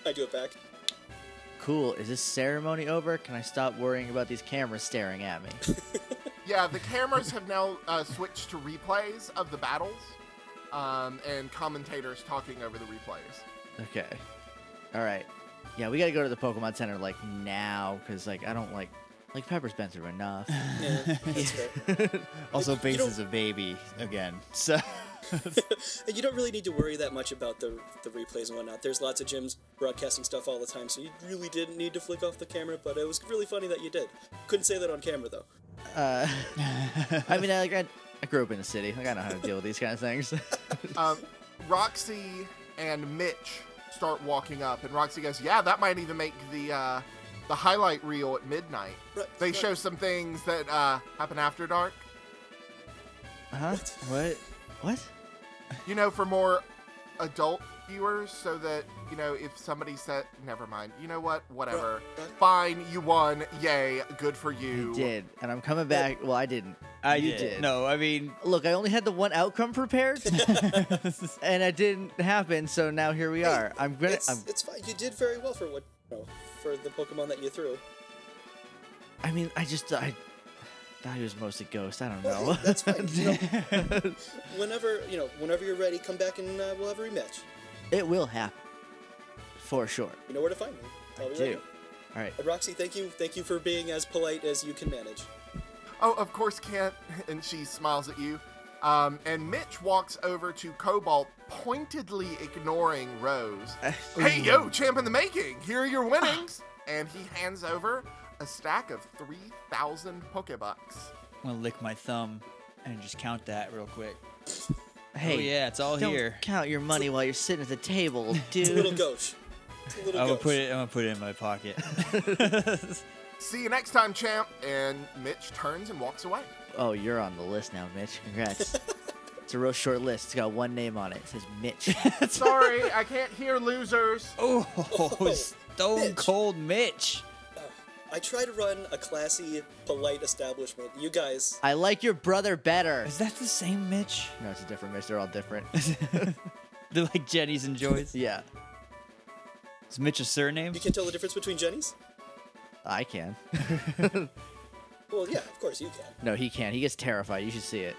Speaker 3: I do it back.
Speaker 1: Cool. Is this ceremony over? Can I stop worrying about these cameras staring
Speaker 4: [laughs]
Speaker 1: at me?
Speaker 2: Yeah, the cameras have now uh, switched to replays of the battles, um, and commentators talking over the replays.
Speaker 1: Okay. All right. Yeah, we gotta go to the Pokemon Center like now, cause like I don't like like Pepper's been through enough. [laughs]
Speaker 3: Yeah, that's fair.
Speaker 4: [laughs] Also,
Speaker 3: You
Speaker 4: Bass
Speaker 3: don't-
Speaker 4: is a baby again. So
Speaker 3: And you don't really need to worry that much about the the replays and whatnot. There's lots of gyms broadcasting stuff all the time, so you really didn't need to flick off the camera. But it was really funny that you did. Couldn't say that on camera though.
Speaker 1: [laughs] Uh, I mean, I, like I, I grew up in the city. Like I know how to deal with these kind of things. [laughs]
Speaker 2: Um, Roxy and Mitch start walking up, and Roxy goes, "Yeah, that might even make the uh, the highlight reel at midnight."
Speaker 3: Right,
Speaker 2: They
Speaker 3: right.
Speaker 2: show some things that uh, happen after dark,
Speaker 1: huh? What? What?
Speaker 2: you know, for more adult viewers, so that you know if somebody said, "Never mind," you know what? Whatever.
Speaker 3: Right, right.
Speaker 2: Fine, you won. Yay, good for you.
Speaker 1: You did, and I'm coming back. Well, I didn't.
Speaker 4: I
Speaker 1: You
Speaker 4: did.
Speaker 1: did.
Speaker 4: No, I mean,
Speaker 1: Look, I only had the one outcome prepared,
Speaker 4: [laughs]
Speaker 1: and it didn't happen. So now
Speaker 4: [laughs]
Speaker 1: here we are. I'm gonna.
Speaker 3: It's,
Speaker 1: I'm,
Speaker 3: it's fine. You did very well for what you know, for the Pokemon that you threw.
Speaker 1: I mean, I just I thought he was mostly ghost. I don't
Speaker 3: Well,
Speaker 1: know.
Speaker 3: hey, [laughs] that's fine. You
Speaker 4: [laughs]
Speaker 3: know, whenever you know, whenever you're ready, come back and uh, we'll have a rematch.
Speaker 1: [laughs] it will happen, for sure.
Speaker 3: You know where to find me. I'll be ready.
Speaker 1: Dude. All right.
Speaker 3: And Roxy, thank you, thank you for being as polite as you can manage.
Speaker 2: Oh, of course, Kent. [laughs] And she smiles at you. Um, and Mitch walks over to Cobalt, pointedly ignoring Rose. hey, yo, champ in the making! Here are your winnings! and he hands over a stack of 3,000 Pokebucks.
Speaker 4: I'm gonna lick my thumb and just count that real quick.
Speaker 1: Hey.
Speaker 4: oh yeah, it's all
Speaker 1: Don't
Speaker 4: here.
Speaker 1: count your money while you're sitting at the
Speaker 3: [laughs]
Speaker 1: table,
Speaker 4: [laughs]
Speaker 3: Little
Speaker 1: dude.
Speaker 3: gauche. It's a little
Speaker 4: I'm gonna
Speaker 3: gauche.
Speaker 4: put it. I'm gonna put it in my
Speaker 1: [laughs]
Speaker 4: pocket.
Speaker 2: See you next time, champ! And Mitch turns and walks away.
Speaker 1: oh, you're on the list now, Mitch.
Speaker 3: [laughs]
Speaker 1: Congrats. it's a real short list. It's got one name on it. It says
Speaker 3: [laughs]
Speaker 1: Mitch.
Speaker 2: Sorry, I can't hear losers.
Speaker 4: oh, stone
Speaker 3: Mitch.
Speaker 4: cold Mitch.
Speaker 3: I try to run a classy, polite establishment. You guys,
Speaker 1: I like your brother
Speaker 3: [laughs]
Speaker 1: better.
Speaker 4: Is that the same Mitch?
Speaker 1: No, it's a different Mitch. They're all different.
Speaker 4: They're like Jenny's and
Speaker 1: [laughs]
Speaker 4: Joy's.
Speaker 1: yeah,
Speaker 4: Is Mitch a surname?
Speaker 3: you can tell the difference between Jenny's.
Speaker 1: I can. [laughs]
Speaker 3: Well, yeah, of course you can.
Speaker 1: No, he can. He gets terrified. You should see it.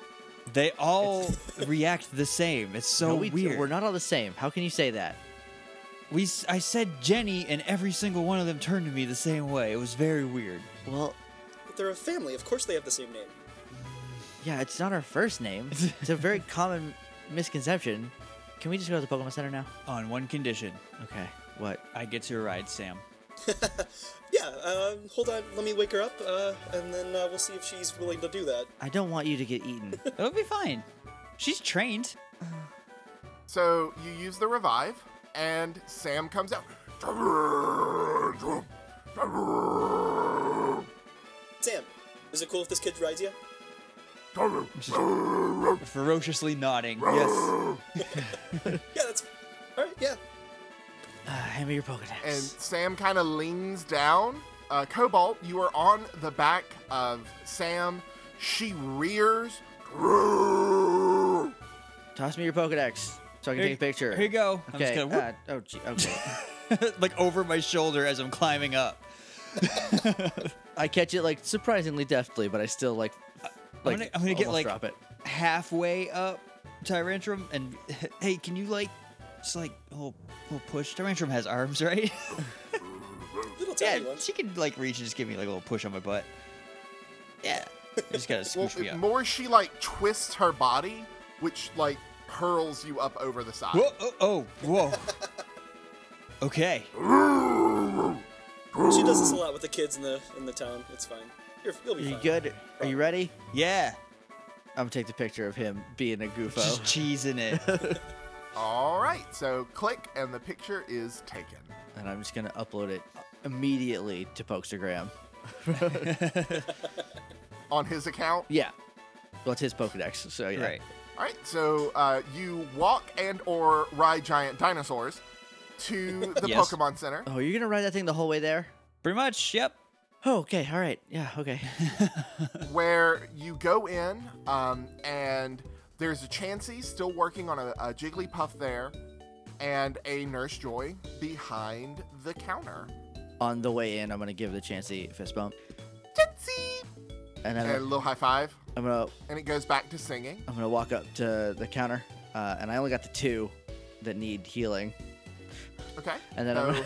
Speaker 4: They all react the same. It's so
Speaker 1: no, we,
Speaker 4: weird.
Speaker 1: We're not all the same. How can you say that?
Speaker 4: We. s- I said Jenny, and every single one of them turned to me the same way. It was very weird.
Speaker 1: Well,
Speaker 3: But they're a family. Of course they have the same name.
Speaker 1: yeah, it's not our first
Speaker 4: [laughs]
Speaker 1: name. It's a very common misconception. Can we just go to the Pokemon Center now?
Speaker 4: On one condition,
Speaker 1: Okay. What?
Speaker 4: I get to ride Sam.
Speaker 3: Yeah. Um, hold on. Let me wake her up, uh, and then uh, we'll see if she's willing to do that.
Speaker 1: I don't want you to get
Speaker 4: [laughs]
Speaker 1: eaten.
Speaker 4: It'll be fine. She's trained.
Speaker 2: So you use the revive, and Sam comes out. [laughs]
Speaker 3: Sam, is it cool if this kid rides you?
Speaker 4: Ferociously nodding. Yes.
Speaker 3: Yeah, that's. All right. Yeah.
Speaker 1: Uh, hand me your Pokedex.
Speaker 2: and Sam kind of leans down. Uh, Cobalt, you are on the back of Sam. She rears.
Speaker 1: Toss me your Pokedex so I can take a picture.
Speaker 4: Here you go. I'm just
Speaker 1: Okay.
Speaker 4: gonna whoop.
Speaker 1: uh, oh, gee, okay.
Speaker 4: [laughs] like over my shoulder as I'm climbing up.
Speaker 1: I catch it like surprisingly deftly, but I still like. like
Speaker 4: I'm gonna, I'm gonna get
Speaker 1: almost
Speaker 4: like
Speaker 1: drop it.
Speaker 4: halfway up Tyrantrum and [laughs] hey, can you like just like little, little push? Tyrantrum has arms, [laughs] right?
Speaker 3: Little tiny
Speaker 4: yeah, [laughs]
Speaker 3: ones.
Speaker 4: she can like reach and just give me like a little push on my butt. Yeah, you just gotta
Speaker 2: [laughs] Well,
Speaker 4: scooch me up.
Speaker 2: more she like twists her body, which like hurls you up over the side.
Speaker 4: Whoa, oh, oh, whoa. [laughs] okay.
Speaker 3: She does this a lot with the kids in the in the town. It's fine. You're, you'll be
Speaker 1: You
Speaker 3: fine.
Speaker 1: good? Are you ready?
Speaker 4: Yeah.
Speaker 1: I'm gonna take the picture of him being a
Speaker 4: Just [laughs]
Speaker 1: goofo.
Speaker 4: cheesing it.
Speaker 2: All right, so click and the picture is taken.
Speaker 1: and I'm just gonna upload it immediately to Pokestagram.
Speaker 2: on his account.
Speaker 1: Yeah. Well, it's his Pokedex, so yeah.
Speaker 4: Right.
Speaker 2: All right, so uh, you walk and or ride giant dinosaurs
Speaker 4: [laughs]
Speaker 2: to the
Speaker 4: Yes.
Speaker 2: Pokemon Center.
Speaker 1: Oh, you're gonna ride that thing the whole way there?
Speaker 4: Pretty much, yep.
Speaker 1: Oh, okay, all right, yeah, okay.
Speaker 2: where you go in, um, and there's a Chansey still working on a, a Jigglypuff there, and a Nurse Joy behind the counter.
Speaker 1: [laughs] On the way in, I'm gonna give the Chansey a fist bump,
Speaker 2: Chansey! And
Speaker 1: and then
Speaker 2: a
Speaker 1: I'm,
Speaker 2: little high five,
Speaker 1: I'm gonna
Speaker 2: and it goes back to singing.
Speaker 1: I'm gonna walk up to the counter, uh, and I only got the two that need healing,
Speaker 2: Okay.
Speaker 1: and then
Speaker 2: so-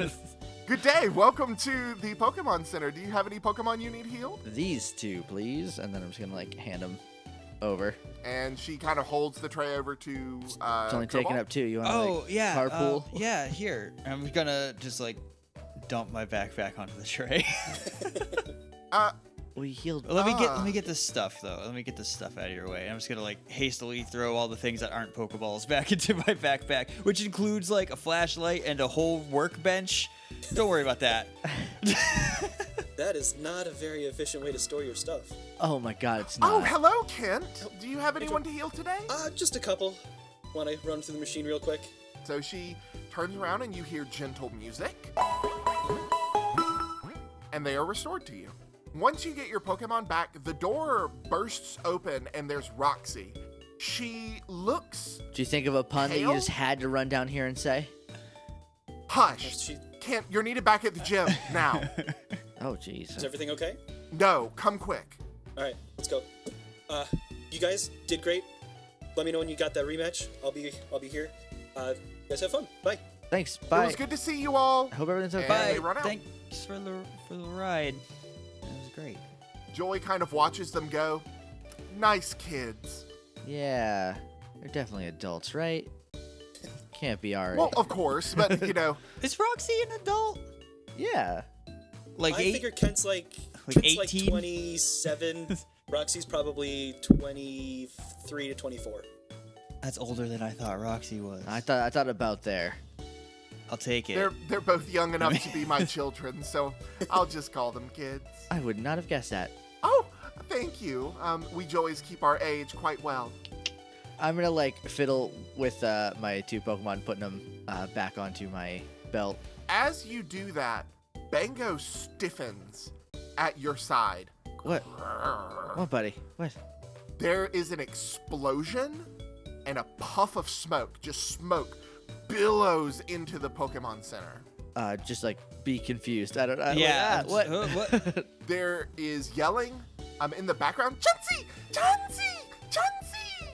Speaker 1: I'm
Speaker 2: [laughs] good day. Welcome to the Pokemon Center. Do you have any Pokemon you need healed?
Speaker 1: these two, please, and then I'm just gonna like hand them over.
Speaker 2: And she kind of holds the tray over to. Uh,
Speaker 1: It's only taking
Speaker 2: Cobalt.
Speaker 1: up two. You wanna
Speaker 4: Oh,
Speaker 1: like,
Speaker 4: yeah. uh,
Speaker 1: carpool?
Speaker 4: yeah, here. I'm gonna just like dump my backpack onto the tray.
Speaker 2: Uh,
Speaker 1: We healed.
Speaker 4: let me get
Speaker 2: Ah.
Speaker 4: let me get this stuff though. Let me get this stuff out of your way. I'm just gonna like hastily throw all the things that aren't Pokeballs [laughs] back into my backpack, which includes like a flashlight and a whole workbench. Don't worry about that.
Speaker 3: That is not a very efficient way to store your stuff.
Speaker 1: Oh my god, it's not.
Speaker 2: oh, hello, Kent. Do you have anyone to heal today?
Speaker 3: Uh, just a couple. Want to run through the machine real quick?
Speaker 2: So she turns around and you hear gentle music. And they are restored to you. Once you get your Pokemon back, the door bursts open and there's Roxy. She looks
Speaker 1: Do you think of a pun that you
Speaker 2: Hail?
Speaker 1: just had to run down here and say?
Speaker 2: hush.
Speaker 3: She,
Speaker 2: Kent, you're needed back at the gym now.
Speaker 1: Oh jeez.
Speaker 3: is everything okay?
Speaker 2: no, come quick.
Speaker 3: All right, let's go. Uh, you guys did great. Let me know when you got that rematch. I'll be I'll be here. Uh, you guys have fun. Bye.
Speaker 1: Thanks.
Speaker 2: It
Speaker 1: Bye.
Speaker 2: was good to see you all.
Speaker 1: I hope everything's okay.
Speaker 2: And
Speaker 4: Bye.
Speaker 2: they run out.
Speaker 4: Thanks for the for the ride. That was great.
Speaker 2: Joy kind of watches them go. Nice kids.
Speaker 1: Yeah, they're definitely adults, right? Can't be alright.
Speaker 2: Well, of course, but you know,
Speaker 4: Is Roxy an adult?
Speaker 2: uh,
Speaker 1: yeah.
Speaker 4: Like
Speaker 3: I
Speaker 4: eight?
Speaker 3: figure Kent's like,
Speaker 4: Like
Speaker 3: Kent's like
Speaker 4: 18? [laughs]
Speaker 3: 27. Roxy's probably 23 to 24.
Speaker 4: That's older than I thought Roxy was.
Speaker 1: I thought I thought about there.
Speaker 4: I'll take it.
Speaker 2: they're they're both young enough to be my children, so I'll just call them kids.
Speaker 1: I would not have guessed that.
Speaker 2: Oh, thank you. Um, we Joys keep our age quite well.
Speaker 1: I'm gonna like fiddle with uh, my two Pokemon, putting them uh, back onto my belt.
Speaker 2: As you do that, Bango stiffens at your side.
Speaker 1: What? What, buddy? What?
Speaker 2: There is an explosion and a puff of smoke, just smoke, billows into the Pokemon Center.
Speaker 1: Uh, just like be confused. I don't. I,
Speaker 4: yeah.
Speaker 1: Like, ah, what?
Speaker 4: I'm just- huh, what?
Speaker 2: There is yelling. I'm in the background. Chansey! Chansey! Chansey!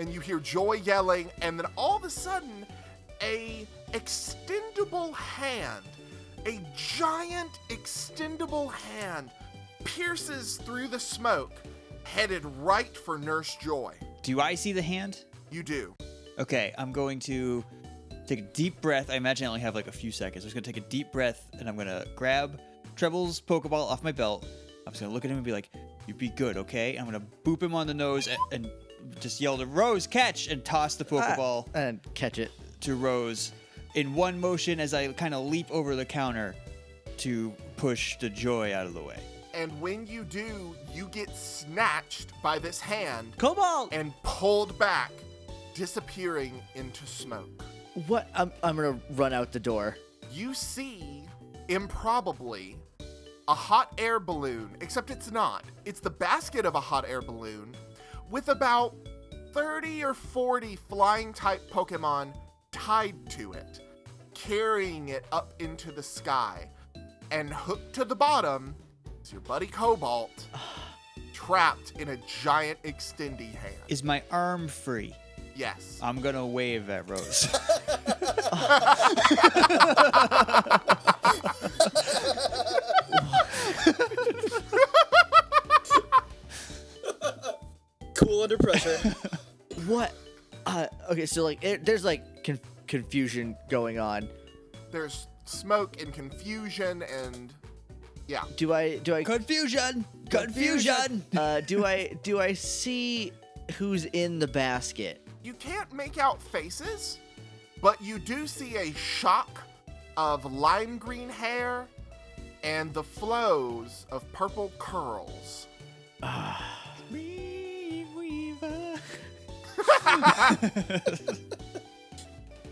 Speaker 2: And you hear Joy yelling, and then all of a sudden, a extendable hand, a giant extendable hand, pierces through the smoke, headed right for Nurse Joy.
Speaker 4: Do I see the hand?
Speaker 2: You do.
Speaker 4: Okay, I'm going to take a deep breath. I imagine I only have like a few seconds. I'm just gonna take a deep breath and I'm gonna grab Treble's Pokeball off my belt. I'm just gonna look at him and be like, "You be good, okay?" I'm gonna boop him on the nose and, and just yell to Rose, catch, and toss the Pokeball
Speaker 1: Ah, And catch it.
Speaker 4: to Rose in one motion as I kind of leap over the counter to push the joy out of the way.
Speaker 2: And when you do, you get snatched by this hand
Speaker 4: Cobalt.
Speaker 2: and pulled back, disappearing into smoke.
Speaker 1: What? I'm I'm gonna run out the door.
Speaker 2: you see, improbably, a hot air balloon, except it's not. It's the basket of a hot air balloon with about 30 or 40 flying type Pokemon tied to it, carrying it up into the sky. And hooked to the bottom is your buddy Cobalt trapped in a giant extendy hand.
Speaker 4: Is my arm free?
Speaker 2: Yes.
Speaker 4: I'm gonna wave at Rose.
Speaker 3: Cool under pressure.
Speaker 4: [laughs]
Speaker 1: What? Uh, okay, so like, it, there's like con- confusion going on.
Speaker 2: There's smoke and confusion and yeah.
Speaker 1: Do I? Do I?
Speaker 4: Confusion! Confusion!
Speaker 1: Uh, do I? Do I see who's in the basket?
Speaker 2: You can't make out faces, but you do see a shock of lime green hair and the flows of purple curls.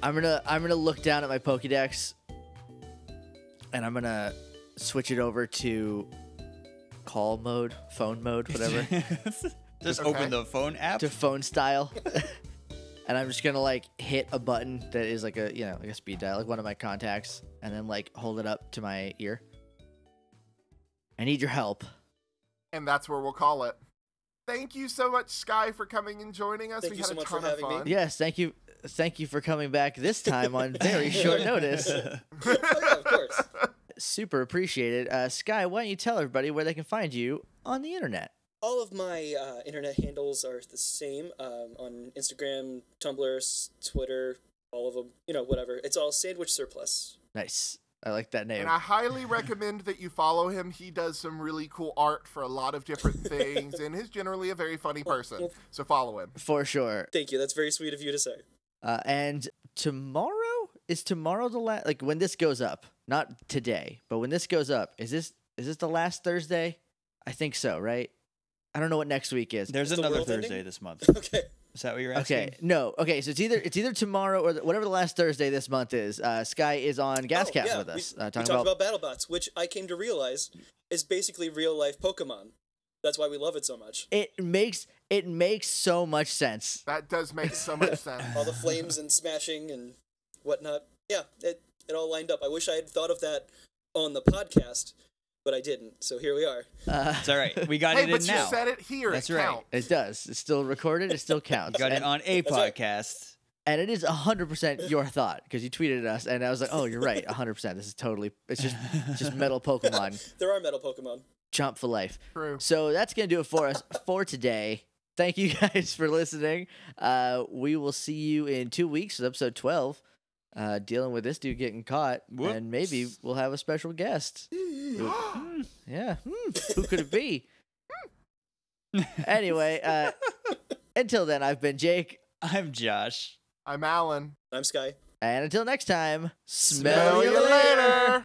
Speaker 1: I'm gonna I'm gonna look down at my Pokedex, and I'm gonna switch it over to call mode, phone mode, whatever,
Speaker 4: Just
Speaker 2: Okay.
Speaker 4: open the phone app.
Speaker 1: to phone style. [laughs] and I'm just gonna like hit a button that is like a you know like a speed dial, like one of my contacts, and then like hold it up to my ear. I need your help.
Speaker 2: And that's where we'll call it. Thank you so much, Sky, for coming and joining us.
Speaker 3: Thank
Speaker 2: we
Speaker 3: you
Speaker 2: had
Speaker 3: so
Speaker 2: a
Speaker 3: much for
Speaker 2: ton of
Speaker 3: having me.
Speaker 2: fun.
Speaker 1: Yes, thank you, thank you for coming back this time on
Speaker 3: [laughs]
Speaker 1: very short notice.
Speaker 3: oh, yeah, of course.
Speaker 1: Super appreciated. Uh, Sky, why don't you tell everybody where they can find you on the internet?
Speaker 3: All of my uh, internet handles are the same um, on Instagram, Tumblr, s- Twitter, all of them. You know, whatever. It's all Sandwich Surplus.
Speaker 1: Nice. I like that name.
Speaker 2: And I highly recommend that you follow him. He does some really cool art for a lot of
Speaker 3: [laughs]
Speaker 2: different things, and is generally a very funny person. So follow him.
Speaker 1: For sure.
Speaker 3: Thank you. That's very sweet of you to say. [laughs]
Speaker 1: Uh, and tomorrow is tomorrow the last like when this goes up, not today, but when this goes up, is this is this the last Thursday? I think so, right? I don't know what next week is.
Speaker 4: There's
Speaker 3: Is the
Speaker 4: another
Speaker 3: world
Speaker 4: Thursday
Speaker 3: ending?
Speaker 4: this
Speaker 3: [laughs]
Speaker 4: month.
Speaker 3: Okay.
Speaker 4: Is that what you're asking?
Speaker 1: Okay, no. Okay, so it's either it's either tomorrow or the, whatever the last Thursday this month is. Uh, Sky is on
Speaker 3: Oh,
Speaker 1: Gascast
Speaker 3: yeah,
Speaker 1: with us,
Speaker 3: We,
Speaker 1: uh,
Speaker 3: we
Speaker 1: talking
Speaker 3: talked
Speaker 1: about,
Speaker 3: about... BattleBots, which I came to realize is basically real life Pokemon. That's why we love it so much.
Speaker 1: it makes it makes so much sense.
Speaker 2: That does make so
Speaker 3: [laughs]
Speaker 2: much sense.
Speaker 3: All
Speaker 1: [laughs]
Speaker 3: the flames and smashing and whatnot. Yeah, it it all lined up. I wish I had thought of that on the podcast, but I didn't. So here we are.
Speaker 4: It's all right. We got
Speaker 2: hey,
Speaker 4: it
Speaker 2: but
Speaker 4: in
Speaker 2: you
Speaker 4: now.
Speaker 2: said it here.
Speaker 4: That's
Speaker 2: it
Speaker 4: right.
Speaker 2: counts.
Speaker 1: It does. It's still recorded. It still counts.
Speaker 3: [laughs]
Speaker 4: Got it
Speaker 1: and,
Speaker 4: on a
Speaker 3: That's right.
Speaker 4: podcast.
Speaker 1: and it is 100% your thought because you tweeted at us and I was like, "Oh, you're right. 100%. This is totally it's just just metal Pokemon
Speaker 3: There are metal Pokemon.
Speaker 1: chomp for life."
Speaker 2: True.
Speaker 1: So that's going to do it for us for today. Thank you [laughs] guys for listening. Uh, we will see you in 2 weeks with episode 12. Uh, dealing with this dude getting caught, and maybe we'll have a special guest. Who- yeah, Hmm. who could it be? Hmm. anyway, uh, until then, I've been Jake.
Speaker 4: I'm Josh.
Speaker 2: I'm Alan.
Speaker 3: I'm Sky.
Speaker 1: And until next time,
Speaker 2: Tell
Speaker 1: smell
Speaker 2: you later.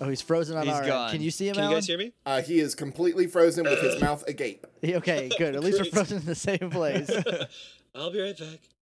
Speaker 1: Oh, he's frozen on
Speaker 4: He's
Speaker 1: our end.
Speaker 4: gone.
Speaker 1: Can you see him,
Speaker 3: Can you
Speaker 1: Alan?
Speaker 3: guys hear me?
Speaker 10: Uh, he is completely frozen
Speaker 2: [clears throat]
Speaker 10: with his mouth agape.
Speaker 1: [laughs] Okay, good. At least we're
Speaker 3: Great.
Speaker 1: frozen in the same place.
Speaker 3: I'll be right back.